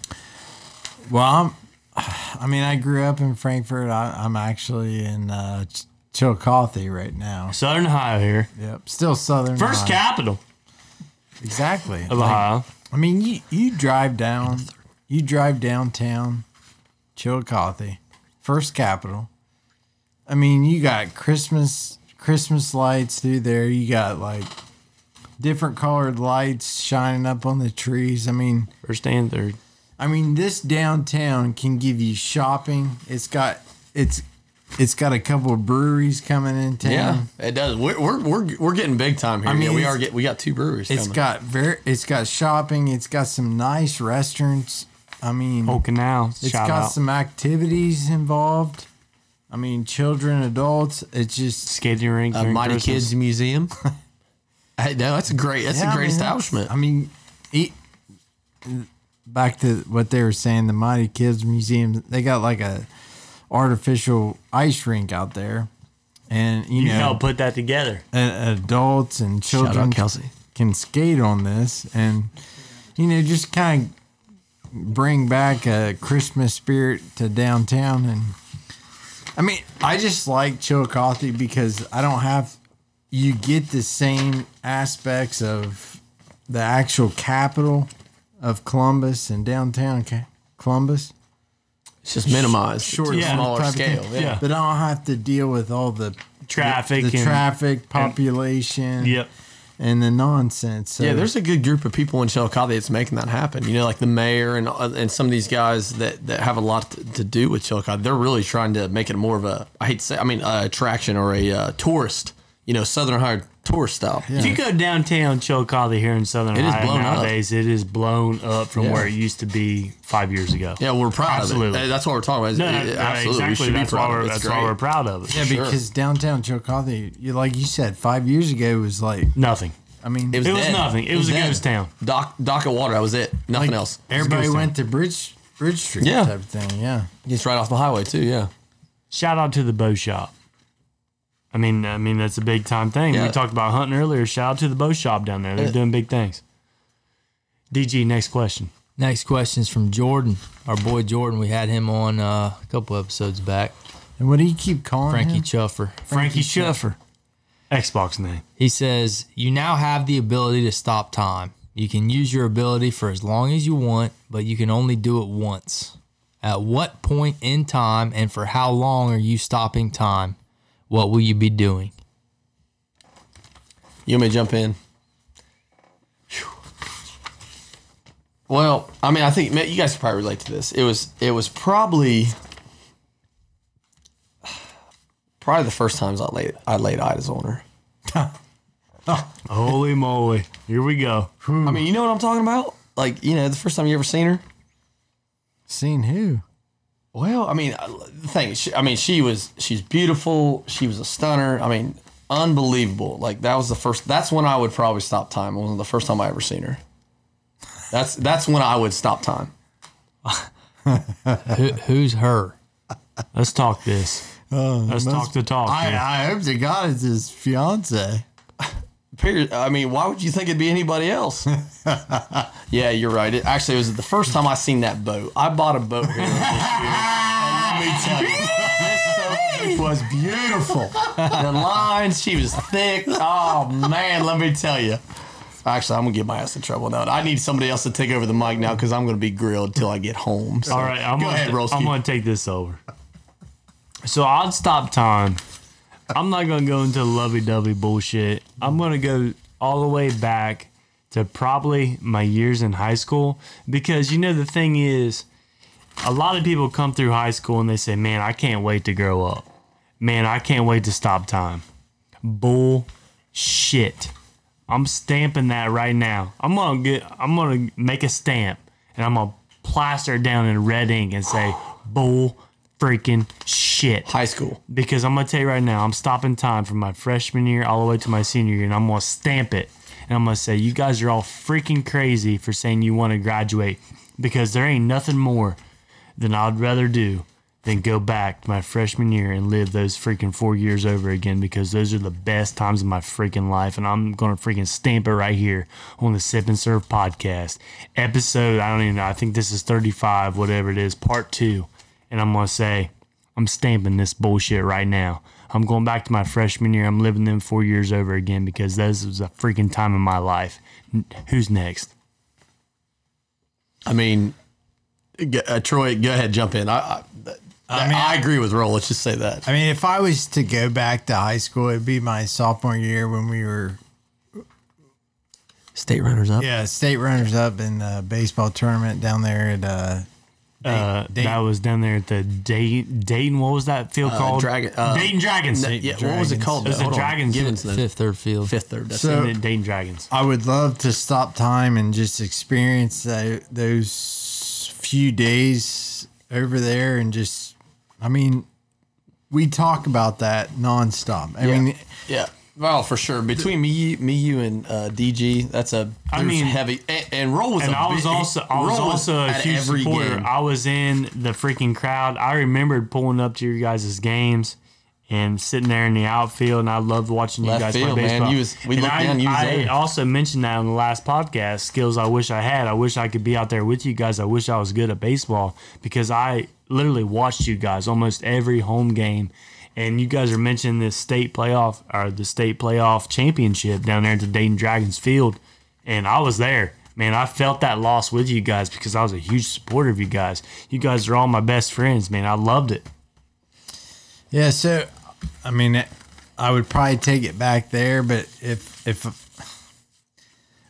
Well, I'm, I mean, I grew up in Frankfurt. I, I'm actually in uh, Ch- Chillicothe right now.
Southern Ohio here,
Yep, still Southern.
first
Ohio.
capital
exactly.
of Ohio.
I mean, you you drive down, you drive downtown, Chillicothe, first capital. I mean, you got Christmas Christmas lights through there. You got like different colored lights shining up on the trees. I mean,
First and third.
I mean, this downtown can give you shopping. It's got it's it's got a couple of breweries coming in town.
yeah, it does. We're, we're we're we're getting big time here.
I mean,
yeah, we
it's-
are. Get, we got two breweries.
It's
coming.
got very it's got shopping. It's got some nice restaurants. I mean,
Old Canal.
It's
shout
got
out.
some activities involved. I mean, children, adults. It's just
skating rink.
a
during
uh, Mighty
Christmas.
Kids Museum. hey, no, that's a great. That's
Yeah,
a
I
great
mean,
establishment.
I mean, it, back to what they were saying, the Mighty Kids Museum. They got like a artificial ice rink out there, and you,
You
know,
helped put that together.
a- adults and children
Kelsey.
can skate on this, and you know, just kind of bring back a Christmas spirit to downtown and. I mean, I just like Chillicothe because I don't have. You get the same aspects of the actual capital of Columbus and downtown Ca- Columbus,
It's just minimized,
Short,
short,
Yeah.
smaller
type of
scale.
thing.
Yeah.
Yeah.
but I don't have to deal with all the
Traffic
the,
and-
traffic, population,
Yep.
and the nonsense. So
Yeah, there's a good group of people in Chillicothe that's making that happen. You know, like the mayor and uh, and some of these guys that, that have a lot to, to do with Chillicothe. They're really trying to make it more of a I hate to say I mean uh, attraction or a uh, tourist. You know, Southern Ohio tourist style.
If you go downtown Chillicothe here in Southern
It is
Ohio
blown up.
nowadays, it is blown up from
Yeah.
where it used to be five years ago.
Yeah, we're proud
Absolutely.
of it. Uh, That's what we're talking about. Is-
No, no,
uh,
no,
absolutely. We
exactly.
should
That's,
be
why
proud of
we're,
it.
that's
It's
why
great.
we're proud of it.
yeah,
sure.
because downtown Chillicothe, you like you said, five years ago was like
Nothing.
I mean,
It was
dead.
nothing. It was a
dead.
ghost town.
Dock, dock of water. That was it. Nothing else.
Everybody
It's a
went to Bridge Bridge Street
Yeah.
type of thing. Yeah.
It's right off the highway too. Yeah.
Shout out to the bow shop. I mean, I mean that's a big time thing.
Yeah.
We talked about hunting earlier. Shout out to the bow shop down there. They're
Yeah.
doing big things. DG, next question.
Next question is from Jordan, our boy Jordan. We had him on uh, a couple episodes back.
And what do you keep calling
Frankie
him?
Chuffer.
Frankie, Shuffer, Xbox name.
He says, You now have the ability to stop time. You can use your ability for as long as you want, but you can only do it once. At what point in time and for how long are you stopping time? What will you be doing?
You may jump in. Phew. Well, I mean, I think man, you guys could probably relate to this. It was it was probably probably the first times I laid I laid eyes on her.
Holy moly! Here we go.
I mean, you know what I'm talking about? Like, you know, the first time you ever seen her.
Seen who?
Well, I mean, I- the thing, she, I mean, she was she's beautiful. She was a stunner. I mean, unbelievable. Like that was the first. That's when I would probably stop time. It was the first time I ever seen her. That's that's when I would stop time.
Who, who's her?
Let's talk this. Let's talk the talk.
I,
here.
I hope to God it's his fiance.
Period. I mean, why would you think it'd be anybody else? yeah, you're right. It, actually, it was the first time I seen that boat. I bought a boat here this year. And let me tell you, this boat was beautiful. The lines, she was thick. Oh man, let me tell you. Actually, I'm gonna get my ass in trouble now. I need somebody else to take over the mic now because I'm gonna be grilled till I get home. So,
All right, I'm
go
gonna,
ahead, Rolski.
I'm gonna take this over. So I'd stop time. I'm not gonna go into lovey-dovey bullshit. I'm gonna go all the way back to probably my years in high school because you know the thing is, a lot of people come through high school and they say, "Man, I can't wait to grow up. Man, I can't wait to stop time." Bullshit. I'm stamping that right now. I'm gonna get. I'm gonna make a stamp and I'm gonna plaster it down in red ink and say bull freaking shit.
High school.
Because I'm gonna tell you right now, I'm stopping time from my freshman year all the way to my senior year, and I'm gonna stamp it. And I'm gonna say, you guys are all freaking crazy for saying you want to graduate, because there ain't nothing more than I'd rather do than go back to my freshman year and live those freaking four years over again, because those are the best times of my freaking life, and I'm gonna freaking stamp it right here on the Sip and Serve podcast episode. I don't even know. I think this is 35, whatever it is, part two, and I'm gonna say. I'm stamping this bullshit right now. I'm going back to my freshman year. I'm living them four years over again because this was a freaking time in my life. N- Who's next?
I mean, g- uh, Troy, go ahead, jump in. I, I, th- I,
mean,
agree with Roll. Let's just say that.
I mean, if I was to go back to high school, it'd be my sophomore year when we were
State runners up.
yeah state runners up in the baseball tournament down there at uh,
Uh,
Dayton.
That was down there at the Dayton. Dayton what was that field called?
Dragon- uh,
Dayton Dragons.
N- yeah, what was it
Dragons.
called?
It was
though?
the
Hold on.
Dragons.
Givens, the
Fifth, third field.
fifth, third. That's
So-
it.
Dayton Dragons.
I would love to stop time and just experience tho- those few days over there and just, I mean, we talk about that nonstop. I
Yeah.
mean,
yeah. Well, for sure. Between me, you- me, you, and uh, DG, that's a.
I
there's
mean-
heavy. And, and Roll was.
and
a
I was
big-
also I was
Roll
also a
at
huge
every
supporter.
game.
I was in the freaking crowd. I remembered pulling up to your guys' games and sitting there in the outfield, and I loved watching you
Left
guys
field,
play
man.
baseball.
You was- we
and
looked
I,
down, you was
I
there.
also mentioned that on the last podcast. Skills I wish I had. I wish I could be out there with you guys. I wish I was good at baseball because I literally watched you guys almost every home game. And you guys are mentioning this state playoff or the state playoff championship down there at the Dayton Dragons Field and I was there. Man, I felt that loss with you guys because I was a huge supporter of you guys. You guys are all my best friends, man. I loved it.
yeah, so, I mean, it- I would probably take it back there, but if, if,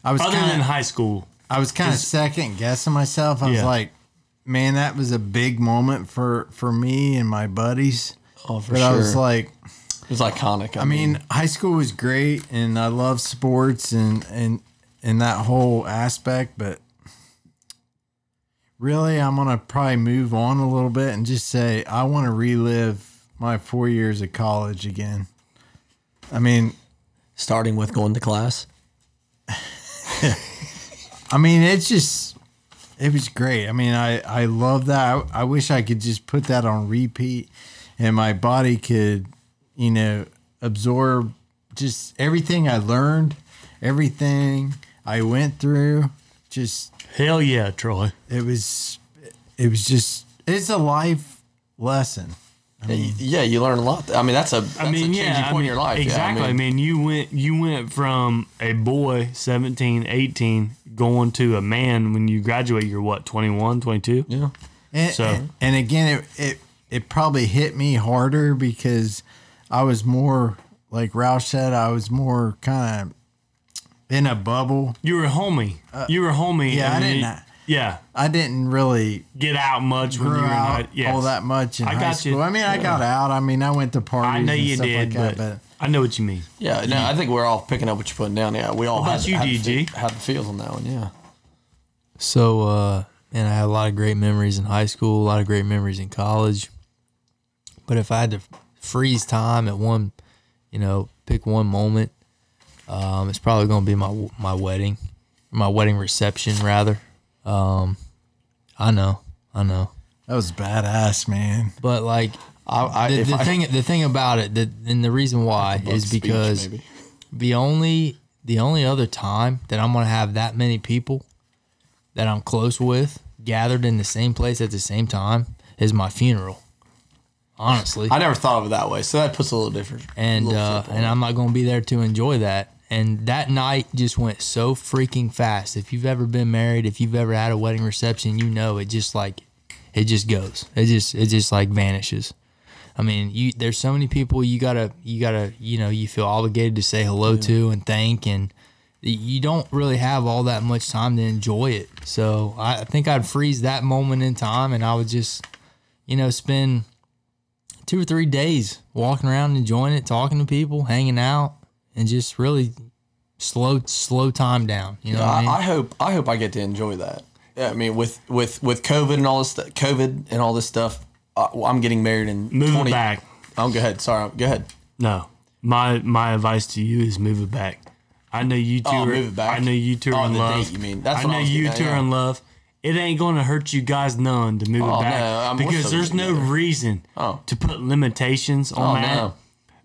I was
Other than
kind of,
high school,
I was kind of second guessing myself. I was
Yeah.
like, man, that was a big moment for, for me and my buddies.
Oh, for
But I was
sure.
like,
it was iconic. I,
I mean, high school was great, and I love sports and and and that whole aspect. But really, I'm gonna probably move on a little bit and just say I want to relive my four years of college again. I mean,
starting with going to class.
I mean, it's just it was great. I mean, I I love that. I, I wish I could just put that on repeat, and my body could, you know, absorb just everything I learned, everything I went through. Just
hell yeah, Troy.
it was, it was just it's a life lesson.
yeah, you learn a lot. I mean, that's a. That's
I mean,
a
yeah,
changing
I
point
mean,
in your life.
Exactly.
Yeah,
I,
I mean,
mean, you went you went from a boy 17, 18 going to a man when you graduate you're what 21, 22?
yeah.
And,
So-
and, and again, it, it it probably hit me harder because I was more like Roush said. I was more kind of in a bubble.
You were a homie. you were a homie.
Uh, yeah, I
and
didn't
you-
know.
yeah,
I didn't really
get out much when
grow
you were
out
not. Yes.
all that much in
I
high
got you.
school. I mean, I got out. I mean, I went to parties.
I know
and
you
stuff
did,
like that,
but
but
I know what you mean.
Yeah, no, I think we're all picking up what you're putting down. Yeah, we all
What about
had,
you,
had,
DG?
The, fe- had the feels on that one. Yeah,
So, uh, man, I had a lot of great memories in high school, a lot of great memories in college. But if I had to freeze time at one, you know, pick one moment, um, it's probably going to be my my wedding, my wedding reception rather. Um, I know, I know,
that was badass, man.
but like
I, I,
the,
if
the
I-
thing the thing about it that and the reason why is
speech,
because
maybe.
the only the only other time that I'm gonna have that many people that I'm close with gathered in the same place at the same time is my funeral. Honestly,
I never thought of it that way, so that puts a little different.
and
little
uh,
flip on
and
it.
I'm not gonna be there to enjoy that. And that night just went so freaking fast. If you've ever been married, if you've ever had a wedding reception, you know it just like it just goes. It just it just like vanishes. I mean, you there's so many people you gotta you gotta you know you feel obligated to say hello to and thank and you don't really have all that much time to enjoy it. So I, I think I'd freeze that moment in time and I would just you know spend two or three days walking around, enjoying it, talking to people, hanging out, and just really slow slow time down. You know what I
I,
mean?
I hope I hope I get to enjoy that. I mean, with with with COVID and all this stu- COVID and all this stuff, uh, well, I'm getting married in
Move
20
it back.
Oh, go ahead. Sorry, go ahead.
No, my my advice to you is move it back. I know you two
Oh,
are.
move it back.
I know you two are
Oh,
in
the
love.
date, you mean. That's
I
what
know
I was
you
getting at,
two are
yeah.
in love. It ain't going to hurt you guys none to move
Oh,
it back
no, I'm more
because
so
there's no
together.
reason
Oh.
to put limitations
Oh
on that.
no.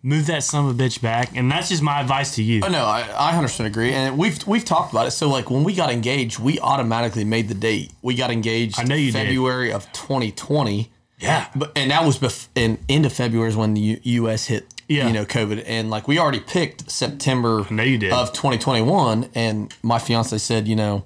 Move that son of a bitch back, and that's just my advice to you.
Oh, no, I, I 100% agree, and we've we've talked about it. So like when we got engaged, we automatically made the date. We got engaged.
I know you did.
February of 2020.
Yeah,
But and that was bef- and end of February is when the U- U.S. hit
Yeah.
you know COVID and like we already picked September
know you did.
of 2021 and my fiance said you know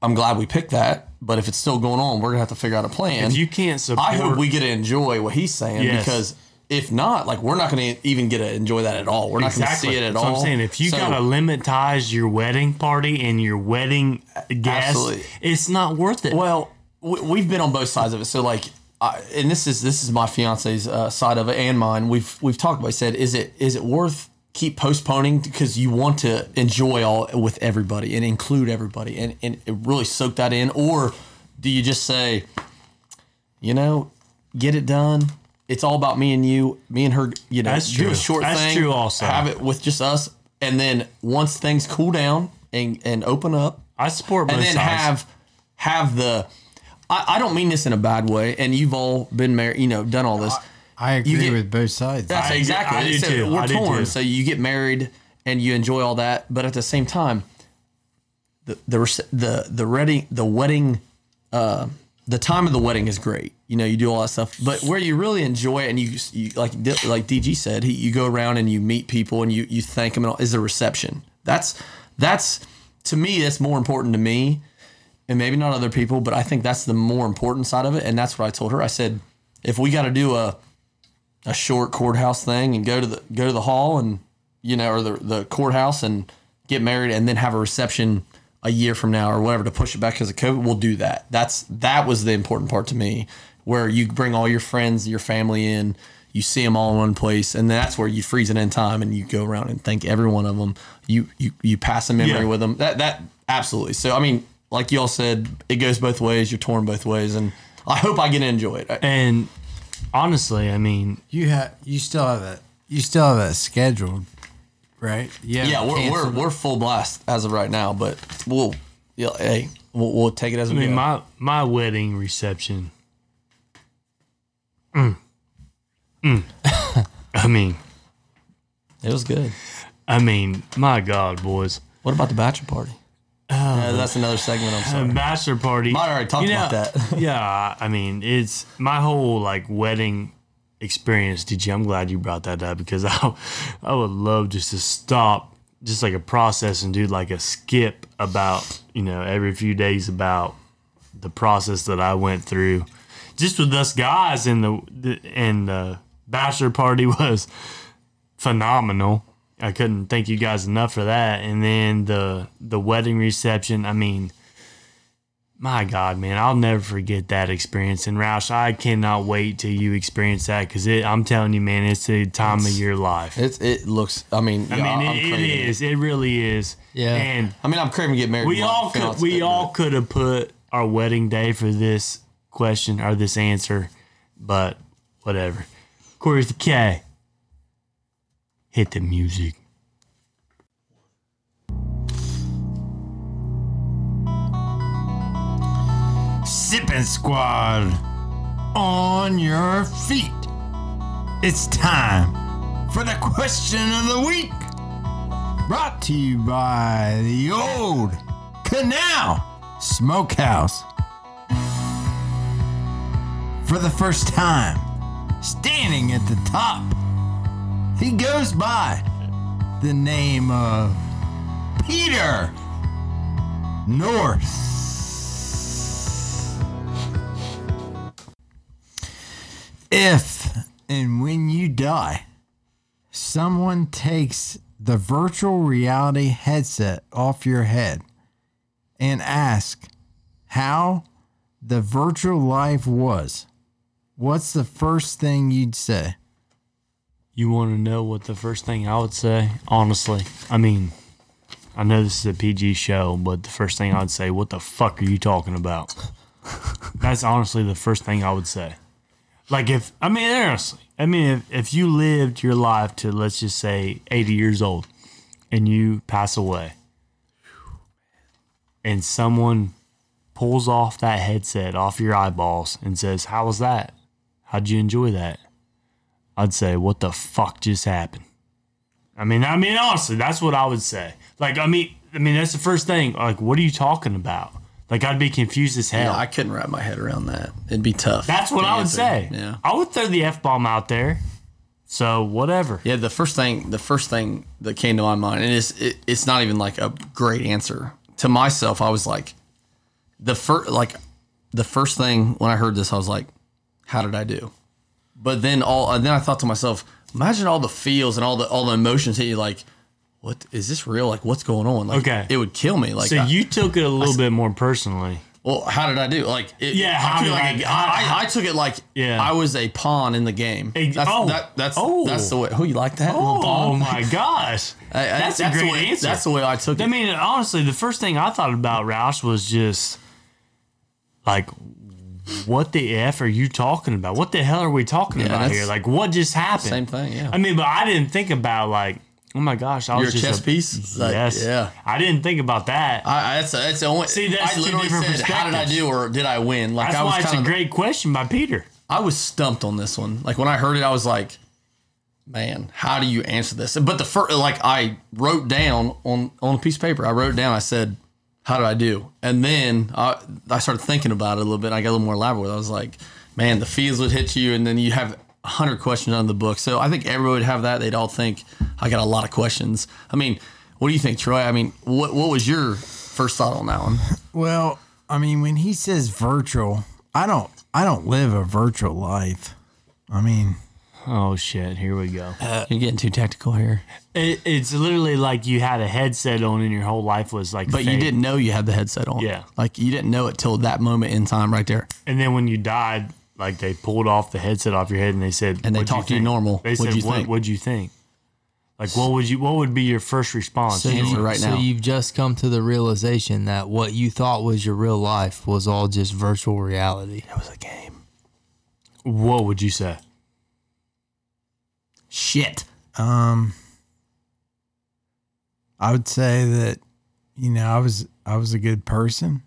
I'm glad we picked that but if it's still going on we're gonna have to figure out a plan.
if you can't support.
I hope we get to enjoy what he's saying
Yes.
because if not like we're not gonna even get to enjoy that at all. We're not gonna see it at
That's
all.
what I'm saying if you
So-
gotta limitize your wedding party and your wedding guests,
Absolutely.
it's not worth it.
Well, we, we've been on both sides of it. So like, I, and this is this is my fiance's uh, side of it and mine. We've we've talked about. it. Said is it is it worth keep postponing because you want to enjoy all with everybody and include everybody and and really soak that in, or do you just say, you know, get it done. It's all about me and you, me and her. You know,
That's
do
true.
a short
That's
thing.
true also.
have it with just us, and then once things cool down and and open up,
I support both
and then
sides.
have have the I, I don't mean this in a bad way and you've all been married you know done all this
I agree
get-
with both sides.
that's
I do-
exactly
I do
So
too.
we're
I do
torn
too.
so you get married and you enjoy all that but at the same time the the rece- the the wedding the wedding uh the time of the wedding is great you know you do all that stuff but where you really enjoy it and you, you like D- like DG said he, you go around and you meet people and you you thank them and all, is the reception that's that's to me that's more important to me and maybe not other people, but I think that's the more important side of it. And that's what I told her. I said, if we got to do a a short courthouse thing and go to the go to the hall and you know or the the courthouse and get married and then have a reception a year from now or whatever to push it back because of COVID, we'll do that. That's that was the important part to me, where you bring all your friends, your family in, you see them all in one place, and that's where you freeze it in time and you go around and thank every one of them. You you you pass a
Yeah.
memory with them. That that absolutely. So I mean, like y'all said, it goes both ways. You're torn both ways, and I hope I get to enjoy it. I-
and honestly, I mean,
You have you still have that you still have that scheduled, right?
yeah, we're, we're
canceled.
we're full blast as of right now, but we'll yeah, hey, we'll, we'll take it as
I
we
mean,
go.
my my wedding reception. Mm. Mm. I mean,
it was good.
I mean, my God, boys,
What about the bachelor party? Yeah, Uh, that's another segment. I'm
a
sorry.
bachelor party.
I already talked
Um, You know,
about that.
yeah, I mean, it's my whole like wedding experience, DG. I'm glad you brought that up because I, I would love just to stop, just like a process and do like a skip about you know every few days about the process that I went through, just with us guys in the, the and the bachelor party was phenomenal. I couldn't thank you guys enough for that. And then the the wedding reception, I mean my God, man, I'll never forget that experience. And Roush, I cannot wait till you experience that because I'm telling you, man, it's the time of your life.
It's it looks. I mean,
I
yeah,
mean,
I'm
it,
craving
it is. It really is.
Yeah.
And
I mean, I'm craving to get married.
we
to my
all could
fiance,
we
but-
all could have put our wedding day for this question or this answer, but whatever. Corey's the K. Hit the music.
Sipping Squad on your feet. It's time for the question of the week. Brought to you by the old Canal Smokehouse. For the first time, standing at the top, he goes by the name of Peter North. If and when you die, someone takes the virtual reality headset off your head and asks how the virtual life was, what's the first thing you'd say?
You want to know what the first thing I would say? Honestly, I mean, I know this is a PG show, but the first thing I'd say, what the fuck are you talking about? That's honestly the first thing I would say. Like if I mean honestly, I mean if, if you lived your life to let's just say 80 years old and you pass away and someone pulls off that headset off your eyeballs and says, "How was that? How'd you enjoy that?" I'd say, "What the fuck just happened?" I mean, I mean, honestly, that's what I would say. Like, I mean, I mean, that's the first thing. Like, what are you talking about? Like, I'd be confused as hell.
Yeah, I couldn't wrap my head around that. It'd be tough.
that's what
to
I would
answer.
say.
Yeah.
I would throw the f bomb out there. So whatever.
Yeah, the first thing the first thing that came to my mind, and it's it, it's not even like a great answer to myself. I was like, the first like the first thing when I heard this, I was like, how did I do? But then all and then I thought to myself, imagine all the feels and all the all the emotions hit you like, what is this real? Like what's going on? Like
Okay.
it would kill me. Like
So
I-
you took it a little bit more personally.
well, how did I do? Like, it,
Yeah, how
I,
did
took it like
I-
a- I- I- I took it like
Yeah.
I was a pawn in the game.
Ex-
That's,
oh.
that, that's
Oh.
that's the way. Who you like that? little
Oh
pawn?
my gosh,
I- I-
that's, a
the
great
way-
answer.
That's the way I took it.
I mean, honestly, the first thing I thought about Roush was just like, what the f are you talking about? What the hell are we talking about
that's-
here? Like, what just happened?
Same thing, yeah.
I mean, but I didn't think about like, oh my gosh, I
Your
was just
chess
a-
piece. Like,
yes,
Yeah.
I didn't think about that.
I, I- that's that's the only.
See, that's
I
two
literally
different
said, "How did I
perspectives.
do, or did I win?" Like
That's
I was
why it's
kinda-
a great question by Peter.
I was stumped on this one. Like when I heard it, I was like, "Man, how do you answer this?" But the first, like, I wrote down on on a piece of paper. I wrote it down. I said, "How did I do?" And then I I started thinking about it a little bit. And I got a little more elaborate. with it. I was like, "Man, the fees would hit you, and then you have." a Hundred questions on the book, so I think everyone would have that. They'd all think I got a lot of questions. I mean, what do you think, Troy? I mean, what what was your first thought on that one?
Well, I mean, when he says virtual, I don't, I don't live a virtual life. I mean,
Oh shit, here we go.
You're getting too tactical here,
It, it's literally like you had a headset on and your whole life was like,
but you
fake.
didn't know you had the headset on.
Yeah.
like you didn't know it till that moment in time, right there.
And then when you died, like they pulled off the headset off your head and they said,
And they
"What'd
talked to you
think?"
normal.
They
What'd
said,
you
what,
think?"
What'd you think? Like, what would you? What would be your first response?
So,
Answer
you,
right
so
now.
you've just come to the realization that what you thought was your real life was all just virtual reality.
It was a game.
what would you say?
Shit.
um, I would say that, you know, I was, I was a good person.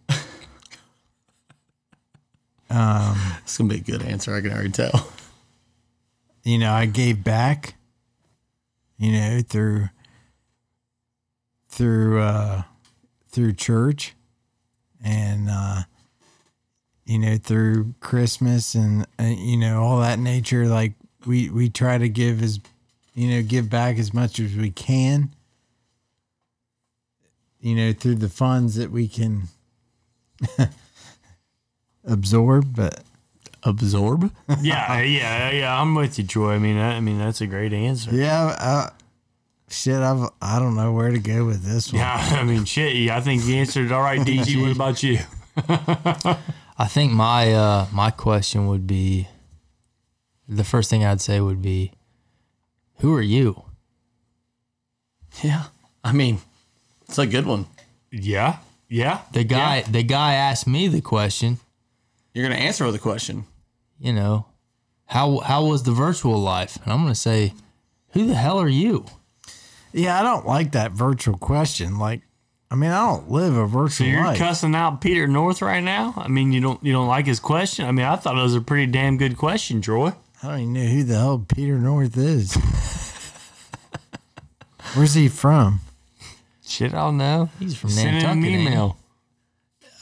um,
It's gonna be a good answer. I can already tell.
you know, I gave back, you know, through through uh through church and uh you know, through Christmas and uh, you know, all that nature like we we try to give as you know, give back as much as we can. You know, through the funds that we can absorb, but
Absorb.
yeah, yeah, yeah. I'm with you, Troy. I mean, I, I mean, that's a great answer.
Yeah, uh, shit. I've I don't know where to go with this one.
Yeah, I mean, shit. I think you answered it all right, DG. What about you?
I think my uh, my question would be the first thing I'd say would be, who are you?
Yeah. I mean, it's a good one.
Yeah, yeah.
The guy the guy asked me the question.
You're gonna answer with a question.
You know, how how was the virtual life? And I'm gonna say, who the hell are you?
Yeah, I don't like that virtual question. Like, I mean, I don't live a virtual
You're
life.
cussing out Peter North right now. I mean, you don't you don't like his question. I mean, I thought it was a pretty damn good question, Troy.
I don't even know who the hell Peter North is. Where's he from?
Shit, I don't know.
He's from
Send him an
Nantucket. ain't he?
email.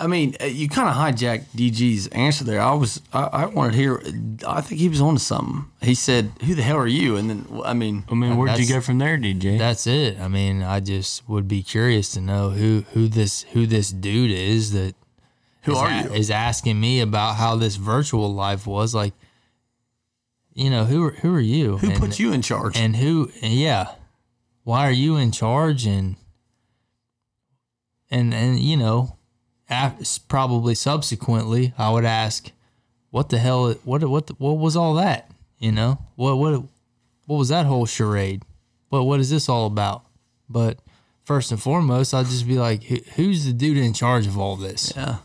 I mean, uh, you kind of hijacked DG's answer there. I was, I, I wanted to hear. uh, I think he was on to something. He said, "Who the hell are you?" And then, well, I mean,
I mean, where'd you
That's-
go from there, DJ?
That's it. I mean, I just would be curious to know who who this who this dude is that
who
is,
are
a-
you?
is asking me about how this virtual life was like. You know who are- who are you?
who
and,
put you in charge?
and who? and yeah, why are you in charge? And and and you know, af- probably subsequently, I would ask, what the hell? What what what was all that? You know what what what was that whole charade? What what is this all about? But first and foremost, I'd just be like, "Who- who's the dude in charge of all this?
Yeah.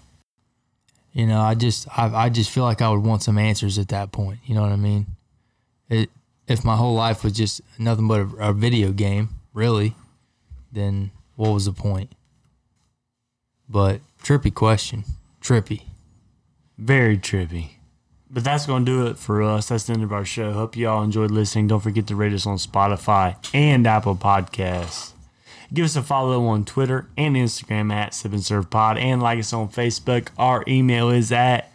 You know, I just I, I just feel like I would want some answers at that point. You know what I mean? It, if my whole life was just nothing but a, a video game, really, then what was the point? But trippy question, trippy.
Very trippy. But that's going to do it for us. That's the end of our show. Hope you all enjoyed listening. Don't forget to rate us on Spotify and Apple Podcasts. Give us a follow on Twitter and Instagram at Sip and Serve Pod and like us on Facebook. Our email is at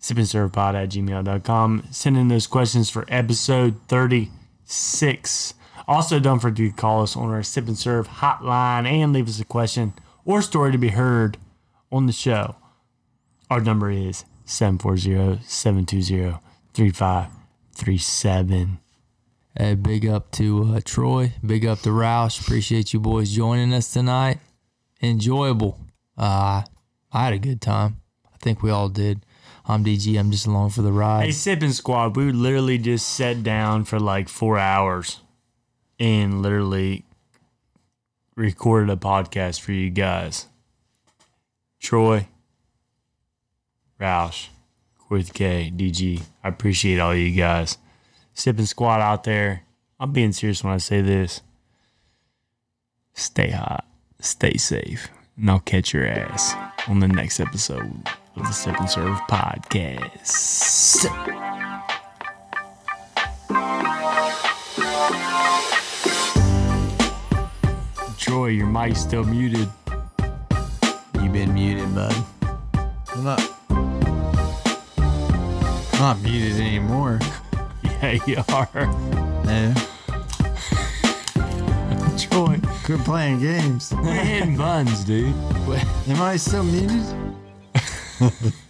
sipandservepod at gmail.com. Send in those questions for episode 36. Also, don't forget to call us on our Sip and Serve hotline and leave us a question or story to be heard on the show. Our number is 740-720-3537.
Hey, big up to uh, Troy. Big up to Roush. Appreciate you boys joining us tonight. Enjoyable. Uh, I had a good time. I think we all did. I'm DG. I'm just along for the ride.
Hey, Sipping Squad, we literally just sat down for like four hours and literally recorded a podcast for you guys. Troy, Roush, Corey with K, DG, I appreciate all you guys. Sipping Squad out there, I'm being serious when I say this. Stay hot, stay safe, and I'll catch your ass on the next episode of the Sip and Serve podcast. Troy, your mic's still muted.
You've been muted, bud. I'm not, I'm not muted anymore.
Yeah, you are.
No.
Troy,
Quit playing games.
we're hitting buns, dude.
Am I still muted?